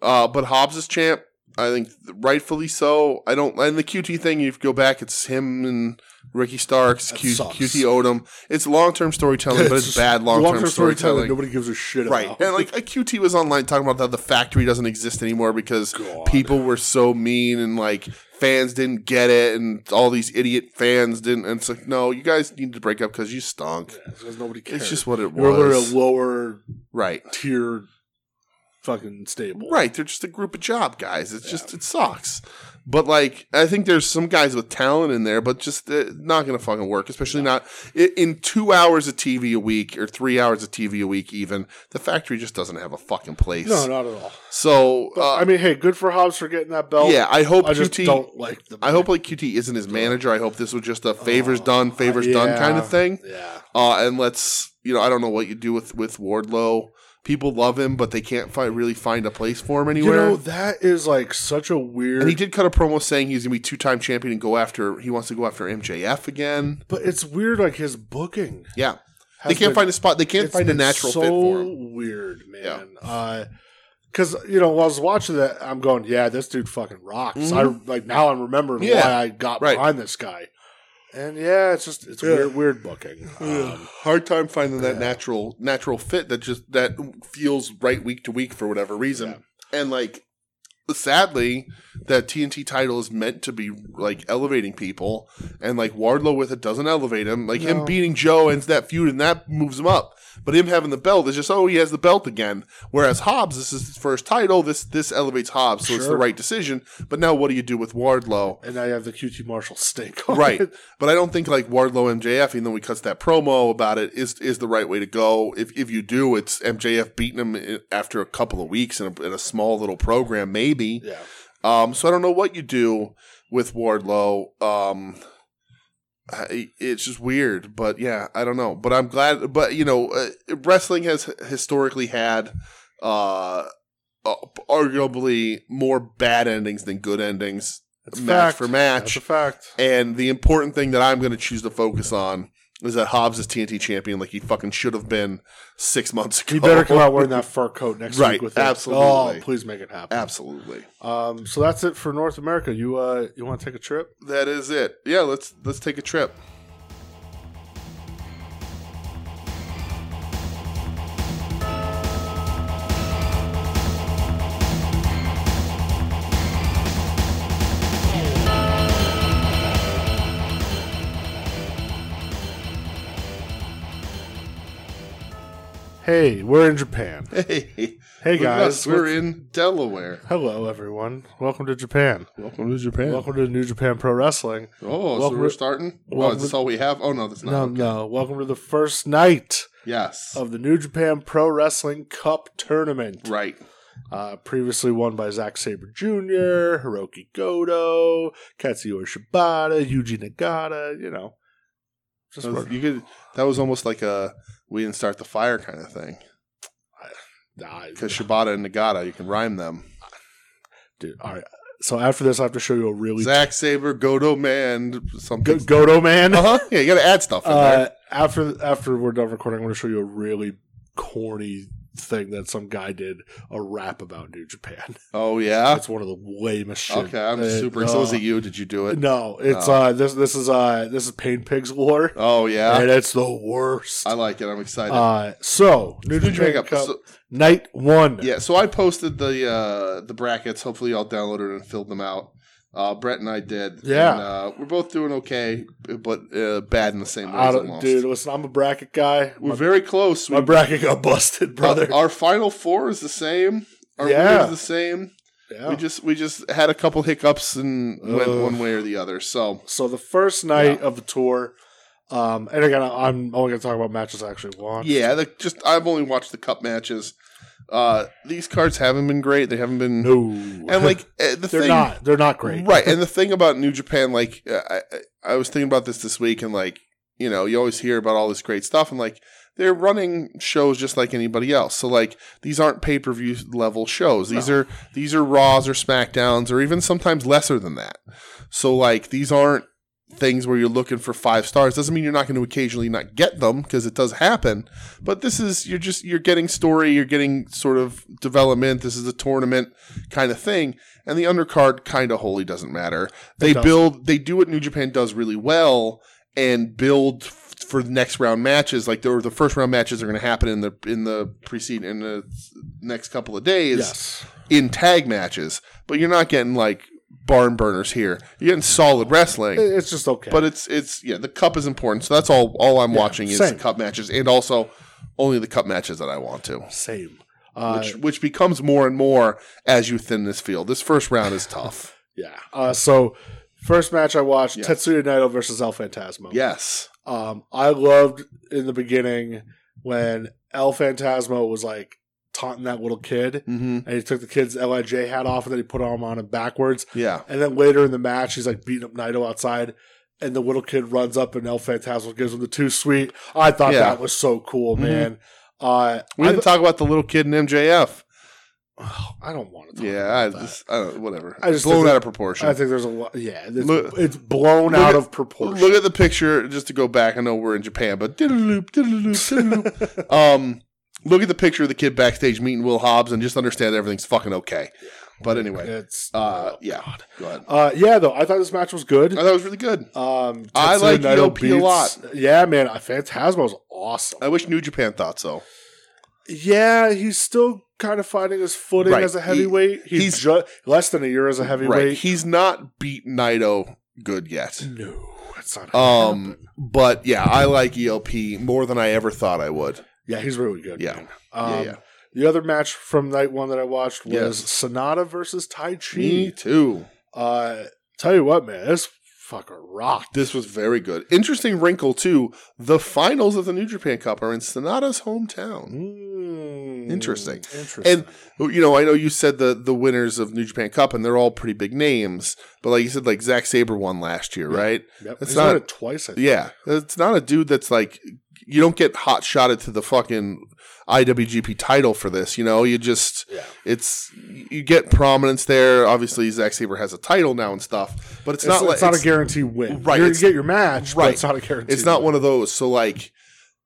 A: Uh but Hobbs is champ. I think rightfully so. I don't and the QT thing, you go back, it's him and Ricky Starks,
B: That
A: Q,
B: sucks.
A: QT Odom. It's long term storytelling, but it's,
B: just
A: bad long term storytelling.
B: Nobody gives a shit
A: Right.
B: about.
A: And like a QT was online talking about that the factory doesn't exist anymore because
B: God.
A: people were so mean and like fans didn't get it and all these idiot fans didn't and it's like no you guys need to break up because you stunk
B: because nobody cares.
A: it's just what it
B: We're literally
A: was
B: a lower
A: right
B: tier fucking stable.
A: right they're just a group of job guys it's just it sucks but like i think there's some guys with talent in there but just uh, not gonna fucking work especially not i in two hours of tv a week or three hours of tv a week even the factory just doesn't have a fucking place
B: No, not at all.
A: so
B: But,
A: uh,
B: I mean, hey, good for Hobbs for getting that belt.
A: yeah i hope
B: I just
A: QT
B: don't like the
A: I hope like QT isn't his manager. I hope this was just a favors
B: Oh,
A: done, favors done kind
B: yeah.
A: of thing.
B: Yeah.
A: Uh, and let's you know, I don't know what you do with with Wardlow. People love him, but they can't find, really find a place for him
B: You
A: anywhere.
B: know, that is like such a weird
A: and he did cut a promo saying he's gonna be two time champion and go after he wants to go after MJF again.
B: but it's weird like his booking.
A: Yeah,
B: has
A: they can't
B: been-
A: find a spot. They can't
B: it's
A: find a
B: been
A: natural
B: so
A: fit for him.
B: Weird, man. Uh 'cause Cause you know, while I was watching that, I'm going, "Yeah, this dude fucking rocks." I like now I'm remembering
A: Mm-hmm. Yeah.
B: why I got
A: Right.
B: behind this guy, and yeah, it's just it's
A: Yeah.
B: weird, weird booking. Um,
A: Hard time finding that
B: Yeah.
A: natural natural fit that just that feels right week to week for whatever reason. And like sadly that TNT title is meant to be like elevating people, and like Wardlow with it doesn't elevate him. Like him
B: No.
A: beating Joe ends that feud, and that moves him up. But him having the belt is just oh he has the belt again. Whereas Hobbs, this is his first title. This this elevates Hobbs, so it's the
B: Sure.
A: right decision. But now what do you do with Wardlow?
B: And now you have the QT Marshall stink. On
A: right.
B: it.
A: But I don't think like Wardlow MJF, even though we cuts that promo about it, is is the right way to go. If if you do, it's MJF beating him i- after a couple of weeks in a, in a small little program, maybe.
B: Yeah.
A: Um, so I don't know what you do with Wardlow. Um, I, it's just weird, but yeah, I don't know. But I'm glad. But you know, uh, wrestling has historically had. Uh, uh, arguably more bad endings than good endings
B: That's a
A: match
B: fact.
A: for match.
B: That's a fact.
A: And the important thing that I'm going to choose to focus on is that Hobbs is TNT champion, like he fucking should have been six months ago.
B: You better come out wearing that fur coat next
A: Right,
B: week with it.
A: absolutely.
B: Oh, please make it happen.
A: Absolutely.
B: Um, so that's it for North America. You uh, you want to take a trip?
A: That is it. Yeah, let's let's take a trip.
B: Hey, we're in Japan.
A: Hey,
B: Hey
A: look at us.
B: guys,
A: we're in Delaware.
B: hello everyone. Welcome to Japan.
A: Welcome to Japan.
B: Welcome to New Japan Pro Wrestling.
A: oh, so
B: welcome-
A: we're starting. Oh,
B: welcome-
A: is this all we have? Oh no, that's not.
B: No, Oh. no. Welcome to the first night
A: Yes.
B: of the New Japan Pro Wrestling Cup tournament.
A: right.
B: Uh, previously won by Zack Saber Jr., Hiroki Goto, Katsuyori Shibata, Yuji Nagata. You know, just
A: That was-
B: work-
A: you could. That was almost like a we didn't start the fire kind of thing
B: Nah,
A: because Shibata and Nagata, you can rhyme them.
B: dude. All right. So after this, I have to show you a really
A: Zack Saber, Godo Man, something.
B: Go- Goto man.
A: uh-huh. Yeah, you got to add stuff in there.
B: Uh, after after we're done recording, I'm going to show you a really corny thing that some guy did a rap about New Japan.
A: Oh yeah.
B: It's one of the lamest shit.
A: Okay, I'm
B: Uh,
A: super.
B: uh,
A: so was it you? Did you do it?
B: No, it's
A: Oh.
B: uh this this is uh this is Pain Pigs lore,
A: Oh yeah,
B: and it's the worst.
A: I like it. I'm excited.
B: Uh, so New
A: Did you
B: Japan
A: make up-
B: Cup
A: so-
B: night one.
A: yeah, so I posted the uh, the brackets. Hopefully, y'all downloaded and filled them out. Uh, Brett and I did.
B: Yeah.
A: and, uh, we're both doing okay, but uh, bad in the same
B: I
A: ways.
B: don't,
A: Almost.
B: dude. Listen, I'm a bracket guy.
A: we're
B: My,
A: very close. uh,
B: my bracket got
A: Oh,
B: busted, brother.
A: Our final four is the same. Our
B: Yeah.
A: yeah. is the same.
B: Yeah.
A: We just we just had a couple hiccups and went
B: Ugh.
A: one way or the other. So
B: So the first night
A: Yeah.
B: of the tour, um, and again, I- I'm only going to talk about matches I actually watched.
A: yeah, the, just I've only watched the cup matches. Uh, these cards haven't been great. They haven't been
B: no,
A: and like uh, the
B: they're
A: thing,
B: not, they're not great.
A: right? And the thing about New Japan, like uh, I, I I was thinking about this this week, and like you know, you always hear about all this great stuff, and like they're running shows just like anybody else. So like these aren't pay per view level shows. These are these are Raws or Smackdowns or even sometimes lesser than that. So like these aren't things where you're looking for five stars doesn't mean you're not going to occasionally not get them because it does happen but this is you're just you're getting story you're getting sort of development this is a tournament kind of thing and the undercard kind of wholly doesn't matter they
B: doesn't.
A: build they do what new japan does really well and build f- for the next round matches like there were the first round matches are going to happen in the in the preceding in the next couple of days
B: Yes,
A: in tag matches but you're not getting like barn burners here you're getting solid wrestling
B: It- it's just okay.
A: but it's it's yeah, the cup is important. So that's all all I'm watching is
B: same.
A: the cup matches and also only the cup matches that I want to.
B: same. Uh,
A: Which which becomes more and more as you thin this field. This first round is tough.
B: yeah. Uh, so first match I watched
A: Yeah.
B: Tetsuya Naito versus El Fantasma.
A: yes.
B: Um, I loved in the beginning when El Fantasma was like taunting that little kid,
A: Mm-hmm.
B: and he took the kid's Lij hat off, and then he put him on him backwards.
A: Yeah.
B: And then later in the match, he's like beating up Naito outside, and the little kid runs up and El Fantasma gives him the two sweet. I thought
A: Yeah.
B: that was so cool,
A: Mhm.
B: man. Uh,
A: We
B: I,
A: didn't talk about the little kid in MJF.
B: I don't want to talk.
A: Yeah, I
B: about that.
A: just I don't, whatever.
B: I just
A: blown
B: think-
A: out of proportion.
B: I think there's a lot. Yeah, it's,
A: Look-
B: it's blown
A: look
B: out
A: at-
B: of proportion.
A: Look at the picture just to go back. I know we're in Japan, but diddle-loop, diddle-loop, diddle-loop. um, look at the picture of the kid backstage meeting Will Hobbs and just understand everything's fucking okay. But anyway,
B: it's
A: uh,
B: oh,
A: yeah,
B: God.
A: go ahead.
B: Uh, yeah. Though I thought this match was good.
A: I thought it was really good.
B: Um,
A: I
B: Tetsuya
A: like
B: Naito
A: EOP a
B: beats-
A: lot. Oh.
B: Yeah, man. Fantasma was awesome.
A: I wish New Japan thought so.
B: Yeah, he's still kind of finding his footing
A: Right.
B: as a
A: He-
B: heavyweight. he's
A: he's-
B: ju- less than a year as a
A: Right.
B: heavyweight.
A: He's not beat Naito good yet.
B: No, that's not. gonna
A: Um,
B: happen.
A: but yeah, I like ELP more than I ever thought I would.
B: yeah, he's really good.
A: Yeah.
B: man. Um,
A: yeah, yeah.
B: The other match from night one that I watched was
A: Yes.
B: Sonata versus Tai
A: Me
B: Chi.
A: too.
B: Uh, tell you what, man, this fucker rocked.
A: This was very good. Interesting wrinkle too. The finals of the New Japan Cup are in Sonata's hometown.
B: Mm,
A: Interesting.
B: Interesting.
A: And- You know, I know you said the the winners of New Japan Cup, and they're all pretty big names. But like you said, like Zack Saber won last year,
B: Yeah.
A: right?
B: yep.
A: it's
B: he's done
A: not-
B: it twice. I think.
A: Yeah, it's not a dude that's like you don't get hot shotted to the fucking IWGP title for this. You know, you just
B: Yeah.
A: it's you get prominence there. Obviously, Zack Saber has a title now and stuff, but it's,
B: It's,
A: not like
B: it's not a guarantee win.
A: Right,
B: You're going
A: it's-
B: to get your match,
A: right.
B: but it's not a guarantee.
A: it's not
B: win.
A: one of those. So like.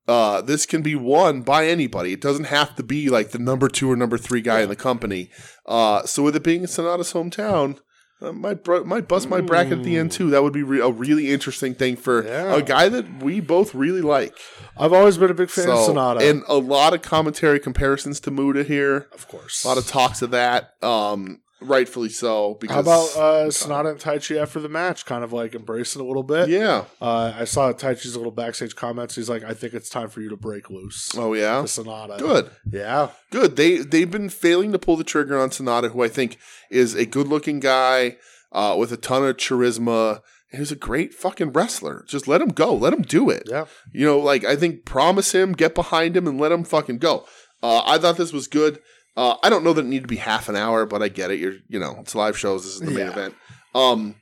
A: Uh, this can be won by anybody. It doesn't have to be like the number two or number three guy in the company. Uh, so with it being Sonata's hometown, I might br- might bust my bracket at the end too. That would be re- a really interesting thing for
B: Yeah.
A: a guy that we both really like.
B: I've always been a big fan of Sonata.
A: And a lot of commentary comparisons to Muda here.
B: of course.
A: A lot of talks of that. Um, rightfully so. Because
B: How about uh, Sonata and Tai Chi after the match? Kind of like embracing a little bit.
A: yeah?
B: Uh, I saw Tai Chi's little backstage comments. He's like, I think it's time for you to break loose.
A: Oh yeah.
B: to Sonata.
A: Good.
B: Yeah.
A: Good. They they've been failing to pull the trigger on Sonata, who I think is a good looking guy uh, with a ton of charisma. He's a great fucking wrestler. Just let him go. Let him do it.
B: Yeah.
A: You know, like I think promise him, get behind him, and let him fucking go. Uh, I thought this was good. Uh, I don't know that it needed to be half an hour, but I get it. You're, you know, it's live shows. This is the main
B: Yeah.
A: event. Um,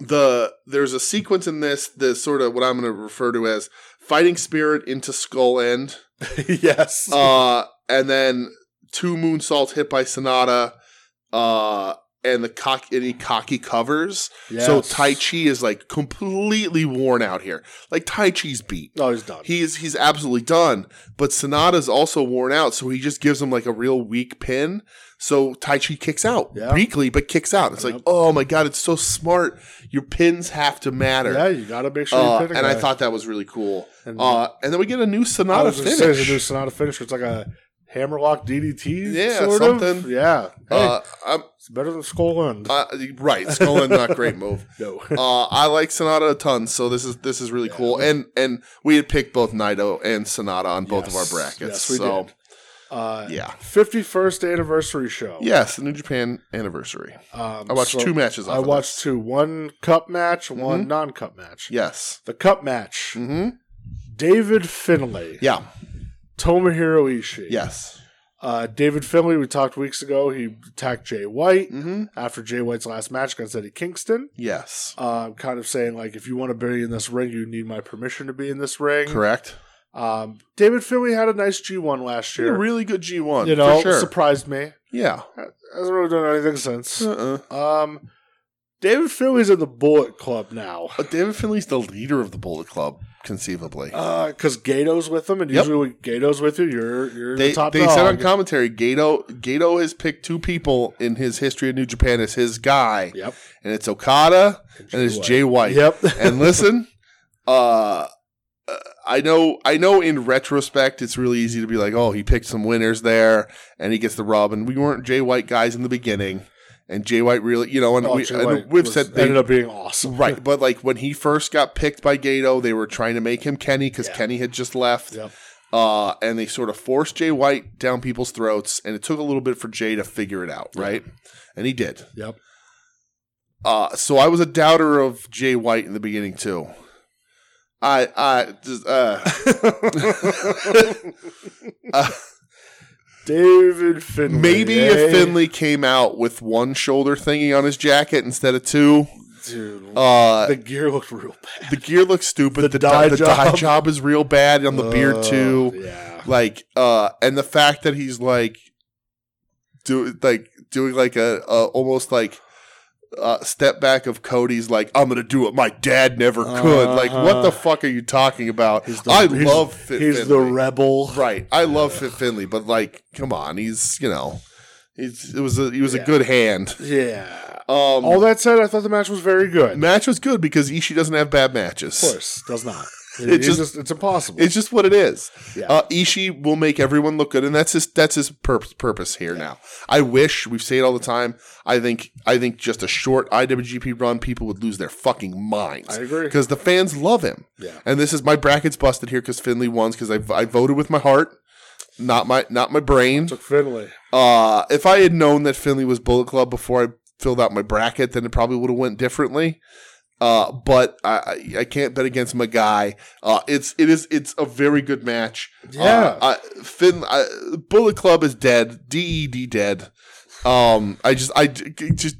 A: the there's a sequence in this, the sort of what I'm going to refer to as fighting spirit into skull end,
B: yes.
A: uh, and then two moonsaults hit by Sonata, uh, and the cock any cocky covers. So Tai Chi is like completely worn out here. Like Tai Chi's beat.
B: No, Oh, he's done.
A: He's he's absolutely done. But Sonata's also worn out, so he just gives him like a real weak pin. So Tai Chi kicks out
B: Yeah.
A: weakly, but kicks out. It's like,
B: Yep.
A: oh my god, it's so smart. Your pins have to matter.
B: yeah, you got to make sure
A: Uh,
B: you
A: and
B: pin a
A: I
B: guy.
A: thought that was really cool.
B: And-
A: Uh, and then we get a new
B: I
A: Sonata
B: was gonna say, there's a new
A: finish.
B: Sonata finish. It's like a hammerlock DDT.
A: Yeah,
B: sort Of.
A: something.
B: Yeah. Hey,
A: Uh, I'm,
B: it's better than Skull End.
A: uh, right, Skull and not great move.
B: no.
A: uh, I like Sonata a ton, so this is this is really cool. And and we had picked both Naito and Sonata on both of our
B: Yes.
A: brackets.
B: Yes, we
A: so
B: did. Uh,
A: yeah,
B: 51st anniversary show.
A: yes, the New Japan anniversary.
B: Um,
A: I watched
B: so
A: two matches. Off
B: I
A: of Mm-hmm.
B: watched two. One cup match, one non cup match.
A: this. Yes.
B: The cup match
A: Mm-hmm.
B: David Finlay,
A: Yeah.
B: Tomohiro Ishii.
A: Yes.
B: Uh, David Finlay, we talked weeks ago. He attacked Jay White
A: Mm-hmm.
B: after Jay White's last match against Eddie Kingston.
A: Yes.
B: Uh, kind of saying like, if you want to be in this ring, you need my permission to be in this ring.
A: Correct.
B: Um, David Finlay had a nice G1 last
A: Did a
B: year.
A: really good G one.
B: you know,
A: for sure.
B: surprised me.
A: yeah.
B: Hasn't really done anything since.
A: Uh-uh.
B: Um, David Finlay's in the Bullet Club now
A: But David Finley's the leader of the Bullet Club, conceivably.
B: because Uh, Gato's with him, and
A: Yep.
B: usually when Gato's with you, you're you're
A: they
B: the top
A: they
B: dog.
A: said on commentary, Gato Gato has picked two people in his history of New Japan as his guy,
B: yep,
A: and it's Okada and it's Jay White.
B: Yep,
A: and listen, uh, uh, I know, I know. In retrospect, it's really easy to be like, "Oh, he picked some winners there, and he gets the rub." And we weren't Jay White guys in the beginning, and Jay White really, you know, and,
B: Oh,
A: we,
B: Jay
A: and
B: White
A: we've
B: was-
A: said they,
B: ended up being awesome,
A: right, but like when he first got picked by Gato, they were trying to make him Kenny because
B: Yeah.
A: Kenny had just left,
B: Yep.
A: uh, and they sort of forced Jay White down people's throats, and it took a little bit for Jay to figure it out, right? And he did.
B: Yep.
A: Uh, so I was a doubter of Jay White in the beginning too. I I just uh, uh,
B: David Finlay.
A: maybe
B: eh?
A: if Finley came out with one shoulder thingy on his jacket instead of two,
B: Dude,
A: uh,
B: the gear looked real bad.
A: the gear looks stupid. The,
B: dye
A: dye, the dye
B: job.
A: job is real bad on the beard too.
B: Uh, Yeah.
A: Like uh, and the fact that he's like do like doing like a, a almost like. Uh, step back of Cody's like I'm gonna do what my dad never could. Like what the
B: Uh-huh.
A: fuck are you talking about?
B: He's
A: I
B: he's-
A: love Fit
B: He's the
A: Finlay.
B: rebel.
A: Right. I love Fit Finley, but like, come on, he's you know, he's it was a he was
B: Yeah.
A: a good hand.
B: Yeah.
A: Um,
B: All that said, I thought the match was very good.
A: match was good because Ishii doesn't have bad matches.
B: Of course, does not. It's
A: just-
B: just, it's impossible.
A: It's just what it is.
B: yeah.
A: Uh, Ishii will make everyone look good, and that's his that's his pur- purpose here now. I wish we say it all the time. I think I think just a short IWGP run, people would lose their fucking minds
B: I agree.
A: because the fans love him.
B: Yeah.
A: And this is my brackets busted here because Finley won because I I voted with my heart, not my not my brain.
B: Took Finley.
A: Uh, if I had known that Finley was Bullet Club before I filled out my bracket, then it probably would have went differently. Uh, but I, I- I can't bet against my guy. Uh, it's it is it's a very good match.
B: Yeah.
A: uh, I, Finn I, Bullet Club is dead. Ded dead. Um, I just I j- just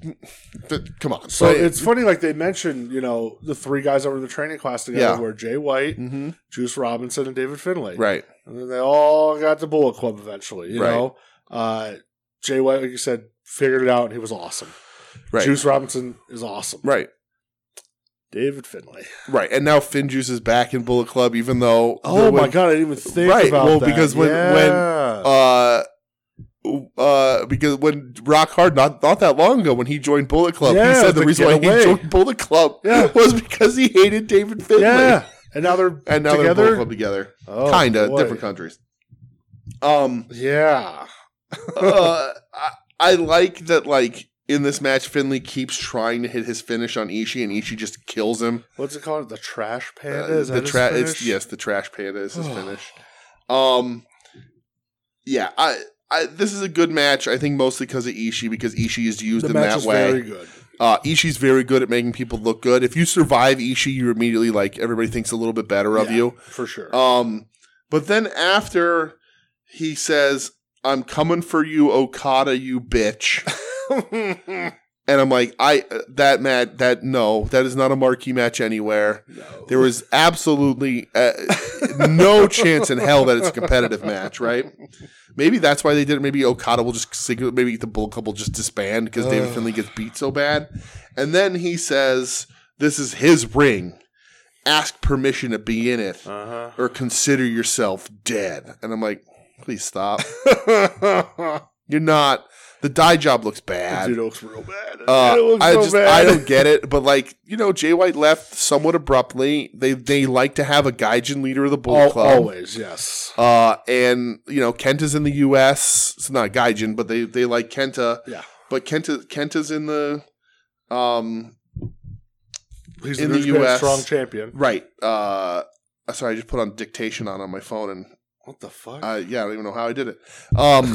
A: but come on.
B: So
A: I-
B: it's funny, like they mentioned, you know, the three guys that were in the training class together
A: Yeah.
B: were Jay White,
A: Mhm.
B: Juice Robinson, and David Finlay.
A: right.
B: And then they all got the Bullet Club eventually, you
A: Right.
B: know. Uh, Jay White, like you said, figured it out and he was awesome.
A: Right.
B: Juice Robinson is awesome.
A: Right.
B: David Finlay.
A: Right. And now Finn Juice is back in Bullet Club, even though
B: Oh
A: the-
B: my
A: when-
B: god, I didn't even think
A: Right,
B: about
A: well,
B: that.
A: because when- when, uh, uh, because when Rock Hard not not that long ago when he joined Bullet Club,
B: Yeah,
A: he said
B: the
A: the reason why
B: getaway.
A: he joined Bullet Club
B: Yeah.
A: was because he hated David Finlay.
B: yeah, and now they're
A: And now they're Bullet
B: together.
A: Club together,
B: Oh,
A: kind of
B: boy.
A: different countries. Um,
B: Yeah,
A: uh, I, I like that. Like in this match, Finley keeps trying to hit his finish on Ishii, and Ishii just kills him.
B: what's it called? The Trash Panda.
A: Uh,
B: is
A: the
B: that his
A: tra- it's
B: finish?
A: yes, the trash panda is his finish. Um, yeah, I, I this is a good match. I think mostly because of Ishii because Ishii is used
B: The
A: in
B: match
A: that
B: is
A: way.
B: very good.
A: uh, Ishii's very good at making people look good. If you survive Ishii, you're immediately like everybody thinks a little bit better of
B: Yeah,
A: you.
B: for sure.
A: Um, but then after he says, "I'm coming for you, Okada, you bitch." And I'm like, I that match that no, that is not a marquee match anywhere.
B: No.
A: There was absolutely uh, no chance in hell that it's a competitive match, right? Maybe that's why they did it. Maybe Okada will just single, maybe the Bull Club will just disband because David
B: Ugh.
A: Finley gets beat so bad. And then he says, "This is his ring. Ask permission to be in it,
B: Uh-huh.
A: or consider yourself dead." And I'm like, "Please stop. You're not. The die job looks bad."
B: Dude, it looks real bad.
A: Uh,
B: it looks
A: I
B: so
A: just
B: bad.
A: I don't get it, but like you know, Jay White left somewhat abruptly. They they like to have a gaijin leader of the Bull
B: Al-
A: Club,
B: Always, yes.
A: uh, and you know Kenta's in the U.S. It's not gaijin, but they they like Kenta.
B: Yeah.
A: but Kenta Kenta's in the um
B: He's
A: in
B: the,
A: the
B: New Japan
A: US.
B: strong champion.
A: right. Uh, sorry, I just put on dictation on on my phone, and
B: What the fuck?
A: uh, yeah, I don't even know how I did it. Um,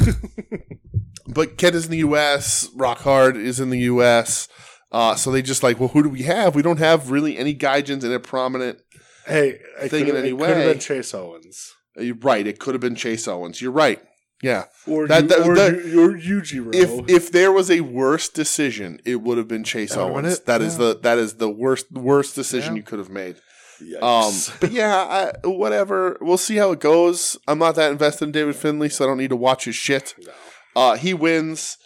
A: but Kenta's in the U.S. Rock Hard is in the U.S. Uh, so they just like, well, who do we have? We don't have really any gaijins in a prominent.
B: hey, I
A: thing
B: could
A: in
B: have
A: any
B: it could
A: way.
B: have been Chase Owens
A: Uh, You're right. It could have been Chase Owens. You're right. Yeah.
B: or
A: That-
B: you-
A: that-
B: or
A: that-
B: you- or Yujiro.
A: If if there was a worse decision, it would have been Chase
B: That would've been
A: Owens.
B: it,
A: That is
B: yeah.
A: the that is the worst worst decision
B: Yeah.
A: you could have made. Um,
B: Yikes.
A: but yeah, I, whatever. We'll see how it goes. I'm not that invested in David Finley, so I don't need to watch his shit.
B: No.
A: Uh, he wins.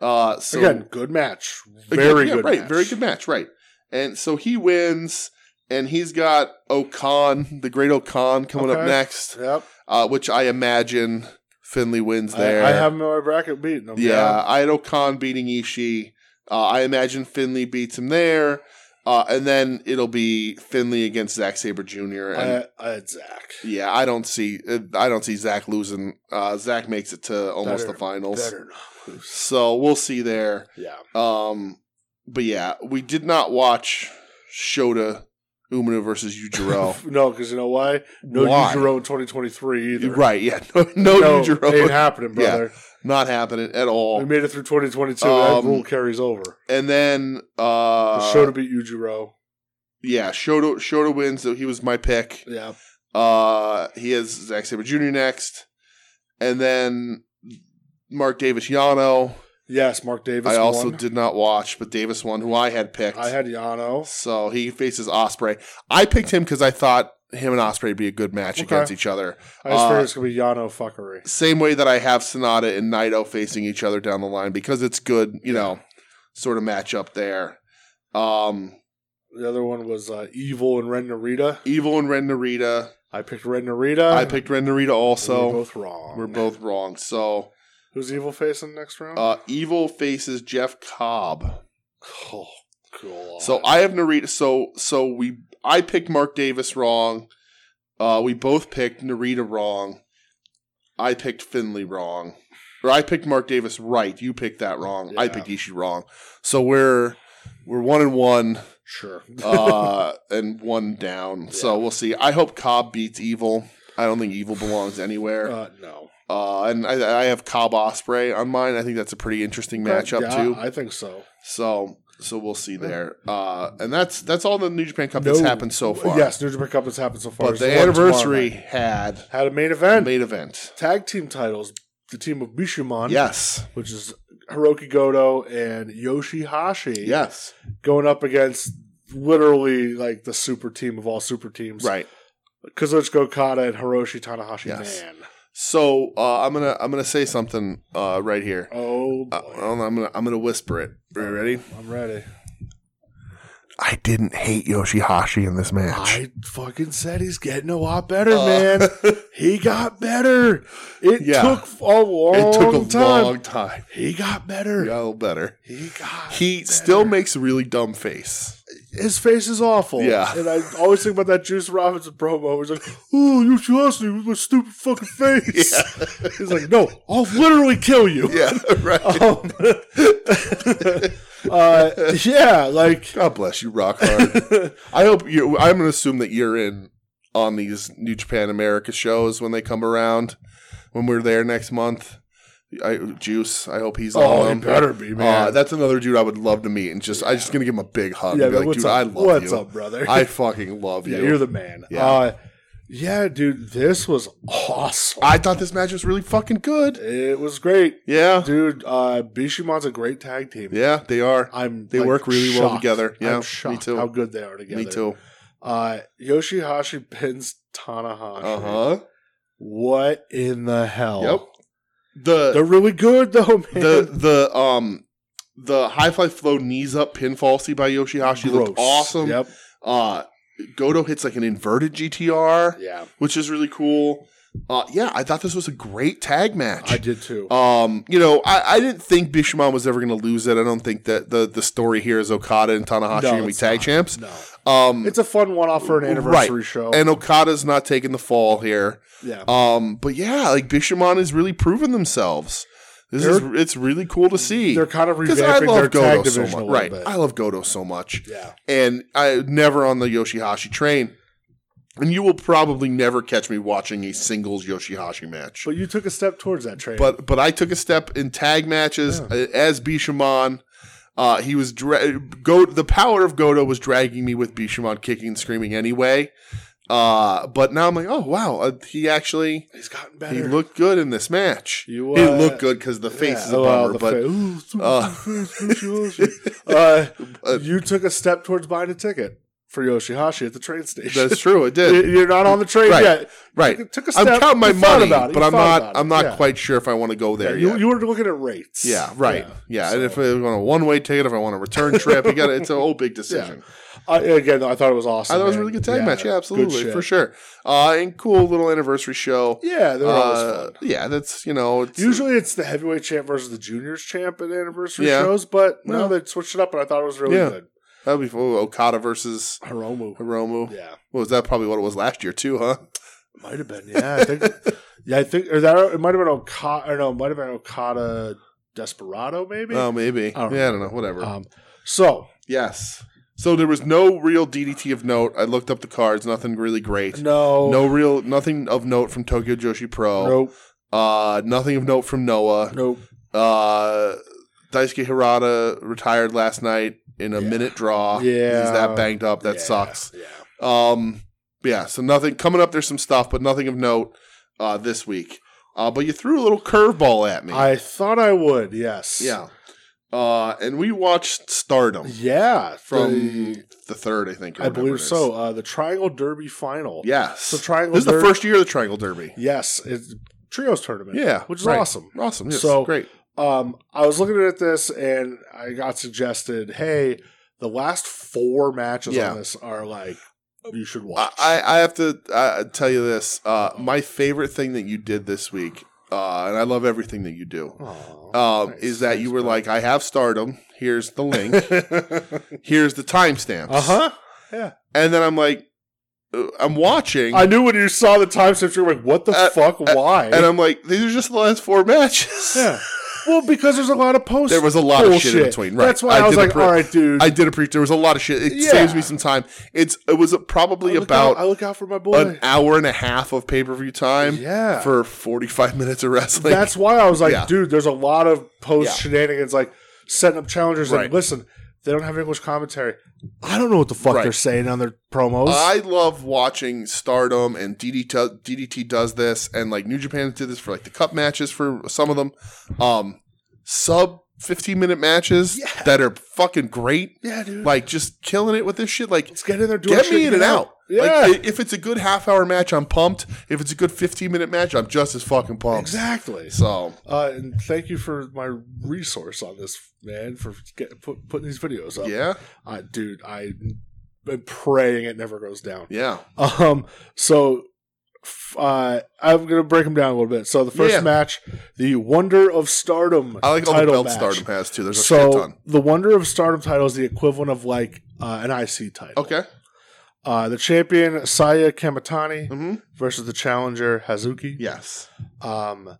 A: Uh, so
B: again, good match.
A: Again,
B: Very
A: Uh, yeah,
B: good.
A: right,
B: match.
A: very good match, right? And so he wins, and he's got Okan, the great Okan, coming up
B: Okay.
A: next,
B: Yep.
A: uh, which I imagine Finley wins there.
B: I, I have him in my bracket beaten. I'm
A: yeah,
B: down.
A: I had Okan beating Ishii. Uh, I imagine Finley beats him there, uh, and then it'll be Finley against Zack Saber Jr. And
B: I, I had Zach.
A: yeah, I don't see, uh, I don't see Zack losing. Uh, Zack makes it to almost
B: Better-
A: the finals,
B: Better not lose.
A: so we'll see there.
B: Yeah.
A: Um, but yeah, we did not watch Shota Umino versus Yujiro.
B: No, because you know why? No
A: Oh. Why?
B: Yujiro in 2023 either.
A: Right? Yeah, no, no,
B: No, ain't
A: Yujiro,
B: happening,
A: Yeah.
B: brother.
A: not happening at
B: We
A: all.
B: made it through 2022.
A: Um,
B: that rule carries over.
A: And then,
B: The
A: uh,
B: show to beat Yujiro.
A: yeah, Shota Shota wins. So he was my pick.
B: Yeah.
A: Uh, he has Zack Saber Jr. next, and then Mark Davis Yano.
B: Yes, Mark Davis.
A: I also
B: won.
A: did not watch, but Davis won, who I had picked.
B: I had Yano.
A: So he faces Osprey. I picked him because I thought him and Osprey would be a good match
B: Okay.
A: against each other.
B: I just
A: Uh,
B: figured it's gonna be Yano fuckery.
A: Same way that I have Sonata and Naito facing each other down the line because it's good, you know, sort of matchup there. Um,
B: The other one was uh, Evil and Ren Narita.
A: Evil and Ren Narita.
B: I picked Ren Narita.
A: I picked Ren Narita
B: So we're
A: also.
B: both wrong.
A: Uh, We're both wrong. So
B: Who's Evil facing next round?
A: uh, Evil faces Jeff Cobb.
B: oh, God.
A: So I have Narita. So so we I picked Mark Davis wrong. Uh, we both picked Narita wrong. I picked Finley wrong. Or I picked Mark Davis right. You picked that wrong. I
B: Yeah.
A: picked Ishii wrong. So we're we're one and one
B: Sure.
A: uh, and one down. So we'll see. I hope Cobb beats Evil. I don't think Evil belongs anywhere.
B: Uh, no.
A: Uh, and I, I have Cobb Osprey on mine. I think that's a pretty interesting matchup
B: Yeah,
A: too.
B: I think so.
A: So so we'll see there. Uh, and that's that's all the New Japan Cup that's
B: No.
A: happened so far.
B: Yes, New Japan Cup has happened so far.
A: But
B: There's
A: the
B: one tomorrow
A: anniversary
B: night.
A: had
B: had a main
A: a
B: event.
A: main event.
B: Tag team titles. The team of Bishamon,
A: Yes.
B: which is Hiroki Goto and Yoshihashi,
A: Yes.
B: going up against literally like the super team of all super teams.
A: Right.
B: Kazuchika Okada and Hiroshi Tanahashi.
A: Yes.
B: Man.
A: So uh, I'm gonna I'm gonna say something uh, right here.
B: Oh,
A: Uh,
B: boy.
A: I'm gonna I'm gonna whisper it. Are you ready?
B: I'm ready.
A: I didn't hate Yoshihashi in this match.
B: I fucking said he's getting a lot better,
A: Uh,
B: man. He got better. It
A: Yeah.
B: took a long
A: it took a
B: time.
A: long time.
B: He got
A: He
B: better.
A: got a little better.
B: He got
A: He still makes a really dumb face.
B: his face is awful.
A: Yeah.
B: and I always think about that Juice Robinson promo. He's like, "Ooh, you trust me with my stupid fucking face." He's like, "No, I'll literally kill you."
A: Yeah, right.
B: Um, uh, yeah, like
A: God bless you, Rock Hard. I hope you. I'm gonna assume that you're in on these New Japan America shows when they come around. When we're there next month, I, Juice. I hope he's on.
B: oh, he
A: them.
B: better be man.
A: Uh, that's another dude I would love to meet, and just I just gonna give him a big hug.
B: yeah,
A: and be
B: but
A: like,
B: what's
A: dude,
B: up?
A: I love
B: what's
A: you.
B: up, brother?
A: I fucking love
B: yeah,
A: you.
B: you. are the man.
A: Yeah.
B: Uh, yeah, dude, this was awesome.
A: I thought this match was really fucking good.
B: it was great,
A: Yeah,
B: dude. Uh, Bishimon's a great tag team.
A: yeah, they are.
B: I'm
A: They
B: like,
A: work really well
B: shocked.
A: together. Yeah,
B: I'm shocked
A: me too.
B: how good they are together.
A: me too.
B: Uh, Yoshihashi pins Tanahashi.
A: Uh huh.
B: What in the hell?
A: Yep. The
B: They're really good though, man.
A: the the um the high fly flow knees up pinfall see by Yoshihashi looked
B: Gross.
A: awesome.
B: Yep.
A: Uh Goto hits like an inverted GTR,
B: Yeah,
A: which is really cool. Uh yeah, I thought this was a great tag
B: I
A: match.
B: did too.
A: um, you know, I, I didn't think Bishamon was ever gonna lose it. I don't think that the the story here is Okada and Tanahashi
B: No,
A: gonna be
B: it's
A: tag
B: not.
A: champs.
B: no,
A: Um
B: it's a fun one-off for an anniversary show.
A: and Okada's not taking the fall here.
B: yeah,
A: Um, but yeah, like Bishamon is really proving themselves. This is
B: They're-
A: it's really cool to see.
B: they're kind of
A: Because I
B: revamping their
A: love
B: tag
A: Godo
B: division
A: so
B: a
A: much.
B: little
A: Right.
B: bit.
A: I love Godo so much.
B: yeah,
A: And I never on the Yoshihashi train. And you will probably never catch me watching a singles Yoshihashi match.
B: but you took a step towards that train.
A: But but I took a step in tag matches uh, as Bishamon. Uh, he was dra- go the power of Godo was dragging me with Bishamon kicking and screaming anyway. Uh, but now I'm like, oh wow, uh, he actually
B: he's gotten
A: he
B: better.
A: looked good in this match.
B: You,
A: he
B: uh,
A: looked good because the face
B: Yeah,
A: is a
B: well,
A: bummer,
B: the
A: but
B: fa- Ooh, super
A: uh,
B: Yoshihashi. uh, you took a step towards buying a ticket for Yoshihashi at the train station.
A: that's true. It did.
B: You're not on the train
A: Right.
B: yet.
A: Right.
B: You took a
A: I'm
B: step.
A: counting my
B: You thought
A: money,
B: about it.
A: but
B: You
A: I'm
B: thought
A: not.
B: about it.
A: I'm not
B: Yeah.
A: quite sure if I want to go there
B: You,
A: yet.
B: you were looking at rates.
A: yeah, right.
B: Yeah.
A: Yeah, and if I want a one way ticket, if I want a return trip, you got it's a whole big decision.
B: I, again, though, I thought it was awesome.
A: I thought it was a
B: man.
A: really good tag match. Yeah,
B: good
A: absolutely,
B: shit.
A: for sure. Uh, and cool little anniversary show.
B: Yeah, they were always
A: Uh,
B: fun.
A: yeah, that's you know it's,
B: Usually it's the heavyweight champ versus the juniors champ at anniversary
A: Yeah.
B: shows, but
A: No.
B: no, they switched it up, and I thought it was really
A: Yeah.
B: good.
A: that'd be oh, Okada versus
B: Hiromu.
A: Hiromu.
B: Yeah,
A: What was that? Probably what it was last year too, huh?
B: might have been. Yeah, I think. yeah, I think. Or that it might have been Okada. Or no, it might have been Okada Desperado, maybe.
A: Oh, maybe.
B: I don't
A: yeah, I don't know. Whatever.
B: Um, so
A: yes. So there was no real DDT of note. I looked up the cards. Nothing really great.
B: no,
A: No real, nothing of note from Tokyo Joshi Pro.
B: nope,
A: Uh, nothing of note from Noah.
B: nope.
A: Uh, Daisuke Hirata retired last night in a
B: Yeah.
A: minute draw.
B: Yeah.
A: he's that banged up. That
B: Yeah,
A: sucks.
B: Yeah.
A: Um, yeah. So nothing coming up. There's some stuff, but nothing of note uh, this week. Uh, but you threw a little curveball at me.
B: I thought I would. Yes.
A: yeah. Uh, and we watched Stardom
B: Yeah.
A: from
B: the-
A: the, third, I think. or
B: I
A: whatever
B: believe
A: it is.
B: so. Uh, the Triangle Derby final.
A: Yes.
B: So Triangle.
A: this is the
B: Derby-
A: first year of the Triangle Derby.
B: Yes, it's trios tournament.
A: Yeah,
B: which is
A: right.
B: awesome.
A: Awesome. Yes.
B: So-
A: great.
B: Um, I was looking at this and I got suggested, hey, the last four matches
A: Yeah. Uh,
B: on this are like you should
A: I,
B: watch.
A: I I have to uh, tell you this. Uh, my favorite thing that you did this week, uh, and I love everything that you do,
B: Aw,
A: um,
B: nice,
A: is that
B: nice,
A: you were
B: bud.
A: like, I have stardom. Here's the link. Here's the timestamps.
B: uh huh.
A: And then I'm like, uh, I'm watching,
B: I knew when you saw the timestamps, you were like, "What the
A: Uh,
B: fuck? Why?"
A: and I'm like, these are just the last four matches.
B: yeah. Well, because there's a lot of posts.
A: There was a lot of shit in between. Right.
B: That's why I, was
A: did
B: like,
A: appro-
B: "All right, dude."
A: I did appreciate. There was a lot of shit. It
B: Yeah. Oh,
A: saves me some time. It's it was probably
B: look
A: about
B: out- I look out for my
A: an
B: boy.
A: hour and a half of pay per view time.
B: Yeah.
A: for 45 minutes of wrestling.
B: That's why I was like,
A: Yeah.
B: dude, there's a lot of post
A: Yeah.
B: shenanigans, like setting up challengers.
A: Right.
B: And listen, they don't have English commentary. I don't know what the fuck
A: Right. Uh,
B: they're saying on their promos.
A: I love watching Stardom and DDT, DDT does this, and like New Japan did this for like the cup matches for some of them. Um, sub 15 minute matches
B: Yeah.
A: that are fucking great.
B: yeah, dude.
A: Like just killing it with this shit. Like
B: Let's get in there. Do our
A: get
B: shit,
A: me in and out.
B: Yeah.
A: Like i- if it's a good half hour match, I'm pumped. If it's a good 15 minute match, I'm just as fucking pumped.
B: Exactly.
A: So
B: Uh, and thank you for my resource on this, man, for get, put, putting these videos up.
A: yeah,
B: Uh, dude, I'm praying it never goes down.
A: yeah,
B: Um, so f- uh, I'm gonna break them down a little bit. So the first
A: Yeah.
B: match, the Wonder of Stardom.
A: I like all the
B: title
A: belt
B: match.
A: Stardom has too. There's a shit
B: So
A: ton.
B: the Wonder of Stardom title is the equivalent of like uh, an IC title.
A: Okay.
B: Uh, the champion Saya Kamatani
A: Mm-hmm.
B: versus the challenger Hazuki.
A: Yes.
B: Um,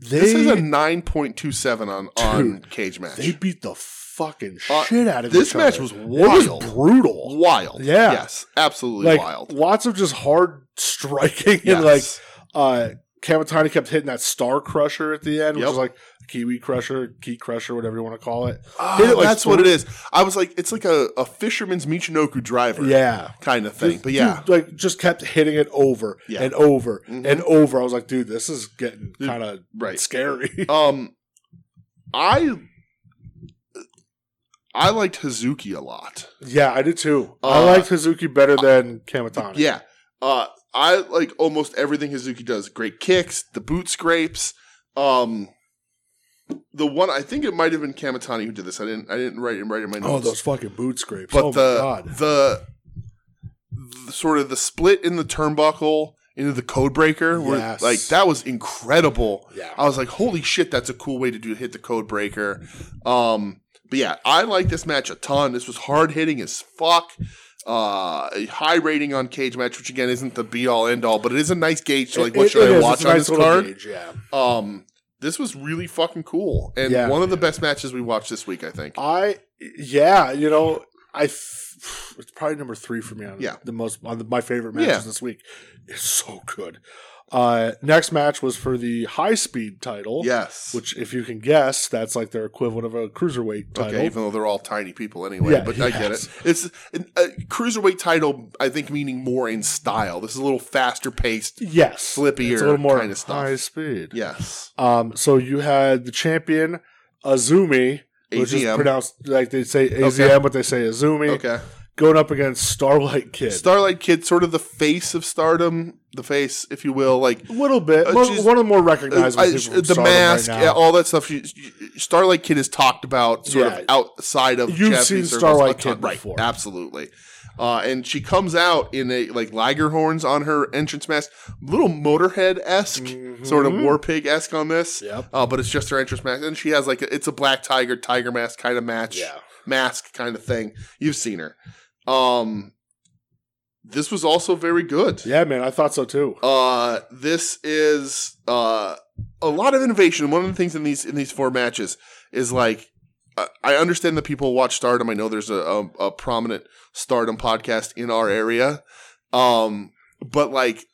B: they
A: This is a 9.27 on on cage match.
B: they beat the fucking
A: Uh,
B: shit out of
A: this
B: each
A: match
B: other.
A: was
B: It
A: wild.
B: was brutal.
A: wild.
B: Yeah.
A: Yes. Absolutely
B: Like
A: wild.
B: lots of just hard striking and like
A: Yes.
B: uh Kamatani kept hitting that star crusher at the end, which
A: Yep.
B: was like a kiwi crusher, key crusher, whatever you want to call it.
A: Ah,
B: hit it like
A: that's
B: four-
A: what it is. I was like, it's like a, a fisherman's Michinoku driver
B: Yeah.
A: kind of thing. But
B: Dude,
A: yeah.
B: like just kept hitting it over
A: Yeah.
B: and over
A: Mhm.
B: and over. I was like, dude, this is getting
A: Dude,
B: kind of
A: right.
B: scary.
A: Um I I liked Hazuki a lot.
B: yeah, I did too. I
A: Uh,
B: liked Hazuki better than Kamatani.
A: Yeah. Uh I like almost everything Hazuki does. Great kicks, the boot scrapes, um the one I think it might have been Kamatani who did this. I didn't I didn't write it right in my notes.
B: Oh, those fucking boot scrapes.
A: but
B: oh my
A: the,
B: god.
A: the the sort of the split in the turnbuckle into the code breaker where
B: Yes.
A: like that was incredible
B: Yeah.
A: i was like holy shit that's a cool way to do hit the code breaker um but yeah i like this match a ton this was hard hitting as fuck uh a high rating on cage match which again isn't the be all end all but it is a nice gauge to like what
B: It-
A: should
B: it
A: i
B: is.
A: watch
B: It's a
A: on
B: nice
A: this
B: little
A: card
B: gauge, yeah.
A: um this was really fucking cool and
B: Yeah. Uh,
A: one of the best matches we watched this week i think
B: I yeah, you know, I f- it's probably number three for me on
A: Yeah.
B: the most on the, my favorite matches
A: Yeah.
B: this week. It's so good. Uh, next match was for the high speed title.
A: yes
B: Which, if you can guess, that's like their equivalent of a cruiserweight title.
A: Okay, even though they're all tiny people anyway,
B: Yeah,
A: but I get
B: yes.
A: it. It's an- a cruiserweight title, I think, meaning more in style. This is a little faster paced.
B: yes,
A: Slippier
B: It's a little more
A: kinda stuff.
B: high speed.
A: Yes,
B: Um. So you had the champion Azumi, which is
A: AZM.
B: pronounced like they say AZM, but they say Azumi,
A: Okay,
B: going up against Starlight Kid.
A: Starlight Kid, sort of the face of Stardom, the face, if you will, like.
B: a little bit,
A: Uh,
B: one,
A: she's-
B: one of the more
A: uh,
B: recognizable.
A: I-
B: people from
A: the
B: Stardom
A: mask,
B: right now.
A: yeah, all that stuff. She, she- Starlight Kid is talked about sort
B: Yeah.
A: of outside of
B: You've
A: Japanese
B: seen
A: circles a
B: Starlight
A: ton.
B: Kid
A: right?
B: before.
A: Absolutely, uh, and she comes out in a like liger horns on her entrance mask, little Motorhead esque, sort of
B: Mhm.
A: War Pig esque on this.
B: Yep.
A: uh, but it's just her entrance mask, and she has like a, it's a black tiger tiger mask kind of match
B: Yeah.
A: mask kind of thing. You've seen her. Um, this was also very good.
B: Yeah, man, I thought so too.
A: Uh, this is uh, a lot of innovation. One of the things in these in these four matches is like I- I understand that people watch Stardom. I know there's a, a, a prominent Stardom podcast in our area, um, but like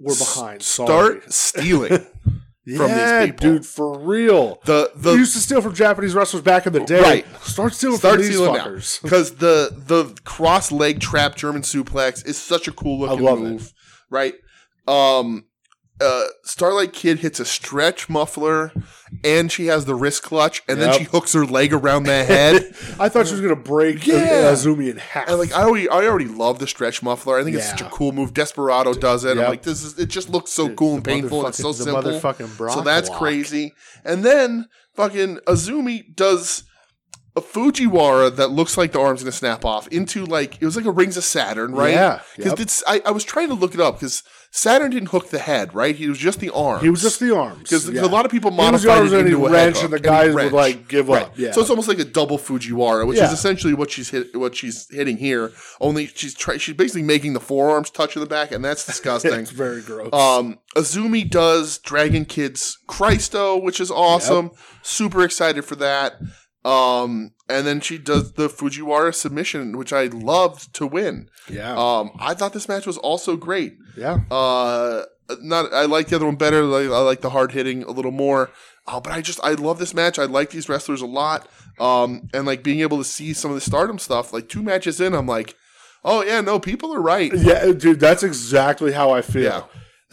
B: We're behind. Sorry.
A: start stealing from these
B: Yeah,
A: people.
B: dude, for real.
A: the
B: you
A: the
B: used to steal from Japanese wrestlers back in the day.
A: Right.
B: Start stealing
A: Start
B: from these
A: stealing now.
B: fuckers.
A: because the the cross leg trap German suplex is such a cool looking
B: I love
A: move, right? Um, uh, Starlight Kid hits a stretch muffler, and she has the wrist clutch, and then
B: Yep.
A: she hooks her leg around the head.
B: I thought she was gonna break
A: Yeah.
B: yeah. Azumi in half.
A: and like I already, I already love the stretch muffler. I think it's
B: Yeah.
A: such a cool move. Desperado does it.
B: Yep.
A: I'm like, this is it. Just looks so cool and painful, and it's so
B: the
A: simple.
B: Motherfucking Brock
A: So that's
B: lock.
A: crazy. And then fucking Azumi does a Fujiwara that looks like the arm's gonna snap off into like it was like a Rings of Saturn, right?
B: Yeah.
A: Because
B: Yep.
A: it's I, I was trying to look it up because Saturn didn't hook the head, right? He was just the arm.
B: He was just the arms.
A: because
B: yeah.
A: a lot of people
B: He was the
A: modified
B: arms
A: it
B: and he
A: into a
B: wrench,
A: head
B: and the
A: hook, he
B: guys would
A: wrenched.
B: like give
A: Right.
B: up. Yeah.
A: So it's almost like a double Fujiwara, which is
B: Yeah.
A: essentially what she's hit, what she's hitting here. Only she's try, she's basically making the forearms touch in the back, and that's disgusting.
B: it's very gross.
A: Um, Azumi does Dragon Kids Christo, which is awesome. Super excited for that. Um, and then she does the Fujiwara submission, which I loved to win.
B: yeah.
A: Um, I thought this match was also great.
B: yeah.
A: Uh, not I like the other one better. Like, I like the hard hitting a little more. Uh, but I just I love this match. I like these wrestlers a lot. Um, and like being able to see some of the Stardom stuff. Like two matches in, I'm like, oh yeah, no, people are right.
B: Yeah, dude, that's exactly how I feel.
A: Yeah.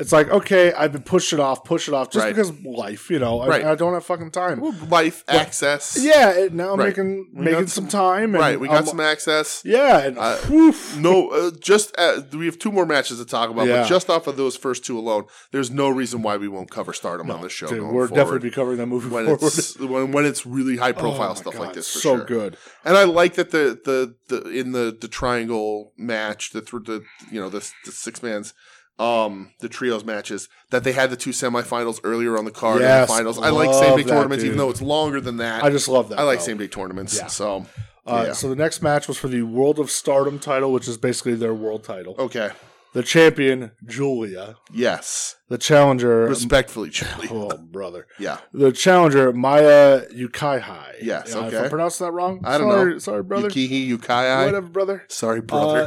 B: It's like, okay, I've been pushing it off, pushing it off just
A: Right.
B: because life, you know, I-
A: Right.
B: I, don't have fucking time.
A: Life access.
B: Yeah, it, now I'm
A: Right.
B: making
A: We
B: making
A: got
B: some, time. And
A: Right, we got
B: I'm-
A: some access.
B: Yeah, and
A: Uh,
B: woof,
A: No, uh, just uh, we have two more matches to talk about,
B: Yeah.
A: but just off of those first two alone, there's no reason why we won't cover Stardom on this show.
B: dude,
A: going
B: we're
A: forward
B: definitely be covering that movie
A: when
B: forward.
A: it's when, when it's really high profile
B: Oh my
A: stuff
B: God,
A: like this. For
B: so
A: sure.
B: good.
A: and I like that the the, the in the the triangle match, the th- the you know the, the six man's. Um, the trios matches that they had the two semifinals earlier on the card and
B: Yes,
A: the finals. I like
B: love
A: same day
B: that,
A: tournaments, even
B: dude.
A: though it's longer than that.
B: I just love that.
A: I like
B: though.
A: same day tournaments.
B: Yeah.
A: So
B: Uh,
A: yeah.
B: So the next match was for the World of Stardom title, which is basically their world title.
A: okay,
B: The champion Julia,
A: yes,
B: the challenger.
A: respectfully, Charlie.
B: um, oh brother,
A: Yeah,
B: the challenger Maya Yukaihai.
A: Yes,
B: Uh, If
A: okay.
B: I'm pronouncing that wrong,
A: I don't
B: sorry,
A: know.
B: Sorry, brother.
A: Yukihi Yukai.
B: Whatever, brother.
A: Sorry, brother.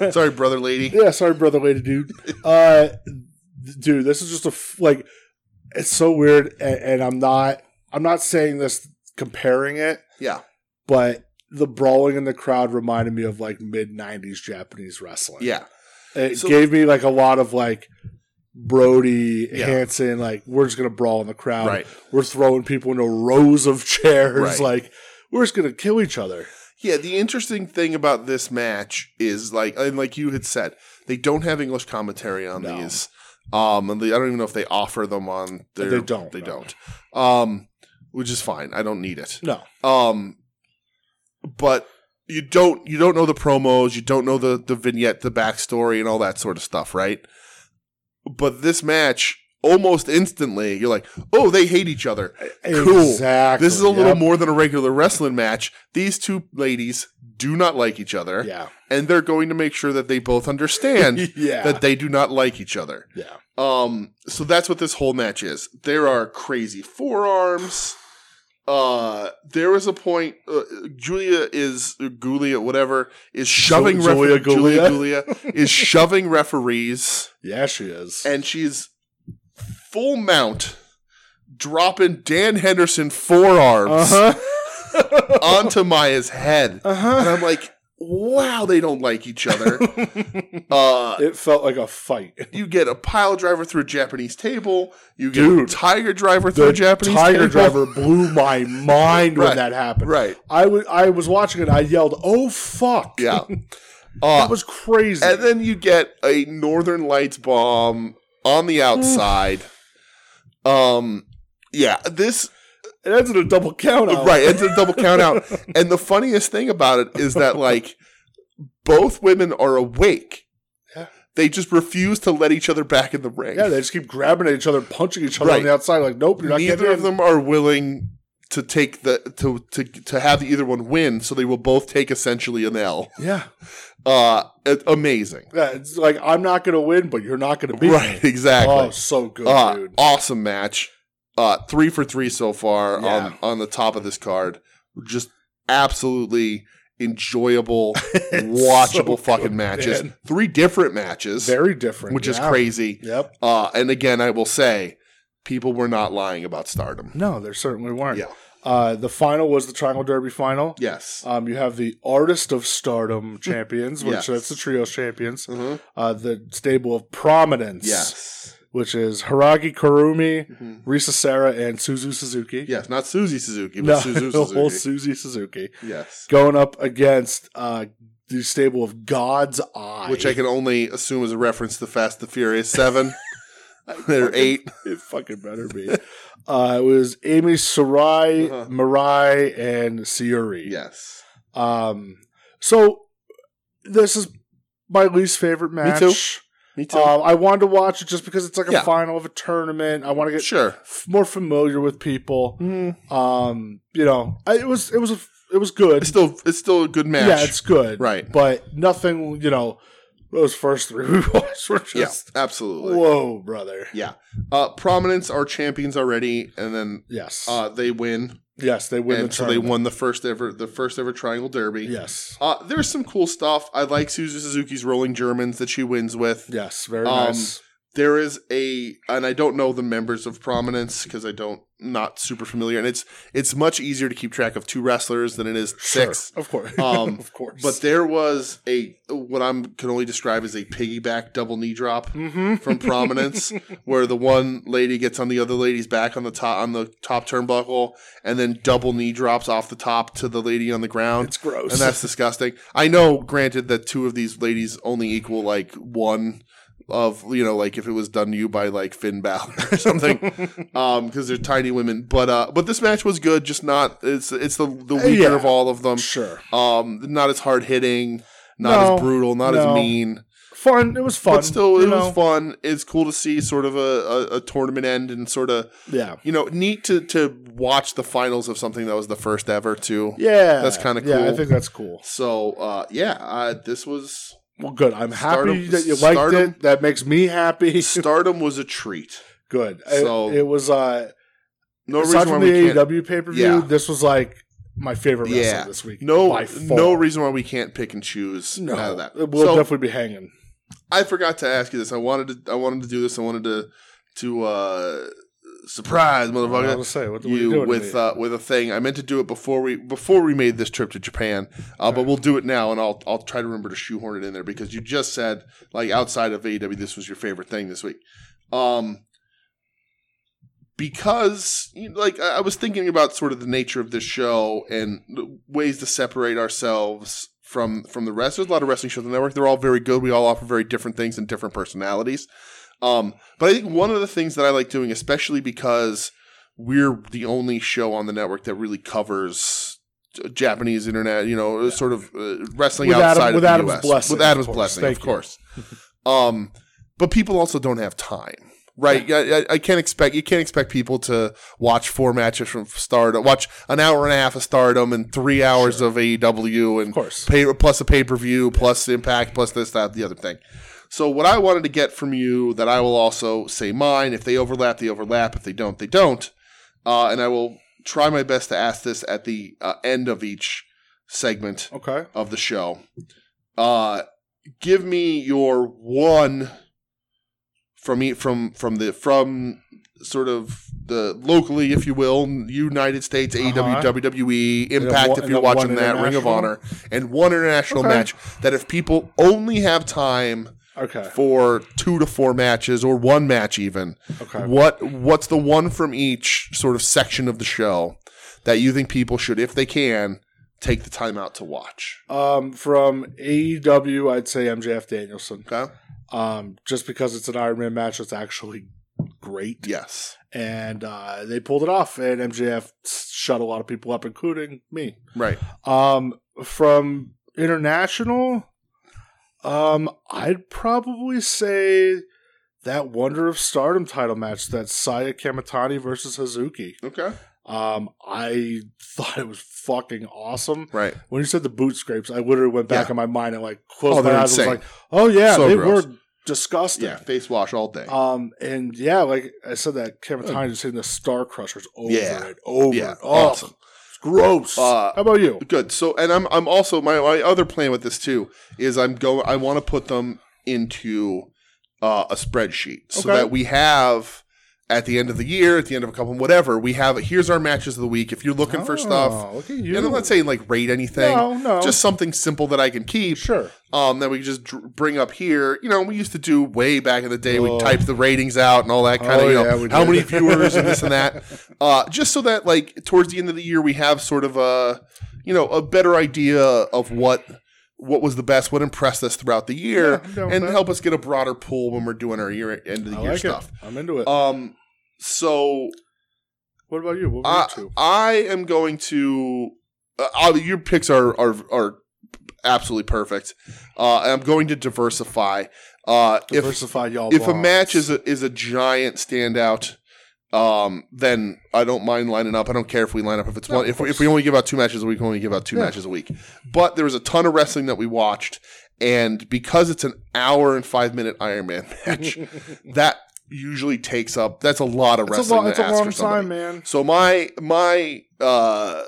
B: Uh,
A: Sorry, brother, lady.
B: yeah, sorry, brother, lady, dude. Uh, dude, this is just a f- like. It's so weird, and, and I'm not. I'm not saying this comparing it,
A: Yeah,
B: but the brawling in the crowd reminded me of like mid '90s Japanese wrestling.
A: yeah,
B: it
A: So-
B: gave me like a lot of like Brody
A: Yeah.
B: Hanson. Like we're just gonna brawl in the crowd.
A: right.
B: We're throwing people into rows of chairs.
A: Right.
B: Like we're just gonna kill each other.
A: Yeah, the interesting thing about this match is like, and like you had said, they don't have English commentary on
B: No.
A: these. Um, and they, I don't even know if they offer them on. Their,
B: They don't,
A: They
B: no.
A: don't. Um, which is fine. I don't need it.
B: No.
A: Um, but you don't you don't know the promos, you don't know the the vignette, the backstory, and all that sort of stuff, right? But this match, almost instantly, you're like, oh, they hate each other. Cool.
B: Exactly.
A: This is a little
B: Yep.
A: more than a regular wrestling match. These two ladies do not like each other,
B: Yeah.
A: and they're going to make sure that they both understand
B: yeah.
A: that they do not like each other.
B: yeah.
A: Um, so that's what this whole match is. There are crazy forearms. Uh, there was a point. Uh, Julia is Gulia, whatever, is shoving
B: Ju- Julia
A: refer- Julia,
B: Gulia?
A: Julia is shoving referees,
B: Yeah, she is.
A: and she's full mount, dropping Dan Henderson forearms
B: Uh-huh. huh.
A: onto Maya's head,
B: uh
A: and
B: huh.
A: I'm like, wow, they don't like each other. Uh,
B: It felt like a fight.
A: you get a pile driver through a Japanese table. You get
B: Dude,
A: a tiger driver through
B: The
A: a Japanese
B: Tiger
A: table.
B: Driver blew my mind
A: Right.
B: when that happened.
A: Right.
B: I wa- I was watching it. I yelled, "Oh fuck!"
A: Yeah.
B: that
A: Uh,
B: was crazy.
A: and then you get a Northern Lights bomb on the outside. um, yeah, this
B: it ends in a double count. out.
A: right it's a double count out. And the funniest thing about it is that like both women are awake.
B: Yeah.
A: They just refuse to let each other back in the ring.
B: Yeah, they just keep grabbing at each other, punching each other
A: Right.
B: on the outside. Like, nope, you're not
A: neither
B: getting
A: of
B: in.
A: them are willing to take the to to to have either one win, so they will both take essentially an L.
B: Yeah,
A: Uh, it- amazing,
B: yeah. It's like I'm not gonna win, but you're not gonna beat
A: right?
B: me. Oh,
A: Exactly.
B: so good,
A: uh,
B: dude.
A: awesome match. Uh, three for three so far
B: Yeah.
A: on on the top of this card. Just absolutely enjoyable, watchable
B: so
A: fucking
B: good,
A: matches.
B: man.
A: Three different matches,
B: Very different,
A: which is
B: yeah.
A: crazy.
B: Yep.
A: Uh, and again, I will say, people were not lying about Stardom.
B: No, there certainly weren't.
A: Yeah.
B: Uh, the final was the Triangle Derby final.
A: Yes.
B: Um, you have the Artist of Stardom champions, which
A: Yes.
B: that's the Trios champions.
A: Mhm.
B: Uh, the stable of Prominence,
A: Yes.
B: which is Haragi Karumi,
A: Mhm.
B: Risa Sarah, and Suzu Suzuki.
A: Yes, not Susie Suzuki, but
B: no,
A: Suzu
B: the whole
A: Suzuki.
B: Suzy Suzuki.
A: yes.
B: going up against uh, the stable of God's Eye,
A: Which I can only assume is a reference to Fast the Furious 7. They're eight.
B: It fucking better be. Uh, it was Amy Sarai,
A: Uh-huh.
B: Marai, and Sayuri.
A: Yes.
B: Um, so this is my least favorite match.
A: too. Me too.
B: Um, I wanted to watch it just because it's like a
A: Yeah.
B: final of a tournament. I want to get
A: sure.
B: f- more familiar with people.
A: Mm,
B: Um, you know, I, it was it was a, it was good.
A: it's still it's still a good match.
B: Yeah, it's good.
A: Right.
B: but nothing. You know, those first three we watched were
A: Yeah,
B: just
A: absolutely.
B: whoa, brother.
A: Uh, Prominence are champions already, and then
B: Yes,
A: uh, they win,
B: yes, they win the
A: and so they
B: tournament.
A: won the first ever the first ever Triangle Derby.
B: Yes,
A: Uh, there's some cool stuff. I like Suzu Suzuki's rolling Germans that she wins with.
B: yes, very
A: Um,
B: nice.
A: There is a, and I don't know the members of Prominence because I don't not super familiar, and it's it's much easier to keep track of two wrestlers than it is six.
B: Sure, of course.
A: Um,
B: of course,
A: But there was a what I'm can only describe as a piggyback double knee drop
B: mm-hmm.
A: from Prominence, where the one lady gets on the other lady's back on the top on the top turnbuckle, and then double knee drops off the top to the lady on the ground.
B: it's gross.
A: and that's disgusting. I know, granted, that two of these ladies only equal like one of you know, like if it was done to you by like Finn Balor or something, um, because they're tiny women. But uh, but this match was good, just not it's it's the the weaker
B: Uh, Yeah.
A: of all of them.
B: sure.
A: Um, not as hard hitting, not
B: No,
A: as brutal, not
B: no.
A: as mean,
B: Fun. It was fun.
A: but still, it
B: you know?
A: was fun. It's cool to see sort of a, a, a tournament end and sort of
B: Yeah.
A: you know neat to to watch the finals of something that was the first ever too.
B: Yeah.
A: That's kinda
B: Yeah, I
A: cool.
B: think that's cool.
A: So uh, yeah, uh, this was
B: Well, good. I'm
A: Stardom-
B: happy that you liked
A: Stardom-
B: it. That makes me happy.
A: Stardom was a treat.
B: good.
A: So-
B: it, it was uh
A: No
B: aside
A: reason why
B: from
A: we
B: the E
A: can't.
B: AEW pay per view,
A: Yeah.
B: this was like my favorite wrestling
A: Yeah.
B: this week.
A: No,
B: by far.
A: no reason why we can't pick and choose
B: No,
A: out of that.
B: it will
A: so
B: definitely be hanging.
A: I forgot to ask you this. I wanted to. I wanted to do this. I wanted to to uh, surprise
B: I was
A: motherfucker
B: gonna say, what, what are you
A: you
B: doing to
A: with
B: me?
A: uh, with a thing. I meant to do it before we before we made this trip to Japan, uh, but we'll do it now, and I'll I'll try to remember to shoehorn it in there because you just said like outside of AEW, this was your favorite thing this week. Um, because you know, like I I was thinking about sort of the nature of this show and the ways to separate ourselves from from the rest. There's a lot of wrestling shows on the network. They're all very good. We all offer very different things and different personalities. Um, but I think one of the things that I like doing, especially because we're the only show on the network that really covers J- Japanese internet, you know, sort of uh, wrestling
B: With Adam-
A: outside
B: with
A: of the
B: Adam's
A: US.
B: blessing,
A: with Adam's
B: of course.
A: blessing,
B: Thank
A: of
B: you.
A: course. um, but people also don't have time right I, I- I can't expect you can't expect people to watch four matches from stardom watch an hour and a half of stardom and three hours of aew and
B: Of course.
A: pay, plus a pay-per-view plus impact plus this that the other thing so what i wanted to get from you that i will also say mine if they overlap they overlap if they don't they don't uh, and i will try my best to ask this at the uh, end of each segment
B: Okay.
A: of the show. Uh give me your one from e- from from the from sort of the locally, if you will, United States,
B: Uh-huh.
A: AEW, WWE,
B: a
A: E, Impact,
B: one-
A: if
B: and
A: you're
B: a one
A: watching that, Ring of
B: international?
A: Honor, and one international
B: Okay.
A: match that if people only have time
B: Okay.
A: for two to four matches or one match even,
B: Okay.
A: what what's the one from each sort of section of the show that you think people should, if they can, take the time out to watch?
B: Um, from AEW, I'd say MJF Danielson.
A: Okay.
B: Um, just because it's an Iron Man match, it's actually great.
A: Yes.
B: and uh, they pulled it off. And MJF shut a lot of people up, including me.
A: Right.
B: Um, from international, um, I'd probably say that Wonder of Stardom title match that Saya Kamatani versus Hazuki.
A: Okay.
B: Um, I thought it was fucking awesome.
A: Right.
B: When you said the boot scrapes, I literally went back
A: Yeah.
B: in my mind and like closed
A: Oh,
B: my
A: they're
B: eyes and
A: insane.
B: was like, "Oh yeah,
A: So
B: they
A: gross.
B: were disgusting."
A: Yeah. Face wash all day.
B: Um and yeah, like I said, that Kamatani just hitting the Star Crushers over
A: Yeah.
B: and over.
A: Yeah,
B: and, oh,
A: awesome.
B: It's gross.
A: Uh,
B: How about you?
A: Good. So, and I'm I'm also my, my other plan with this too is I'm go I want to put them into uh, a spreadsheet so
B: Okay.
A: that we have at the end of the year, at the end of a couple, whatever we have. Here's our matches of the week. If you're looking for stuff,
B: Oh, Look at you.
A: and I'm not saying like rate anything,
B: No, no.
A: just something simple that I can keep.
B: sure.
A: um, that we just dr- bring up here. You know, we used to do way back in the day.
B: Oh.
A: We typed the ratings out and all that kind
B: Oh,
A: of, you
B: yeah,
A: know,
B: we
A: how
B: did.
A: many viewers and this and that. Uh, just so that, like, towards the end of the year, we have sort of a, you know, a better idea of what what was the best, what impressed us throughout the year,
B: Yeah, I'm down with
A: and
B: that.
A: help us get a broader pool when we're doing our year end of the
B: I
A: year
B: like
A: stuff.
B: it. I'm into it.
A: Um, so
B: what about you? What were
A: I,
B: you two?
A: I am going to. Uh, I'll- your picks are are are absolutely perfect. Uh, I'm going to diversify. Uh, if
B: Diversify y'all.
A: if a
B: bonds.
A: match is a, is a giant standout, um, then I don't mind lining up. I don't care if we line up if it's
B: No,
A: one.
B: of
A: If we, if
B: course.
A: we only give out two matches a week, we only give out two
B: Yeah.
A: matches a week. But there was a ton of wrestling that we watched, and because it's an hour and five minute Iron Man match, that usually takes up. That's a lot of
B: it's a,
A: wrestling.
B: long,
A: to
B: it's a
A: ask for
B: long
A: somebody.
B: time, man.
A: So my my uh,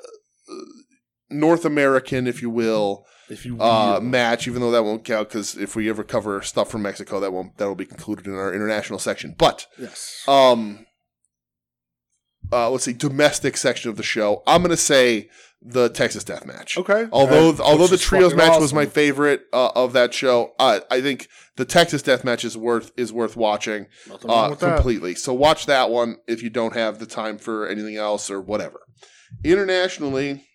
A: North American, if you will,
B: If you
A: uh,
B: will.
A: match, even though that won't count because if we ever cover stuff from Mexico, that won't that will be concluded in our international section. But
B: yes,
A: um, uh, let's see, domestic section of the show. I'm gonna say the Texas Death Match.
B: okay.
A: Although
B: Which
A: although the
B: is
A: trios
B: fucking
A: match was my
B: awesome.
A: favorite uh, of that show, uh, I think the Texas Death Match is worth is worth watching
B: Nothing wrong
A: uh,
B: with that.
A: completely. So watch that one if you don't have the time for anything else or whatever. Internationally,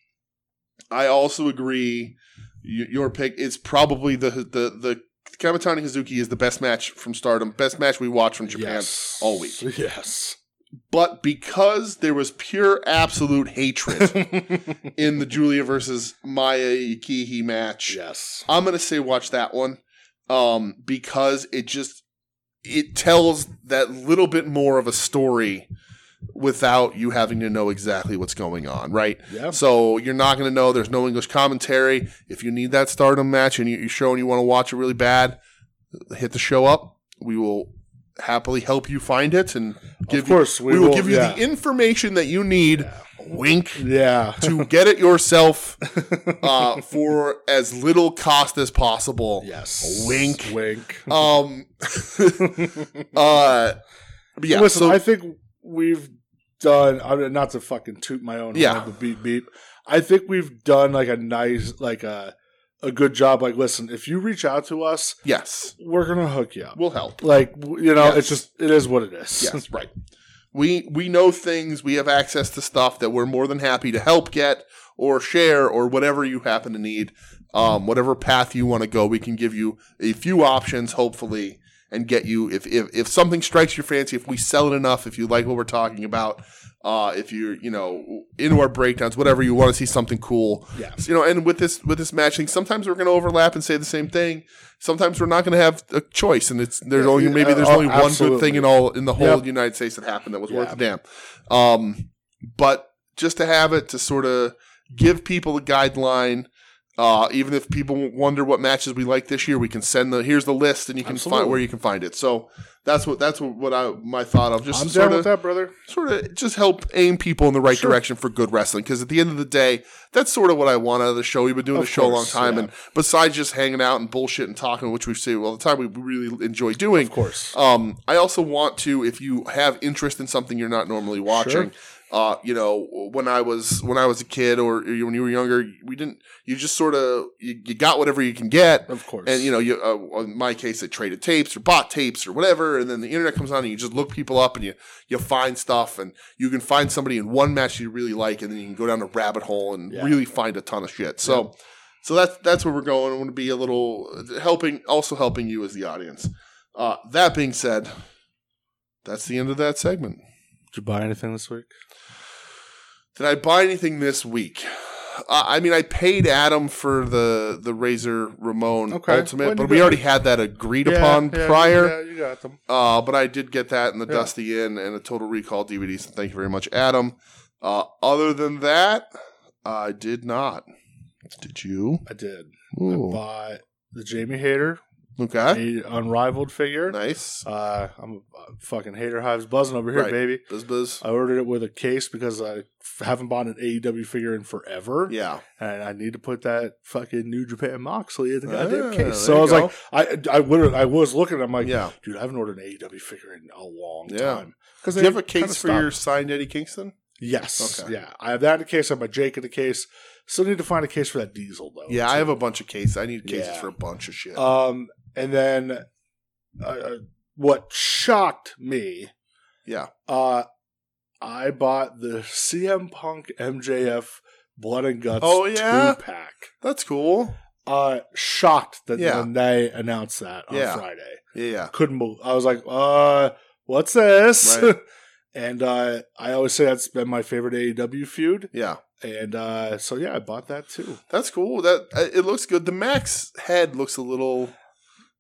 A: I also agree. y- Your pick is probably the the the Kamatani Hazuki is the best match from Stardom, best match we watched from Japan
B: Yes.
A: all week.
B: Yes.
A: But because there was pure absolute hatred in the Julia versus Maya Ikihi match,
B: yes.
A: I'm gonna say watch that one, um, because it just it tells that little bit more of a story without you having to know exactly what's going on, right?
B: Yeah.
A: So you're not gonna know. There's no English commentary. If you need that Stardom match and you- you're showing you want to watch it really bad, hit the show up. We will happily help you find it and give
B: of course,
A: you. We, will, give you the information that you need. Wink
B: yeah.
A: to get it yourself uh, for as little cost as possible.
B: yes.
A: Wink.
B: Wink.
A: Um. uh. but Yeah.
B: Listen,
A: so
B: I think we've done. I mean, not to fucking toot my own.
A: Yeah.
B: Horn, but beep beep. I think we've done like a nice, like a a good job. Like, listen, if you reach out to us,
A: yes,
B: we're gonna hook you up.
A: we'll help.
B: Like, w- you know,
A: Yes.
B: it's just it is what it is.
A: Yes, right. We we know things. We have access to stuff that we're more than happy to help get or share or whatever you happen to need. Um, whatever path you want to go, we can give you a few options, hopefully, and get you if if, if something strikes your fancy. If we sell it enough, if you like what we're talking about, uh, if you're you know into our breakdowns, whatever you want to see something cool,
B: Yeah.
A: so, you know. And with this with this matching, sometimes we're going to overlap and say the same thing. Sometimes we're not going to have a choice, and it's there's only maybe there's
B: Uh,
A: only one good
B: absolutely.
A: thing in all in the whole
B: Yep.
A: United States that happened that was worth
B: Yeah.
A: a damn. Um, but just to have it to sort of give people a guideline. Uh, even if people wonder what matches we like this year, we can send the here's the list and you can
B: Absolutely.
A: find where you can find it. So that's what that's what, what I my thought of just
B: I'm
A: sort
B: down
A: of
B: with that, brother.
A: sort of just help aim people in the right
B: Sure.
A: direction for good wrestling. Because at the end of the day, that's sort of what I want out of the show. We've been doing
B: Of
A: the show a long
B: course,
A: time,
B: yeah.
A: and besides just hanging out and bullshit and talking, which we see all the time, we really enjoy doing.
B: Of course.
A: Um, I also want to, if you have interest in something you're not normally watching, uh, you know, when I was when I was a kid or when you were younger, we didn't. You just sort of you, you got whatever you can get.
B: Of course.
A: And you know, you uh, in my case, they traded tapes or bought tapes or whatever, and then the internet comes on, and you just look people up, and you you find stuff, and you can find somebody in one match you really like, and then you can go down a rabbit hole and
B: Yeah.
A: really find a ton of shit. So, so that's that's where we're going. I want to be a little uh, helping, also helping you as the audience. Uh, that being said, that's the end of that segment.
B: Did you buy anything this week?
A: Did I buy anything this week? Uh, I mean, I paid Adam for the the Razor Ramon
B: Okay.
A: Ultimate,
B: When
A: but
B: you
A: we
B: got-
A: already had that agreed upon prior.
B: Yeah, you got them.
A: Uh, but I did get that in the
B: Yeah.
A: Dusty Inn and a Total Recall DVD. So thank you very much, Adam. Uh, other than that, I did not. Did you?
B: I did.
A: Ooh.
B: I bought the Jamie Hater,
A: Okay.
B: a unrivaled figure.
A: Nice.
B: Uh, I'm a fucking hater hives buzzing over here,
A: Right.
B: baby.
A: Buzz buzz.
B: I ordered it with a case because I f- haven't bought an AEW figure in forever,
A: Yeah.
B: and I need to put that fucking New Japan Moxley in the
A: Ah,
B: goddamn
A: there
B: case. So
A: you
B: I was
A: go.
B: like, I I literally, I was looking, I'm like,
A: yeah.
B: dude, I haven't ordered an AEW figure in a long
A: Yeah.
B: time. Because
A: Do you have a case for your signed Eddie Kingston?
B: Yes,
A: Okay.
B: yeah, I have that in the case. I have my Jake in the case. Still need to find a case for that Diesel though.
A: Yeah, I have a bunch of cases. I need cases
B: Oh, Yeah.
A: for a bunch of shit.
B: Um, and then uh, uh, what shocked me?
A: Yeah.
B: Uh, I bought the CM Punk MJF Blood and Guts
A: Oh, yeah?
B: two pack.
A: That's cool.
B: uh, shocked that
A: Yeah.
B: when they announced that on
A: Yeah.
B: Friday.
A: Yeah.
B: Couldn't believe. I was like, uh, what's this?
A: Right.
B: and uh, I always say that's been my favorite AEW feud.
A: Yeah.
B: And uh, so yeah, I bought that too.
A: That's cool. That uh, it looks good. The Max head looks a little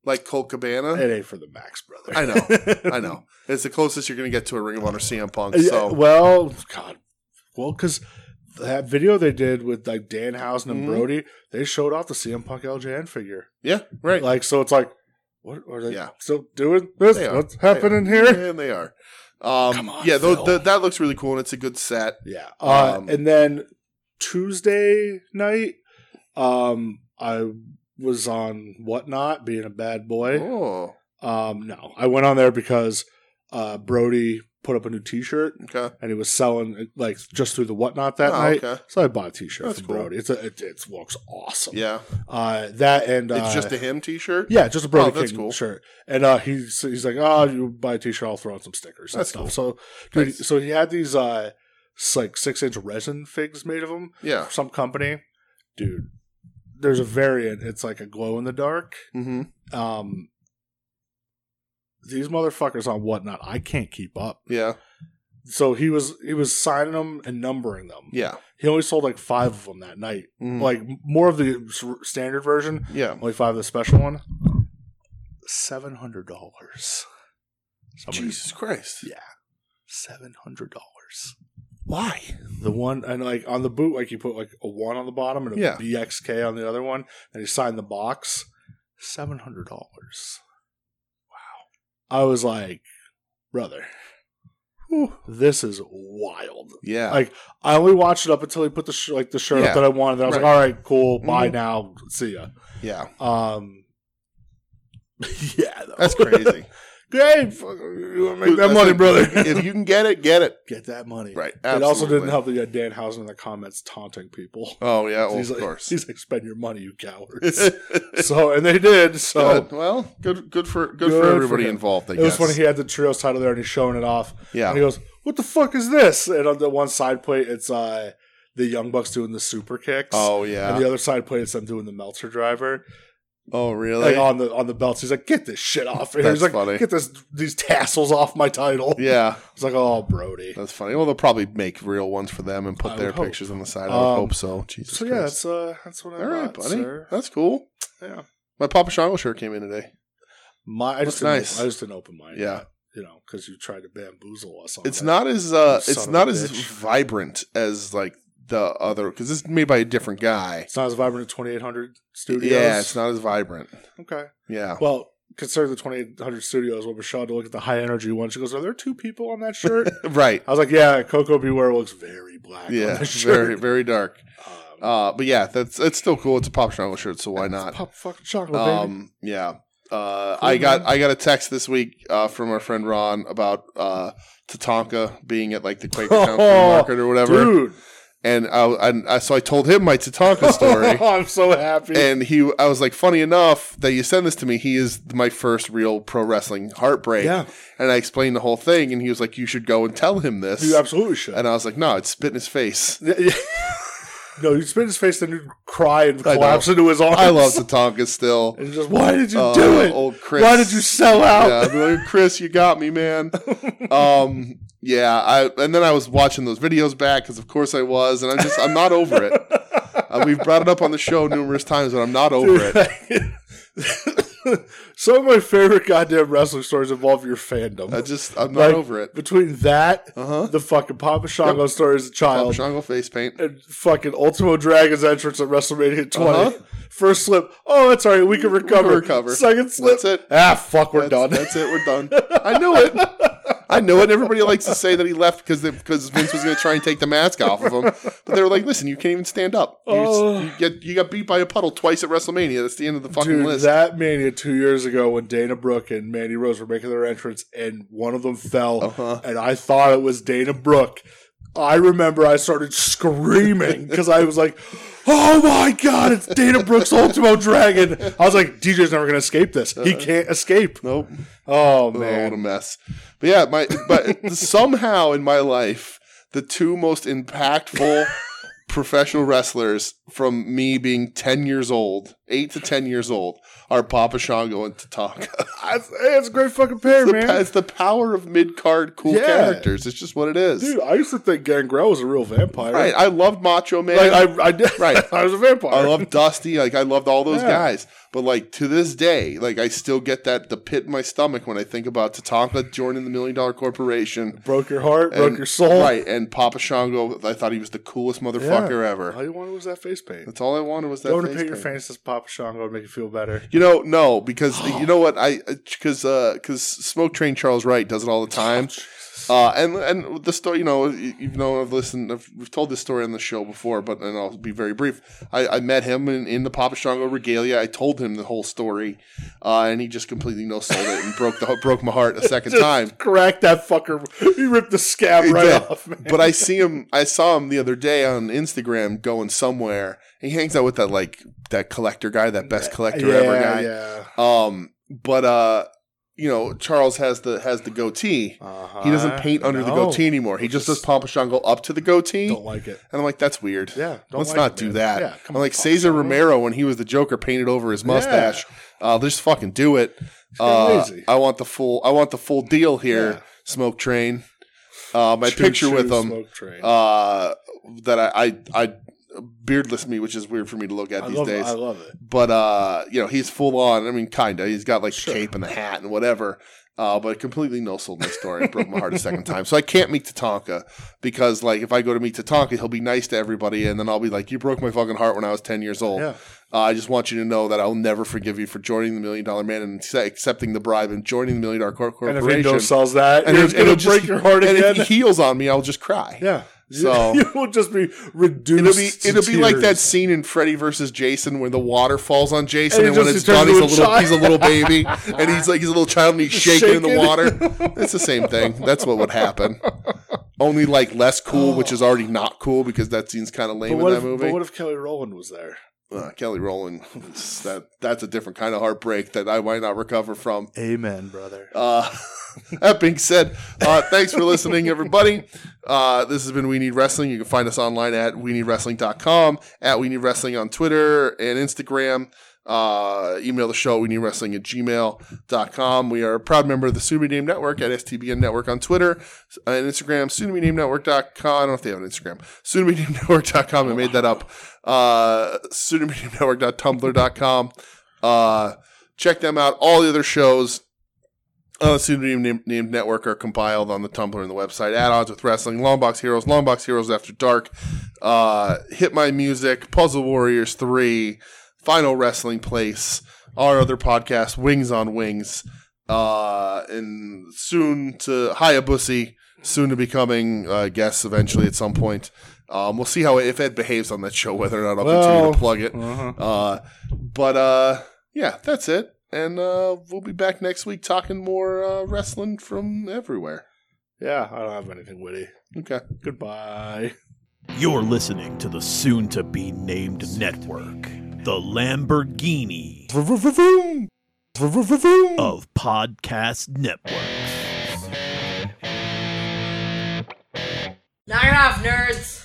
A: like Colt Cabana.
B: It ain't for the Max brother.
A: I know. I know. It's the closest you're going to get to a Ring of Honor CM Punk.
B: Yeah,
A: So
B: well, God, well, because that video they did with like Dan Housen and
A: Mhm.
B: Brody, they showed off the CM Punk LJN figure.
A: yeah, right.
B: Like, so it's like, what are they
A: Yeah.
B: still doing? This?
A: They are.
B: What's happening here?
A: And they are. Um,
B: Come on,
A: yeah, tho-
B: Phil.
A: th- that looks really cool, and it's a good set.
B: Yeah. Uh,
A: Um,
B: and then Tuesday night, um, I was on whatnot being a bad boy.
A: Oh,
B: Um, no, I went on there because uh, Brody put up a new T-shirt
A: okay.
B: and he was selling uh, like just through the whatnot that
A: Oh,
B: night.
A: okay.
B: So I bought a T-shirt
A: That's
B: from
A: cool.
B: Brody. It's a, it, it looks awesome.
A: Yeah,
B: Uh, that and uh,
A: it's just a him T-shirt.
B: yeah, just a Brody
A: Oh, that's
B: King
A: cool.
B: shirt. And uh, he's he's like, oh, you buy a T-shirt, I'll throw on some stickers
A: That's
B: and
A: cool.
B: stuff. So dude,
A: Nice.
B: so he had these uh s- like six inch resin figs made of them.
A: Yeah.
B: Some company, dude. There's a variant. It's like a glow in the dark.
A: Mm-hmm.
B: Um, these motherfuckers on whatnot. I can't keep up.
A: Yeah.
B: So he was he was signing them and numbering them.
A: Yeah.
B: He only sold like five of them that night.
A: Mhm.
B: Like more of the s- standard version,
A: yeah.
B: only five of the special one. Seven hundred dollars.
A: Jesus Christ.
B: Yeah. Seven hundred dollars.
A: Why?
B: The one and like on the boot, like you put like a one on the bottom and a
A: Yeah.
B: BXK on the other one, and he signed the box. Seven hundred dollars. Wow. I was like, brother, whew, this is wild.
A: Yeah.
B: Like I only watched it up until he put the sh- like the shirt
A: Yeah.
B: up that I wanted. I was
A: Right.
B: like, all right, cool, bye
A: Mhm.
B: now, see ya.
A: yeah.
B: Um, yeah, though.
A: That's crazy.
B: great. Fuck, you want to make
A: Dude,
B: that
A: that's
B: money,
A: like-
B: brother?
A: if you can get it, get it.
B: Get that money.
A: Right.
B: It also
A: absolutely.
B: didn't help that you had Dan Housen in the comments taunting people.
A: Oh yeah. Well,
B: he's
A: of
B: like,
A: course.
B: He's like, spend your money, you cowards. so, and they did. So
A: Good. Well, good. Good for good,
B: Good
A: for
B: for
A: everybody
B: him.
A: involved. I
B: it was
A: guess.
B: funny. He had the trios title there, and he's showing it off. And he
A: yeah.
B: goes, "What the fuck is this?" And on the one side plate, it's uh the Young Bucks doing the super kicks.
A: Oh
B: And
A: yeah.
B: the other side plate, it's them doing the Meltzer driver.
A: Oh really?
B: Like on the on the belts, he's like, "Get this shit off!" And
A: That's
B: he's like,
A: funny.
B: "Get this these tassels off my title."
A: Yeah.
B: It's like, "Oh, Brody."
A: That's funny. Well, they'll probably make real ones for them and put
B: I
A: their
B: would hope.
A: pictures on the side. I would
B: Um,
A: hope so. Jesus.
B: So yeah,
A: Christ.
B: that's uh that's what I
A: all right,
B: bought,
A: buddy.
B: sir.
A: That's cool.
B: Yeah.
A: My Papa Shango shirt came in today.
B: My, I
A: Looks
B: just didn't,
A: nice.
B: I just didn't open mine.
A: Yeah.
B: yet, you know, because you tried to bamboozle us. on
A: It's
B: that.
A: not as uh,
B: Oh, You
A: it's
B: son
A: not
B: of a
A: as
B: bitch.
A: vibrant as like the other because this is made by a different guy.
B: It's not as vibrant at 2800 Studios.
A: Yeah, it's not as vibrant.
B: Okay.
A: Yeah.
B: Well, considering the 2800 Studios, when Michelle had to look at the high energy one, she goes, "Are there two people on that shirt?"
A: right.
B: I was like, "Yeah, Coco Beware looks very black." on
A: Yeah.
B: that
A: Very
B: shirt.
A: very dark.
B: Um,
A: Uh, but yeah, that's it's still cool. It's a Papa Shango shirt, so why not?
B: Pop fucking chocolate, baby.
A: Um, yeah. Uh, I got I got a text this week uh, from our friend Ron about uh, Tatanka being at like the Quakertown Food Market or whatever,
B: Dude,
A: and I, I, I so I told him my Tatanka story,
B: I'm so happy.
A: and he I was like, funny enough that you send this to me. He is my first real pro wrestling heartbreak,
B: yeah,
A: and I explained the whole thing, and he was like, you should go and tell him this,
B: you absolutely should.
A: and I was like, no, it's spit in his face.
B: Yeah, yeah. no, you'd spit in his face, then you'd cry and
A: I know.
B: collapse into his arms.
A: I love Tatanka still.
B: And just, why did you
A: Uh,
B: do it?
A: old Chris.
B: Why did you sell out?
A: Yeah, I'd be like, Chris, you got me, man. um, yeah, I and then I was watching those videos back because, of course, I was, and I'm just I'm not over it. Uh, we've brought it up on the show numerous times, but I'm not over it.
B: Some of my favorite goddamn wrestling stories involve your fandom.
A: I just I'm not
B: Like,
A: over it.
B: Between that,
A: Uh huh.
B: the fucking Papa Shango story as a child,
A: Shango face paint.
B: and fucking Ultimo Dragon's entrance at WrestleMania 20.
A: Uh-huh.
B: First slip, oh, that's all right, we can recover.
A: recover.
B: Second slip,
A: That's it.
B: ah, fuck, we're
A: That's,
B: done.
A: that's it. We're done. I knew it. I knew it. Everybody likes to say that he left because because Vince was going to try and take the mask off of him, but they were like, "Listen, you can't even stand up. You,
B: Oh.
A: you get you got beat by a puddle twice at WrestleMania. That's the end of the fucking
B: Dude,
A: list."
B: that mania two years ago when Dana Brooke and Mandy Rose were making their entrance, and one of them fell,
A: Uh-huh.
B: and I thought it was Dana Brooke. I remember I started screaming because I was like, "Oh my god, it's Dana Brooke's Ultimo Dragon!" I was like, "DJ's never gonna escape this. He can't escape."
A: Uh-huh. nope.
B: Oh
A: Oh, what
B: man,
A: a mess. But yeah, my but somehow in my life, the two most impactful professional wrestlers from me being 10 years old, 8 to 10 years old, are Papa Shango and Tatanka.
B: That's, hey, that's a great fucking pair,
A: It's the,
B: man.
A: pa- it's the power of mid card cool
B: Yeah.
A: characters. It's just what it is.
B: Dude, I used to think Gangrel was a real vampire.
A: right. I loved Macho Man.
B: Like I, I did.
A: Right.
B: I was a vampire.
A: I loved Dusty. Like I loved all those
B: Yeah.
A: guys. But like to this day, like I still get that the pit in my stomach when I think about Tatanka joining the Million Dollar Corporation.
B: broke your heart, broke
A: and-
B: your soul.
A: Right. And Papa Shango, I thought he was the coolest motherfucker ever.
B: All you wanted was that face paint.
A: That's all I wanted was that.
B: Go and
A: face
B: paint your
A: paint.
B: face as Papa Shango and make you feel better.
A: You know, no, because you know what I because uh, because Smoke Train Charles Wright does it all the
B: Oh,
A: time. Uh, and and the story, you know, you you know, I've listened, I've, we've told this story on the show before, but and I'll be very brief. I, I met him in, in the Papa Shango regalia. I told him the whole story, uh, and he just completely no sold it and broke the broke my heart a second time.
B: Crack that fucker. He ripped the scab right
A: did.
B: off, man.
A: But I see him. I saw him the other day on Instagram going somewhere. He hangs out with that like that collector guy, that best collector ever guy.
B: yeah.
A: Um, but uh, you know, Charles has the has the goatee.
B: Uh-huh.
A: He doesn't paint under the
B: No.
A: goatee anymore. He just does Papa Shango up to the goatee.
B: Don't
A: And
B: like it.
A: I'm like, that's weird.
B: Yeah, don't
A: Let's
B: like
A: not
B: it,
A: do
B: man.
A: that.
B: Yeah, come
A: I'm
B: on,
A: like
B: Papa
A: Cesar
B: Shango.
A: Romero when he was the Joker painted over his mustache. Uh, let's fucking do it.
B: kinda
A: Uh,
B: lazy.
A: I want the full. I want the full deal here.
B: Yeah.
A: Smoke train. Uh, my
B: Choo
A: picture
B: choo
A: with him
B: smoke train.
A: uh, that I, I I beardless me, which is weird for me to look at
B: I,
A: these
B: love,
A: days
B: I love it.
A: but uh, you know, he's full on. I mean, kinda. He's got like
B: Sure.
A: the cape and the hat and whatever. Uh, but completely no sold my story and broke my heart a second time. So I can't meet Tatanka because like if I go to meet Tatanka, he'll be nice to everybody, and then I'll be like, "You broke my fucking heart when I was ten years old.
B: Yeah.
A: Uh, I just want you to know that I'll never forgive you for joining the Million Dollar Man and ac- accepting the bribe and joining the Million Dollar Cor-
B: And if
A: Corporation."
B: Indo sells that,
A: And
B: and you're
A: if- and
B: going
A: it'll
B: to break
A: just-
B: your heart
A: and
B: again.
A: if he heals on me, I'll just cry.
B: yeah.
A: So-
B: you will just be reduced.
A: It'll be
B: to
A: it'll be like that
B: tears.
A: scene in Freddy versus Jason where the water falls on Jason
B: And
A: and,
B: he
A: when it's
B: just turns
A: done he's a
B: into a
A: little
B: child.
A: he's a little baby and he's like he's a little child and he's shaking, in the
B: Shaking.
A: water. It's the same thing. That's what would happen. Only like less cool, which is already not cool because that scene's kind of
B: But
A: lame in
B: what,
A: that
B: if,
A: movie.
B: but what if Kelly Rowland was there?
A: Uh, Kelly Rowland, it's- that that's a different kind of heartbreak that I might not recover from.
B: Amen, brother.
A: Uh, that being said, uh, thanks for listening, everybody. Uh, this has been We Need Wrestling. You can find us online at we need wrestling.com, at we need wrestling on Twitter and Instagram. Uh, email the show, we need wrestling at gmail.com. We are a proud member of the Pseudonym Name Network at STBN Network on Twitter and Instagram, pseudonymenamenetwork.com. I don't know if they have an Instagram, pseudonymenamenetwork.com. I made that up. Uh, pseudonymenamenetwork.tumblr.com. Uh, check them out. All the other shows, uh, pseudonym named, named network are compiled on the Tumblr and the website. At odds with wrestling, Longbox Heroes, Longbox Heroes After Dark, uh, Hit My Music, Puzzle Warriors Three, Final Wrestling Place, our other podcast, Wings on Wings, uh, and soon to Hayabusa, soon to becoming uh, guests eventually at some point. Um, we'll see how if Ed behaves on that show, whether or not I'll continue
B: Well,
A: to plug it.
B: Uh-huh.
A: Uh, but uh, yeah, that's it. And uh, we'll be back next week talking more uh, wrestling from everywhere.
B: Yeah, I don't have anything witty.
A: Okay.
B: Goodbye.
C: You're listening to the soon to be named network, the Lamborghini of podcast networks.
D: Knock it off, nerds!